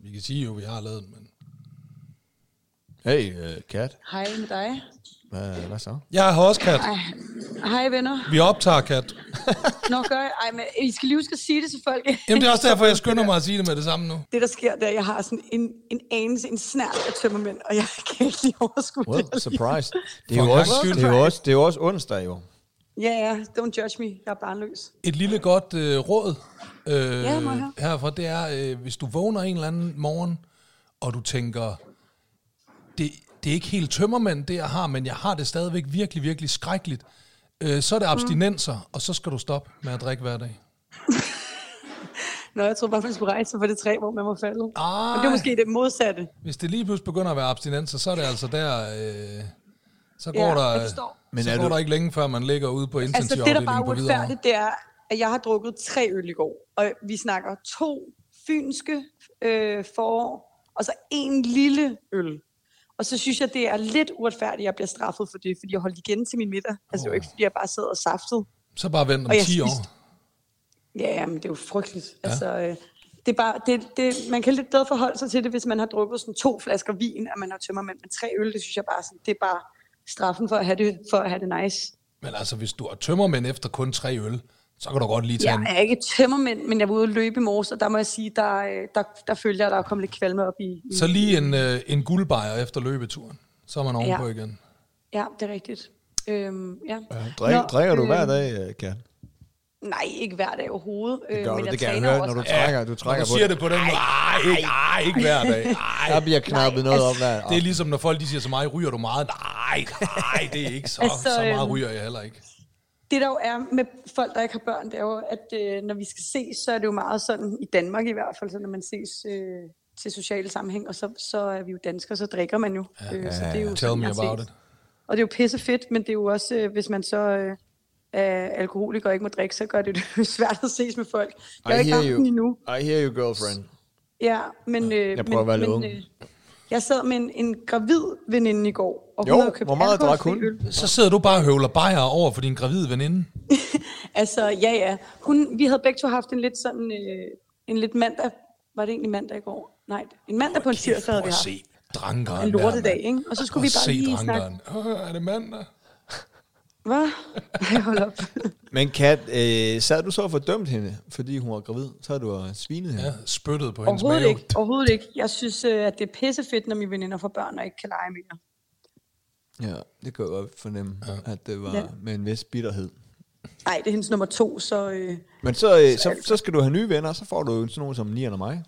Speaker 2: Vi kan sige jo, vi har lavet den, men...
Speaker 1: Hey, øh, Kat.
Speaker 11: Hej med dig.
Speaker 1: Hvad, hvad så?
Speaker 2: Jeg har også kat.
Speaker 11: Ej, hej venner.
Speaker 2: Vi optager kat.
Speaker 11: Nå, gør jeg. Ej, men I skal lige huske at sige det til folk.
Speaker 2: Jamen, det er også derfor, jeg skynder mig at sige det med det samme nu.
Speaker 11: Det, der sker, der jeg har sådan en, en anelse, en snært af tømmermænd, og jeg kan ikke lige overskue det.
Speaker 1: Well,
Speaker 11: alligevel.
Speaker 1: surprise. Det er,
Speaker 2: For
Speaker 1: jo
Speaker 2: en
Speaker 1: også,
Speaker 2: gangs skyld.
Speaker 1: det, er jo også, det er jo også onsdag, jo.
Speaker 11: Ja, ja, don't judge me. Jeg er barnløs.
Speaker 2: Et lille godt øh, råd øh,
Speaker 11: Ja, må jeg høre?
Speaker 2: herfra, det er, øh, hvis du vågner en eller anden morgen, og du tænker, det, det er ikke helt tømmermænd, det jeg har, men jeg har det stadigvæk virkelig, virkelig skrækkeligt, øh, så er
Speaker 11: Mhm.
Speaker 2: det abstinenser, og så skal du stoppe med at drikke hver dag.
Speaker 11: Nå, jeg tror bare, man skulle rejse sig for det træ, hvor man var faldet. Men det
Speaker 2: Ej,
Speaker 11: er måske det modsatte.
Speaker 2: hvis det lige pludselig begynder at være abstinenser, så er det altså der... Øh, så går,
Speaker 11: Ja, jeg
Speaker 2: der,
Speaker 11: forstår.
Speaker 2: men så går du... der ikke længe, før man ligger ude på
Speaker 11: Altså, det, der bare
Speaker 2: intensivafdelingen
Speaker 11: er
Speaker 2: på Hvidovre.
Speaker 11: uretfærdigt, det er, at jeg har drukket tre øl i går. Og vi snakker to fynske øh, forår, og så en lille øl. Og så synes jeg, det er lidt uretfærdigt, at jeg bliver straffet for det, fordi jeg holdt igen til min middag. Altså, det var ikke, fordi jeg bare sad og saftede.
Speaker 2: Så bare vent om
Speaker 11: Og jeg
Speaker 2: 10 år.
Speaker 11: spiste- Ja, men det er jo frygteligt. Ja. Altså, øh, det er bare, det, det, man kan lidt bedre forholde sig til det, hvis man har drukket sådan to flasker vin, og man har tømmermænd med tre øl. Det synes jeg bare, sådan, det er bare straffen for at have det, for at have det nice.
Speaker 2: Men altså, hvis du er tømmermænd efter kun tre øl, så kan du godt lige tage en
Speaker 11: Jeg er ikke tømmermænd, men jeg var ude at løbe i morges, og der må jeg sige, der, øh, der, der følte jeg, der er kommet lidt kvalme op i. i-
Speaker 2: Så lige en, øh, en guldbejer efter løbeturen. Så er man ovenpå ja.
Speaker 11: Ja.
Speaker 2: igen.
Speaker 11: Ja, det er rigtigt. Øhm, ja.
Speaker 1: Drik,
Speaker 11: Nå,
Speaker 1: drikker du
Speaker 11: øh,
Speaker 1: hver dag, øh, Kat?
Speaker 11: Nej, ikke hver dag overhovedet. Øh,
Speaker 1: Det gør
Speaker 11: men
Speaker 1: du,
Speaker 11: jeg
Speaker 1: det kan jeg
Speaker 11: træner
Speaker 1: høre,
Speaker 11: over-
Speaker 1: når du trækker, du trækker
Speaker 2: du
Speaker 1: på
Speaker 2: siger
Speaker 1: det.
Speaker 2: det på den måde. Ej, ikke, ej, ikke hver dag. Ej.
Speaker 1: Der bliver knappet
Speaker 11: Nej,
Speaker 1: noget
Speaker 11: altså-
Speaker 1: om hver
Speaker 2: Det er ligesom, når folk de siger til mig, ryger du meget? Nej, nej, det er ikke så.
Speaker 11: Altså,
Speaker 2: så meget
Speaker 11: øhm,
Speaker 2: ryger jeg heller ikke.
Speaker 11: Det der jo er med folk, der ikke har børn, det er jo, at øh, når vi skal ses, så er det jo meget sådan, i Danmark i hvert fald, så når man ses øh, til sociale sammenhæng, og så, så er vi jo danskere, så drikker man jo. Ja, øh, så det er jo
Speaker 2: Tell
Speaker 11: sådan,
Speaker 2: me
Speaker 11: jeg
Speaker 2: about
Speaker 11: ses.
Speaker 2: it.
Speaker 11: Og det er jo pisse fedt, men det er jo også, øh, hvis man så øh, er alkoholiker og ikke må drikke, så gør det det jo svært at ses med folk. Jeg er
Speaker 1: I
Speaker 11: ikke
Speaker 1: hear
Speaker 11: ramt
Speaker 1: you.
Speaker 11: den endnu.
Speaker 1: I hear you, girlfriend.
Speaker 11: Ja, men, øh,
Speaker 1: Jeg prøver at
Speaker 11: men,
Speaker 1: være lidt
Speaker 11: men,
Speaker 1: ung.
Speaker 11: øh, jeg sad med en, en gravid veninde i går, og
Speaker 1: Jo,
Speaker 11: hun havde købt
Speaker 1: hvor meget drak
Speaker 11: alkoholfri
Speaker 1: hun?
Speaker 11: øl.
Speaker 2: Så sidder du bare og høvler bajer over for din gravide veninde.
Speaker 11: Altså, ja, ja. Hun, vi havde begge to haft en lidt sådan, øh, en lidt mandag, var det egentlig mandag i går? Nej, en mandag på en tirsdag havde
Speaker 2: Prøv
Speaker 11: vi
Speaker 2: at
Speaker 11: haft.
Speaker 2: se drankeren
Speaker 11: En
Speaker 2: der,
Speaker 11: lortedag,
Speaker 2: mand.
Speaker 11: ikke? Og så skulle
Speaker 2: Prøv
Speaker 11: vi bare
Speaker 2: at se
Speaker 11: lige
Speaker 2: drankeren. Øh, er det mandag?
Speaker 11: Hvad? Ej, hold op.
Speaker 1: Men Kat, øh, sad du så og fordømt hende, fordi hun var gravid? Så havde du øh, svinet hende.
Speaker 2: Ja, spyttet på hendes
Speaker 11: Overhovedet
Speaker 2: mave.
Speaker 11: ikke. Overhovedet ikke. Jeg synes, øh, at det er pissefedt, når mine veninder får børn og ikke kan lege mere.
Speaker 1: Ja, det kan jeg godt fornemme, ja. at det var
Speaker 11: Ja.
Speaker 1: med en vis bitterhed.
Speaker 11: Nej, det er hendes nummer to, så... Øh,
Speaker 1: Men så, øh, så, så skal du have nye venner, så får du jo sådan nogen som Nian og mig.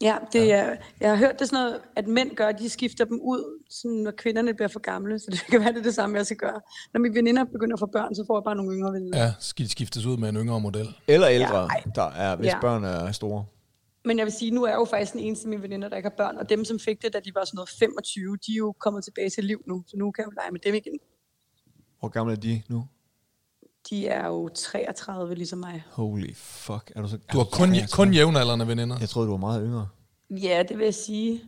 Speaker 11: Ja, det er, jeg har hørt det sådan noget, at mænd gør, de skifter dem ud, sådan, når kvinderne bliver for gamle. Så det kan være, det er det samme, jeg skal gøre. Når mine veninder begynder at få børn, så får jeg bare nogle yngre veninder.
Speaker 2: Ja, skal de skiftes ud med en yngre model?
Speaker 1: Eller ældre, ja, der er, hvis
Speaker 11: Ja.
Speaker 1: ja. børn er store.
Speaker 11: Men jeg vil sige, nu er jeg jo faktisk den eneste af mine veninder, der ikke har børn. Og dem, som fik det, da de var sådan noget 25, de er jo kommet tilbage til liv nu. Så nu kan jeg jo lege med dem igen.
Speaker 1: Hvor gamle er de nu?
Speaker 11: De er jo 33, ligesom mig.
Speaker 1: Holy fuck. Er du, så, Altså,
Speaker 2: Du har kun,
Speaker 1: Jeg
Speaker 2: kun
Speaker 1: troede-
Speaker 2: jævnaldrende veninder.
Speaker 1: Jeg troede, du var meget yngre.
Speaker 11: Ja, det vil jeg sige. Jeg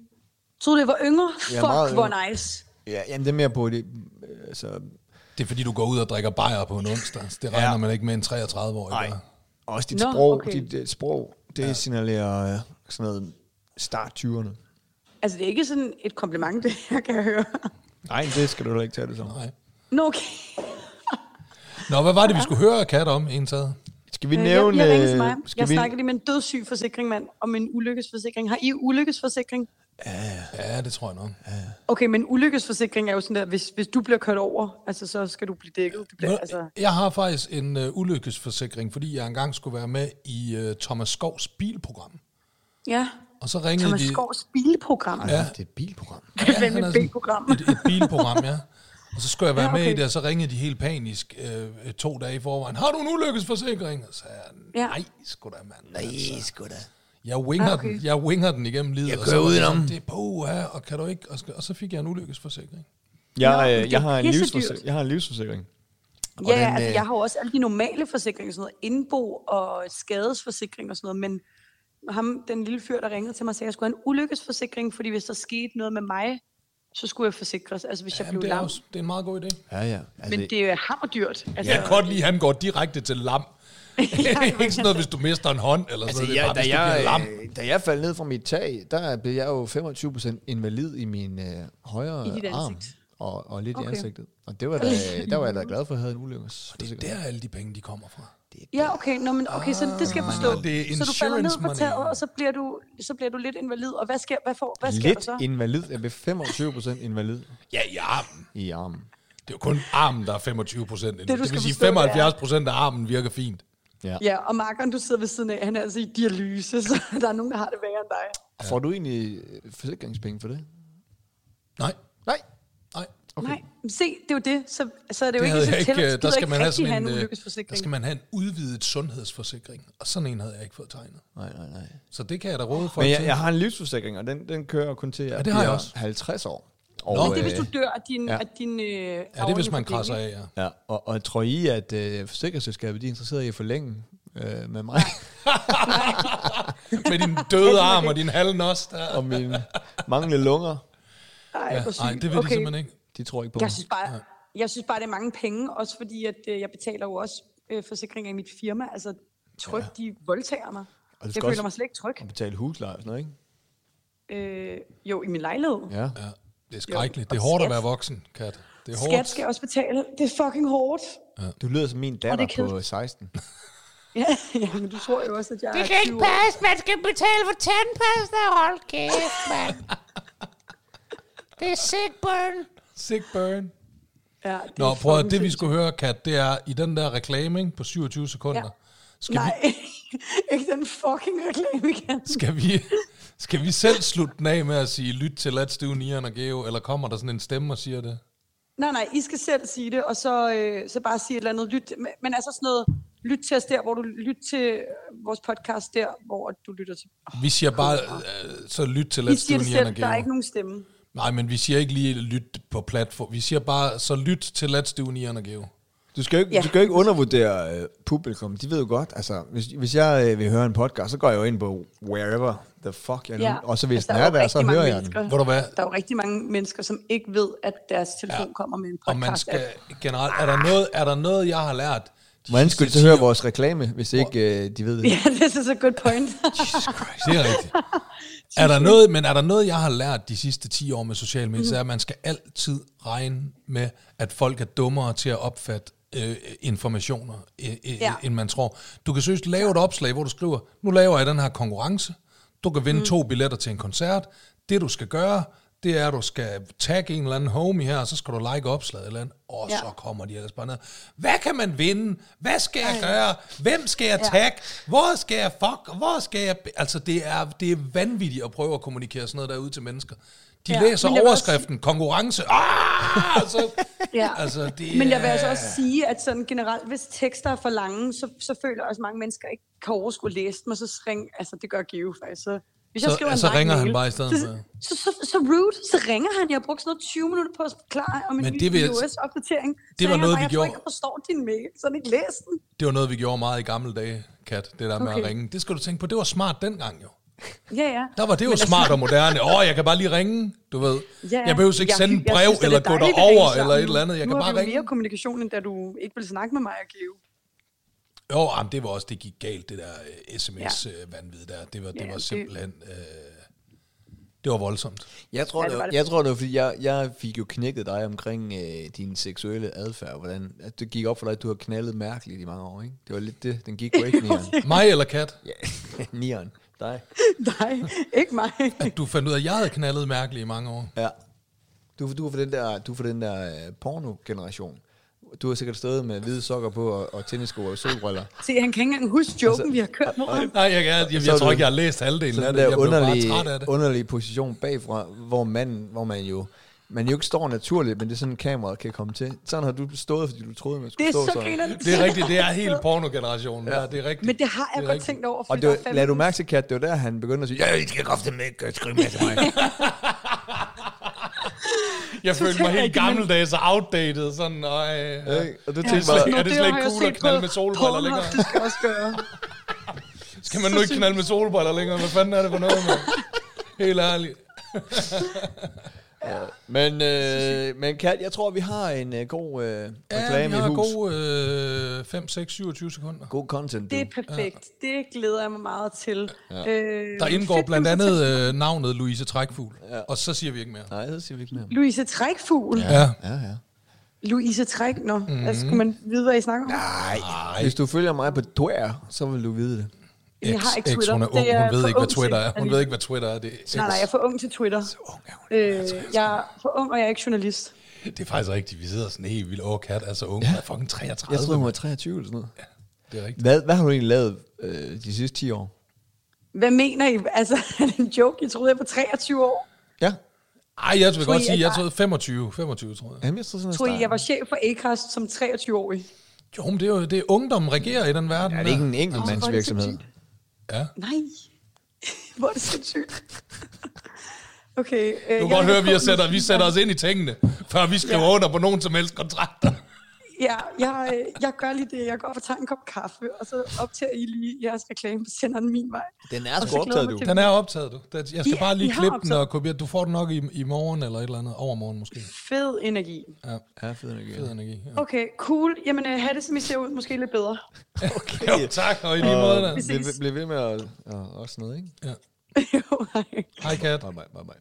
Speaker 11: troede, det var yngre.
Speaker 1: Ja,
Speaker 11: Fuck,
Speaker 1: meget
Speaker 11: hvor
Speaker 1: yngre.
Speaker 11: nice.
Speaker 1: Ja, jamen det er mere på det. øh, Altså,
Speaker 2: Det er fordi, du går ud og drikker bajer på en onsdag. Så Det regner ja. man ikke med en 33-årig.
Speaker 1: Nej.
Speaker 2: gør.
Speaker 1: Også dit
Speaker 11: Nå,
Speaker 1: Nå, sprog,
Speaker 11: okay.
Speaker 1: okay. dit, dit sprog, det ja. signalerer øh, sådan noget start 20'erne.
Speaker 11: Altså, det er ikke sådan et kompliment, det her, kan jeg høre.
Speaker 1: Nej, det skal du da ikke tage det som.
Speaker 2: Nej.
Speaker 11: Nå, okay.
Speaker 2: Nå, hvad var det, vi skulle høre Kat om indtaget?
Speaker 1: Skal vi
Speaker 11: Øh,
Speaker 1: nævne...
Speaker 11: Jeg, jeg ringede til
Speaker 1: øh,
Speaker 11: mig.
Speaker 1: skal
Speaker 11: Jeg
Speaker 1: vi,
Speaker 11: snakkede lige med en dødssyg forsikring, mand, om en ulykkesforsikring. Har I ulykkesforsikring?
Speaker 2: Ja, det tror jeg nok.
Speaker 11: Okay, men ulykkesforsikring er jo sådan der, hvis, hvis du bliver kørt over, altså, så skal du blive dækket. Du bliver, altså,
Speaker 2: Jeg har faktisk en øh, ulykkesforsikring, fordi jeg engang skulle være med i øh, Thomas Skovs bilprogram.
Speaker 11: ja,
Speaker 2: Og så ringede
Speaker 11: Thomas
Speaker 2: de...
Speaker 11: Skovs bilprogram.
Speaker 1: ja. Det er et bilprogram.
Speaker 11: Det er
Speaker 2: han
Speaker 11: fandme
Speaker 2: er
Speaker 11: et
Speaker 2: sådan-
Speaker 11: bilprogram.
Speaker 2: et, et bilprogram, ja. Og så skulle jeg være
Speaker 11: Ja,
Speaker 2: ja, okay. med i
Speaker 11: okay.
Speaker 2: det, og så ringede de helt panisk øh, to dage i forvejen. Har du en ulykkesforsikring? Og så sagde jeg,
Speaker 11: Ja.
Speaker 2: nej, sgu da, mand. Altså,
Speaker 5: sgu da.
Speaker 2: jeg, winger
Speaker 11: Ja,
Speaker 2: ja,
Speaker 11: okay.
Speaker 2: okay. den, jeg winger den igennem livet.
Speaker 5: Jeg
Speaker 2: og så
Speaker 5: kører
Speaker 2: var det
Speaker 5: udenom.
Speaker 2: sådan, Det er på, ja, og kan du ikke? Og, så- og så fik jeg en ulykkesforsikring.
Speaker 1: Jeg, øh,
Speaker 11: det er
Speaker 1: jeg, har en
Speaker 11: pissedyrt.
Speaker 1: livsforsikring. jeg har en livsforsikring.
Speaker 11: Ja, ja,
Speaker 2: øh,
Speaker 11: altså, jeg har jo også alle de normale forsikringer, sådan noget indbo og skadesforsikring og sådan noget, men ham, den lille fyr, der ringede til mig, sagde, at jeg skulle have en ulykkesforsikring, fordi hvis der skete noget med mig, så skulle jeg forsikres, altså hvis jeg
Speaker 2: Jamen,
Speaker 11: blev
Speaker 2: det, er
Speaker 11: lam.
Speaker 2: også, det er en meget god idé.
Speaker 5: Ja, ja.
Speaker 1: Altså,
Speaker 11: Men det er hammerdyrt. Altså,
Speaker 2: Jeg kan godt lide, at han går direkte til lam. ikke sådan noget, hvis du mister en hånd, eller sådan
Speaker 1: Altså,
Speaker 2: noget. Det er bare,
Speaker 1: jeg, da,
Speaker 2: hvis du bliver lam.
Speaker 1: jeg, øh, da jeg faldt ned fra mit tag, der blev jeg jo 25% invalid i min øh, højre
Speaker 11: I dit
Speaker 1: arm.
Speaker 11: ansigt.
Speaker 1: Og, og lidt
Speaker 11: Okay.
Speaker 1: i ansigtet. Og det var da, der var jeg da glad for, at jeg havde en ulykkesforsikring.
Speaker 2: Det er alle de penge, de kommer fra.
Speaker 11: Ja, okay, nå, men, okay så det skal jeg forstå.
Speaker 2: Ah, det er
Speaker 11: så du falder ned
Speaker 2: insurance
Speaker 11: på
Speaker 2: money.
Speaker 11: taget, og så bliver, du, så bliver du lidt invalid, og hvad sker, hvad får, hvad sker der
Speaker 1: Lidt
Speaker 11: så?
Speaker 1: invalid. Jeg blev 25% invalid
Speaker 2: Ja, i armen.
Speaker 1: i armen.
Speaker 2: Det er jo kun armen, der er 25 procent. Det,
Speaker 11: du
Speaker 2: det
Speaker 11: skal
Speaker 2: vil sige,
Speaker 11: forstå, det er-
Speaker 2: 75 procent af armen virker fint.
Speaker 11: Ja, og markeren, du sidder ved siden af, han er altså i dialyse, så der er nogen, der har det værre end dig.
Speaker 1: Og Får du egentlig øh, forsikringspenge for det?
Speaker 2: Nej,
Speaker 1: Nej.
Speaker 2: nej.
Speaker 11: Okay. Nej, men se, det er jo det. Så, så er det, jo
Speaker 2: Det
Speaker 11: ikke,
Speaker 2: havde
Speaker 11: så
Speaker 2: jeg ikke.
Speaker 11: tæller-
Speaker 2: øh,
Speaker 11: gider
Speaker 2: Der skal
Speaker 11: ikke
Speaker 2: man have
Speaker 11: rigtig
Speaker 2: sådan en,
Speaker 11: en
Speaker 2: øh,
Speaker 11: ulykkesforsikring.
Speaker 2: der skal man have en udvidet sundhedsforsikring. Og sådan en havde jeg ikke fået tegnet.
Speaker 1: Nej, nej, nej.
Speaker 2: Så det kan jeg da råde for.
Speaker 1: Men
Speaker 2: til.
Speaker 1: jeg, jeg har en livsforsikring, og den, den kører kun til
Speaker 2: Ja,
Speaker 1: at
Speaker 2: det har jeg
Speaker 1: jeg
Speaker 2: også.
Speaker 1: 50 år. Og,
Speaker 2: Nå.
Speaker 11: Det er, hvis du
Speaker 1: øh,
Speaker 11: dør af din...
Speaker 1: Ja.
Speaker 11: Af din øh,
Speaker 2: Ja, det er, hvis man krasser af, ja.
Speaker 1: ja, og, og tror I, at øh, forsikringsselskabet de er interesseret i at forlænge øh, med mig
Speaker 2: Med din døde arm og din halve os. Der.
Speaker 1: og mine manglende lunger?
Speaker 11: Nej,
Speaker 2: Ja, nej, det vil de simpelthen ikke.
Speaker 1: De tror ikke på
Speaker 11: Jeg
Speaker 1: mig.
Speaker 11: synes, bare, jeg synes bare, det er mange penge, også fordi at, øh, jeg betaler jo også øh, forsikringer i mit firma. Altså, tryk, ja. de voldtager mig. Jeg
Speaker 1: skal
Speaker 11: føler
Speaker 1: også-
Speaker 11: mig slet ikke tryg.
Speaker 1: Og betale husleje og sådan noget, ikke?
Speaker 11: Øh, jo, i min lejlighed. Ja.
Speaker 1: Ja.
Speaker 2: Ja, det er skrækkeligt. Det er hårdt at være voksen, Kat. Det er
Speaker 11: Skat
Speaker 2: hårdt.
Speaker 11: skal jeg også betale. Det er fucking hårdt.
Speaker 1: Du lyder som min
Speaker 11: er
Speaker 1: datter på
Speaker 11: kedeligt.
Speaker 1: 16.
Speaker 11: Ja, ja, men du tror jo også, at jeg
Speaker 7: Det
Speaker 11: er
Speaker 7: kan ikke
Speaker 11: 20 år.
Speaker 7: passe, man skal betale for tandpasta. Hold kæft, mand. Det er sick burn.
Speaker 2: Sick burn.
Speaker 11: Ja, det
Speaker 2: Nå,
Speaker 11: er
Speaker 2: prøv at
Speaker 11: fucking
Speaker 2: det vi skulle høre, Kat, det er i den der reklame ikke, på 27 sekunder.
Speaker 11: Ja.
Speaker 2: Skal,
Speaker 11: Nej,
Speaker 2: vi,
Speaker 11: ikke den fucking reklame igen.
Speaker 2: skal, vi, skal vi selv slutte den af med at sige, lyt til Let's Do Nieren og Geo, eller kommer der sådan en stemme og siger det?
Speaker 11: Nej, nej, I skal selv sige det, og så, øh, så bare sige et eller andet. Lyt, men- men altså sådan noget, lyt til os der, hvor du lyt til øh, vores podcast der, hvor du lytter til.
Speaker 2: Vi siger bare, øh, så lyt til
Speaker 11: I
Speaker 2: Let's
Speaker 11: siger
Speaker 2: Do
Speaker 11: det
Speaker 2: Nieren og
Speaker 11: selv, der er
Speaker 2: Geo.
Speaker 11: ikke nogen stemme.
Speaker 2: Nej, men vi siger ikke lige lyt på platform. Vi siger bare, så lyt til Let's Do Nieren og Geo.
Speaker 1: Du skal jo ikke,
Speaker 11: Ja.
Speaker 1: ja. du skal jo ikke undervurdere øh, publikum. De ved jo godt, altså, hvis, hvis jeg øh, vil høre en podcast, så går jeg jo ind på wherever the fuck jeg ja. nu. Og så hvis
Speaker 11: altså,
Speaker 1: den
Speaker 11: er
Speaker 1: er
Speaker 11: jo
Speaker 1: der,
Speaker 11: rigtig
Speaker 1: så
Speaker 11: mange
Speaker 1: hører jeg den.
Speaker 11: mennesker-
Speaker 2: Ved du hvad?
Speaker 11: Der er jo rigtig mange mennesker, som ikke ved, at deres telefon ja. kommer med en podcast.
Speaker 2: Og man skal generelt, er der noget, er der noget jeg har lært? de
Speaker 1: Hvordan
Speaker 2: sidste
Speaker 1: skulle de så
Speaker 2: 10
Speaker 1: høre
Speaker 2: år?
Speaker 1: vores reklame, hvis ikke øh, de ved det?
Speaker 11: Ja, det er så good point.
Speaker 2: Det er rigtigt. Er der noget, men er der noget, jeg har lært de sidste 10 år med sociale medier, så er, at man skal altid regne med, at folk er dummere til at opfatte øh, informationer, øh, øh,
Speaker 11: Ja.
Speaker 2: ja. end man tror. Du kan søge lave et opslag, hvor du skriver, nu laver jeg den her konkurrence, du kan vinde mm. to billetter til en koncert, det du skal gøre, det er, at du skal tagge en eller anden homie her, og så skal du like opslaget eller andet, og ja.
Speaker 11: Ja.
Speaker 2: så kommer de ellers bare ned. Hvad kan man vinde? Hvad skal jeg gøre? Hvem skal jeg tagge? Hvor skal jeg fuck? Hvor skal jeg... be-" Altså, det er, det er vanvittigt at prøve at kommunikere sådan noget derude til mennesker. De ja,
Speaker 11: Ja,
Speaker 2: læser
Speaker 11: men jeg vil også
Speaker 2: overskriften, konkurrence. Ah, så,
Speaker 11: Ja.
Speaker 2: altså, det
Speaker 11: Men jeg vil altså
Speaker 2: er-
Speaker 11: også sige, at sådan generelt, hvis tekster er for lange, så, så føler jeg også, at mange mennesker ikke kan overskue at læse dem, og så ring, altså det gør Give faktisk. Så, hvis
Speaker 2: Så-
Speaker 11: skriver
Speaker 2: ja, så
Speaker 11: lang
Speaker 2: ringer han
Speaker 11: mail,
Speaker 2: bare i stedet
Speaker 11: Så, så, så, så rude, så ringer han. Jeg har brugt sådan noget 20 minutter på at forklare om en
Speaker 2: Men
Speaker 11: ny
Speaker 2: det vil jeg-
Speaker 11: iOS-opdatering.
Speaker 2: det var noget, vi
Speaker 11: jeg
Speaker 2: gjorde.
Speaker 11: Jeg tror ikke, jeg forstår din mail, så har han ikke læst den.
Speaker 2: Det var noget, vi gjorde meget i gamle dage, Kat, det der med at
Speaker 11: Okay.
Speaker 2: ringe. Det skal du tænke på, det var smart dengang jo.
Speaker 11: Ja, ja.
Speaker 2: Der var det jo smart og moderne. Åh, oh, jeg kan bare lige ringe, du ved.
Speaker 11: altså- Ja,
Speaker 2: jeg behøver ikke
Speaker 11: jeg-
Speaker 2: sende
Speaker 11: jeg
Speaker 2: en brev
Speaker 11: synes, det er
Speaker 2: eller
Speaker 11: lidt
Speaker 2: gå
Speaker 11: dejligt, at
Speaker 2: derover
Speaker 11: ringe sammen.
Speaker 2: eller et eller andet. Jeg
Speaker 11: nu
Speaker 2: kan
Speaker 11: har
Speaker 2: bare
Speaker 11: vi jo
Speaker 2: ringe.
Speaker 11: mere kommunikation, end da du ikke ville snakke med mig og Give.
Speaker 2: Jo, jamen, det var også, det gik galt, det der øh, sms-vanvid der. Det var, det
Speaker 11: Ja,
Speaker 2: var
Speaker 11: det-
Speaker 2: simpelthen... Øh, det var voldsomt.
Speaker 1: Jeg tror,
Speaker 11: Ja,
Speaker 1: ja,
Speaker 11: det
Speaker 1: det
Speaker 11: var
Speaker 1: var,
Speaker 11: det.
Speaker 1: jeg tror, det var fordi, jeg, jeg fik jo knækket dig omkring øh, din seksuelle adfærd, hvordan at det gik op for dig, at du har knaldet mærkeligt i mange år, ikke? Det var lidt det, den gik break, Nieren.
Speaker 2: Mig eller Kat,
Speaker 1: Ja, Nieren, dig.
Speaker 11: Nej, ikke mig.
Speaker 2: at du fandt ud af, at jeg havde knaldet mærkeligt i mange år.
Speaker 1: Ja. Du, du er fra den der, du er fra den der øh, porno-generation. Du har sikkert stået med hvide sokker på og, og tennissko og solbriller.
Speaker 11: Se, han kan ikke engang huske joken,
Speaker 2: Altså,
Speaker 11: vi har kørt mod ham.
Speaker 2: Nej, jeg, jeg, jeg,
Speaker 1: Så er
Speaker 2: jeg tror
Speaker 1: du-
Speaker 2: ikke, jeg har læst halvdelen af
Speaker 1: sådan
Speaker 2: det.
Speaker 1: der
Speaker 2: Jeg blev bare
Speaker 1: underlige,
Speaker 2: træt af det.
Speaker 1: underlige position bagfra, hvor man, hvor man jo man jo ikke står naturligt, men det er sådan, kameraet kan komme til. Sådan har du stået, fordi du troede, man
Speaker 11: Det
Speaker 1: skulle
Speaker 11: er
Speaker 1: stå
Speaker 11: så
Speaker 1: sådan.
Speaker 11: griner
Speaker 2: Det er rigtigt, det er helt pornogenerationen. Ja. det er rigtigt.
Speaker 11: Men det har jeg
Speaker 2: Det er
Speaker 11: godt
Speaker 2: rigtigt.
Speaker 11: tænkt over.
Speaker 1: Og
Speaker 11: fordi
Speaker 1: det
Speaker 11: der
Speaker 1: var,
Speaker 11: er
Speaker 1: lad du
Speaker 11: fandme-
Speaker 1: mærke til, Kat, det var der, han begyndte at sige, ja, I skal godt med ikke skrive mere til mig.
Speaker 2: Jeg følte mig
Speaker 11: tænker jeg
Speaker 2: helt
Speaker 11: ikke, men-
Speaker 2: gammeldags og outdated. Sådan, og, øh, ja.
Speaker 1: Ikke? og du
Speaker 2: Ja.
Speaker 1: tænkte
Speaker 2: Så-
Speaker 1: bare,
Speaker 2: er det
Speaker 11: Nå,
Speaker 2: slet
Speaker 11: har
Speaker 2: ikke
Speaker 11: jeg
Speaker 2: cool at
Speaker 11: set
Speaker 2: knalde
Speaker 11: på
Speaker 2: med solbriller
Speaker 11: Pornhub,
Speaker 2: længere?
Speaker 11: Det skal jeg også gøre.
Speaker 2: Skal man nu ikke knalde med solbriller længere? Hvad fanden er det for noget, man? Helt ærligt.
Speaker 1: Men, øh, men Kat, jeg tror, vi har en øh, god øh,
Speaker 2: Ja,
Speaker 1: reklame
Speaker 2: vi
Speaker 1: i
Speaker 2: har
Speaker 1: hus. God,
Speaker 2: gode øh, 5, 6, 27 sekunder.
Speaker 1: god content, du.
Speaker 11: Det er perfekt. Det glæder jeg mig meget til. Ja. Øh,
Speaker 2: Der indgår
Speaker 11: fedt,
Speaker 2: blandt
Speaker 11: du
Speaker 2: andet
Speaker 11: fortæller.
Speaker 2: øh, navnet Louise Trækfugl. Og så siger vi ikke mere.
Speaker 1: Nej, det siger vi ikke mere.
Speaker 11: Louise Trækfugl. Ja.
Speaker 2: Ja. Mhm.
Speaker 1: Ja, ja.
Speaker 11: Louise Træk. Nå, mm. altså, skulle man vide, hvad I snakker om? Ja,
Speaker 1: Ej. Hvis du følger mig på Twitter, så vil du vide det.
Speaker 11: jeg har ikke
Speaker 2: X,
Speaker 11: Twitter.
Speaker 2: hun er
Speaker 11: Det
Speaker 2: ung. Hun ved
Speaker 11: for
Speaker 2: ikke, hvad
Speaker 11: ung til,
Speaker 2: Twitter er. Hun
Speaker 11: at-
Speaker 2: ved ikke, hvad Twitter er. Det er,
Speaker 11: Nej, nej, jeg er for ung til Twitter. Øh,
Speaker 2: Altså,
Speaker 11: jeg er for ung, og jeg er ikke journalist.
Speaker 2: det er faktisk rigtigt. Vi sidder sådan helt vildt over kat. Altså, unge ja. er fucking 33.
Speaker 1: Jeg tror, hun var 23 eller sådan noget.
Speaker 2: Det er rigtigt.
Speaker 1: Hvad, hvad har du egentlig lavet øh, de sidste 10 år?
Speaker 11: Hvad mener I? Altså, er det en joke? I troede, jeg var 23 år.
Speaker 1: Ja.
Speaker 2: Ej, jeg vil
Speaker 11: Tror
Speaker 2: godt
Speaker 11: I,
Speaker 2: sige,
Speaker 11: at
Speaker 2: jeg
Speaker 11: der-
Speaker 2: troede 25. 25, tror jeg.
Speaker 1: Jamen, jeg tror sådan,
Speaker 11: Troede I, jeg
Speaker 1: startede.
Speaker 11: var chef for Acast som 23-årig?
Speaker 2: Jo, men det er jo det er ungdom regerer i den verden.
Speaker 1: Er det ikke en
Speaker 11: Åh,
Speaker 1: enkeltmandsvirksomhed?
Speaker 11: hvor
Speaker 2: Ja.
Speaker 11: Nej. Hvor er det sindssygt. Okay. Øh,
Speaker 2: Du kan
Speaker 11: jeg
Speaker 2: godt
Speaker 11: vil
Speaker 2: høre, vi,
Speaker 11: få
Speaker 2: er sætter,
Speaker 11: min-
Speaker 2: vi sætter os ind i tingene, før vi skriver ja. under på nogen som helst kontrakter.
Speaker 11: Ja, jeg, øh, jeg gør lige det. Jeg går op og tager en kop kaffe, og så optager I lige jeres reklame, og sender den min vej.
Speaker 1: Den er
Speaker 11: så
Speaker 1: sgu
Speaker 11: glæder
Speaker 1: optaget,
Speaker 11: jeg
Speaker 1: du.
Speaker 11: mig til-
Speaker 2: Den er optaget, du. Den- Jeg skal
Speaker 11: Ja,
Speaker 2: bare
Speaker 11: vi
Speaker 2: lige
Speaker 11: har
Speaker 2: klippe den
Speaker 11: optaget.
Speaker 2: og kopiere den. Du får den nok i, i morgen eller et eller andet. Overmorgen måske.
Speaker 11: Fed energi.
Speaker 1: Ja, fed energi.
Speaker 2: Fed energi. Ja.
Speaker 11: Okay, cool. Jamen, øh, have det, som I ser ud, måske lidt bedre.
Speaker 2: Jo, tak. Og i lige måde, da.
Speaker 1: Og
Speaker 11: Præcis.
Speaker 1: bliv- Bliv ved med at og, og sådan noget, ikke?
Speaker 11: jo, hej.
Speaker 2: Hej, Kat.
Speaker 1: Bye, bye, bye, bye.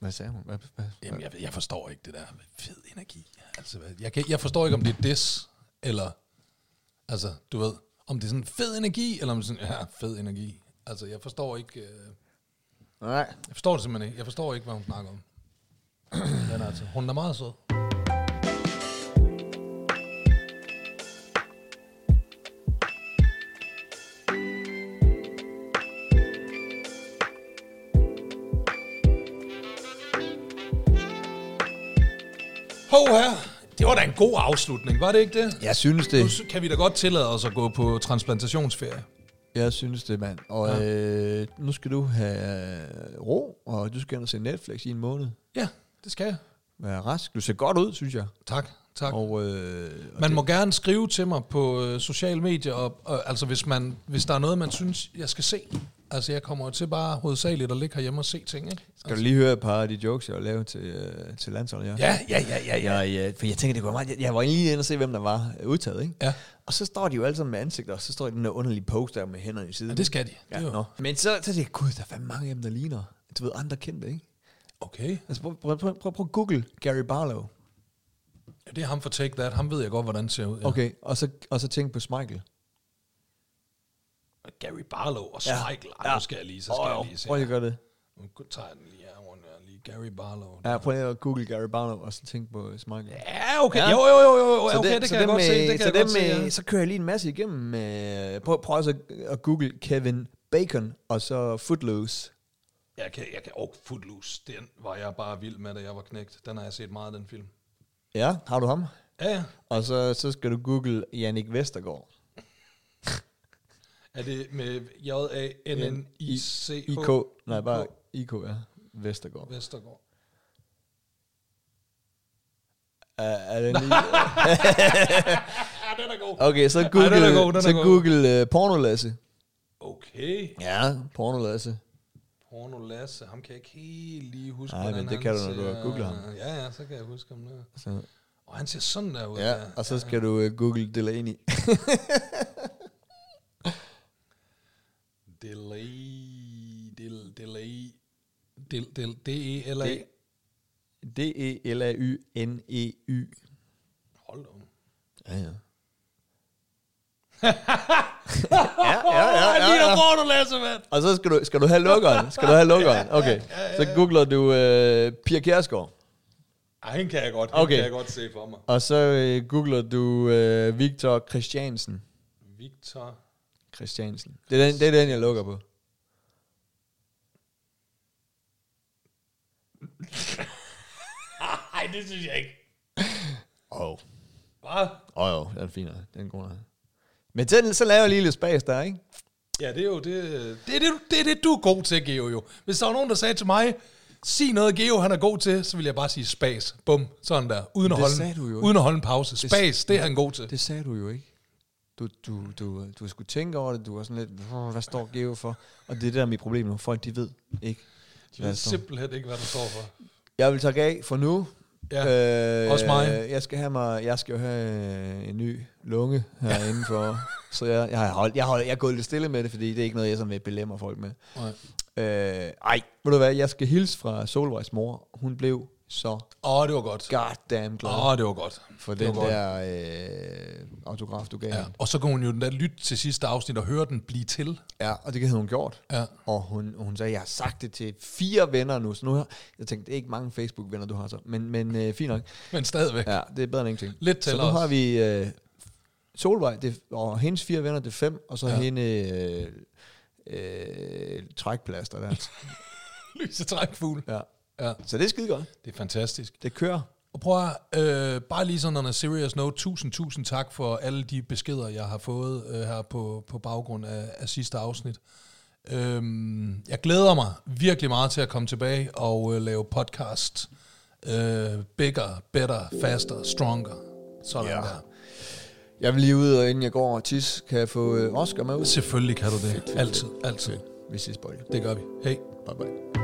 Speaker 1: Hvad sagde hun? Hvad, hvad,
Speaker 2: Jamen, jeg, jeg forstår ikke det der med fed energi. Altså, hvad- jeg, kan, jeg forstår ikke, om det er des, eller, altså, du ved, om det er sådan fed energi, eller om det er sådan, ja, fed energi. Altså, jeg forstår ikke, øh,
Speaker 1: Nej.
Speaker 2: jeg forstår det simpelthen ikke. Jeg forstår ikke, hvad hun snakker om. Den er altså, hun er meget sød. Hov her, det var da en god afslutning, var det ikke det?
Speaker 1: Jeg synes det.
Speaker 2: Nu sy- kan vi da godt tillade os at gå på transplantationsferie.
Speaker 1: Jeg synes det, mand. Og ja. øh, nu skal du have øh, ro, og du skal ind og se Netflix i en måned.
Speaker 2: Ja, det skal jeg.
Speaker 1: Vær rask. Du ser godt ud, synes jeg.
Speaker 2: Tak, tak.
Speaker 1: Og, øh, og
Speaker 2: Man må gerne skrive til mig på øh, sociale medier, og, og, altså hvis, man, hvis der er noget, man synes, jeg skal se. Altså jeg kommer jo til bare hovedsageligt at ligge herhjemme og se ting, ikke?
Speaker 1: skal du lige høre et par af de jokes, jeg har lavet til, øh, til landsholdet? Ja.
Speaker 2: Ja, ja, ja, ja, ja.
Speaker 1: Jeg, øh, for jeg tænker, det går meget. Jeg, jeg var lige inde og se, hvem der var øh, udtaget, ikke?
Speaker 2: Ja.
Speaker 1: Og så står de jo alle sammen med ansigter, og så står de i den der underlige pose der med hænderne i siden.
Speaker 2: Ja, det skal de.
Speaker 1: Ja,
Speaker 2: Det er jo-
Speaker 1: nå. Men så, så tænker jeg, gud, der er fandme mange af dem, der ligner. Du ved, andre kendte, ikke?
Speaker 2: Okay.
Speaker 1: Altså, prøv, prøv, prøv, prøv, prøv at google Gary Barlow.
Speaker 2: Ja, Det er ham for Take That. Ham ved jeg godt, hvordan det ser ud. Ja.
Speaker 1: Okay, og så, og så tænk på Michael.
Speaker 2: Gary Barlow og Michael. Ja. Ej, nu skal jeg lige, så skal jeg lige se.
Speaker 1: Prøv lige at gøre det.
Speaker 2: Nu tager jeg den lige her rundt her, lige Gary Barlow.
Speaker 1: Ja, prøv lige at google Gary Barlow, og så tænk på øh, Smiley.
Speaker 2: Ja, okay. Jo, jo, jo, jo, jo.
Speaker 1: Så
Speaker 2: Okay,
Speaker 1: den-
Speaker 2: det
Speaker 1: så
Speaker 2: kan jeg
Speaker 1: den
Speaker 2: godt se.
Speaker 1: med-
Speaker 2: Det kan
Speaker 1: så
Speaker 2: jeg
Speaker 1: den
Speaker 2: godt se,
Speaker 1: med-
Speaker 2: ja.
Speaker 1: Så kører jeg lige en masse igennem. øh, Prøv, prøv også at, at google Kevin Bacon, og så Footloose.
Speaker 2: Jeg kan, jeg kan, oh, Footloose, den var jeg bare vild med, da jeg var knægt. Den har jeg set meget, den film.
Speaker 1: Ja, har du ham?
Speaker 2: Ja, ja.
Speaker 1: Og så, så skal du google Jannik Vestergaard.
Speaker 2: Er det med J-A-N-N-I-C-H?
Speaker 1: IK. Nej, bare IK, ja. Vestergaard.
Speaker 2: Vestergaard.
Speaker 1: Er, er den lige...
Speaker 2: Ja, den er god.
Speaker 1: Okay, så
Speaker 2: Ej, den er god,
Speaker 1: google,
Speaker 2: den
Speaker 1: Ej,
Speaker 2: er
Speaker 1: så
Speaker 2: god.
Speaker 1: google uh, pornolasse.
Speaker 2: Okay.
Speaker 1: Ja, pornolasse.
Speaker 2: Porno Lasse, ham kan jeg ikke helt lige huske,
Speaker 1: Nej,
Speaker 2: hvordan
Speaker 1: men det
Speaker 2: han
Speaker 1: kan du, når du
Speaker 2: ser-
Speaker 1: har googlet ham.
Speaker 2: Ja, ja, så kan jeg huske ham der.
Speaker 1: Så,
Speaker 2: Og han ser sådan der ud.
Speaker 1: ja, og så skal du uh, google Delaney.
Speaker 2: Delay, del, delay, del, del, E, D-E-L-A.
Speaker 1: D- E D-E-L-A-Y-N-E-Y.
Speaker 2: Hold da. op.
Speaker 1: Ja, ja.
Speaker 2: Åh, han ligner Porno Lasse, mand!
Speaker 1: Og så skal du, skal du have lukkeren. Skal du have lukkeren? Okay. Så googler du uh, Pia Kjærsgaard.
Speaker 2: Ej, hende kan jeg godt, hende
Speaker 1: Okay.
Speaker 2: kan jeg godt se for mig.
Speaker 1: Og så uh, googler du uh, Victor Christiansen.
Speaker 2: Victor,
Speaker 1: Christiansen. Det er, den, det er den, jeg lukker på.
Speaker 2: Ej, det synes jeg ikke.
Speaker 1: Åh, oh.
Speaker 2: Hvad?
Speaker 1: åh oh, jo, den er fin. nok. Den er god nok. Men den, så laver jeg lige lidt spas der, ikke?
Speaker 2: Ja, det er jo det, det, er det, du- det, er det, du er god til, Geo, jo. Hvis der var nogen, der sagde til mig, sig noget, Geo, han er god til, så ville jeg bare sige spas. Bum, sådan der. Uden at,
Speaker 1: det
Speaker 2: holde,
Speaker 1: sagde du jo ikke.
Speaker 2: uden at holde en pause. Spas, det er han god til.
Speaker 1: Det sagde du jo ikke. Du, du, du, du skulle tænke over det. Du var sådan lidt, "Brr, hvad står Geo for? Og det er det, der er mit problem nu. Folk, de ved ikke.
Speaker 2: Jeg ved
Speaker 1: Hvad står.
Speaker 2: simpelthen ikke, hvad du står for.
Speaker 1: Jeg vil takke af for nu.
Speaker 2: Ja,
Speaker 1: øh,
Speaker 2: også mig.
Speaker 1: Jeg skal have mig, jeg skal jo have øh, en ny lunge herinde for. så jeg, jeg har holdt, jeg, har, jeg er gået lidt stille med det, fordi det er ikke noget, jeg sådan vil belemre folk med.
Speaker 2: Nej.
Speaker 1: Øh, ej, ved du hvad, jeg skal hilse fra Solvejs mor. Hun blev så
Speaker 2: Åh, oh, det var godt.
Speaker 1: goddamn glad
Speaker 2: Åh, oh, det var godt.
Speaker 1: for
Speaker 2: det
Speaker 1: den
Speaker 2: var godt.
Speaker 1: der øh, autograf, du gav ja.
Speaker 2: Ja. Og så kunne hun jo den der lytte til sidste afsnit og høre den blive til.
Speaker 1: ja, og det havde hun gjort.
Speaker 2: Ja.
Speaker 1: Og hun, hun sagde, jeg har sagt det til fire venner nu. Så nu har, jeg tænkte, det er ikke mange Facebook-venner, du har så. Men, men øh, fint nok.
Speaker 2: Men stadigvæk. Ja.
Speaker 1: Ja, det er bedre end ingenting.
Speaker 2: Lidt
Speaker 1: Så nu
Speaker 2: tæller også.
Speaker 1: har vi øh, Solvej det, og hendes fire venner, det er fem, og så ja. hende øh, øh, trækplaster der.
Speaker 2: Lyse trækfugl.
Speaker 1: Ja.
Speaker 2: Ja.
Speaker 1: Så det er skide godt.
Speaker 2: Det er fantastisk.
Speaker 1: Det kører.
Speaker 2: Og prøv at, høre, øh, bare lige sådan on a serious note, tusind, tusind tak for alle de beskeder, jeg har fået øh, her på, på baggrund af, af sidste afsnit. Øhm, jeg glæder mig virkelig meget til at komme tilbage og øh, lave podcast. Øh, bigger, better, faster, stronger. Sådan ja. der.
Speaker 1: Jeg vil lige ud, og inden jeg går og tis, kan jeg få øh, Oscar med ud.
Speaker 2: Selvfølgelig kan du det. Altid, altid.
Speaker 1: Vi ses, Bøjle.
Speaker 2: Det gør vi. Hej.
Speaker 1: Bye bye.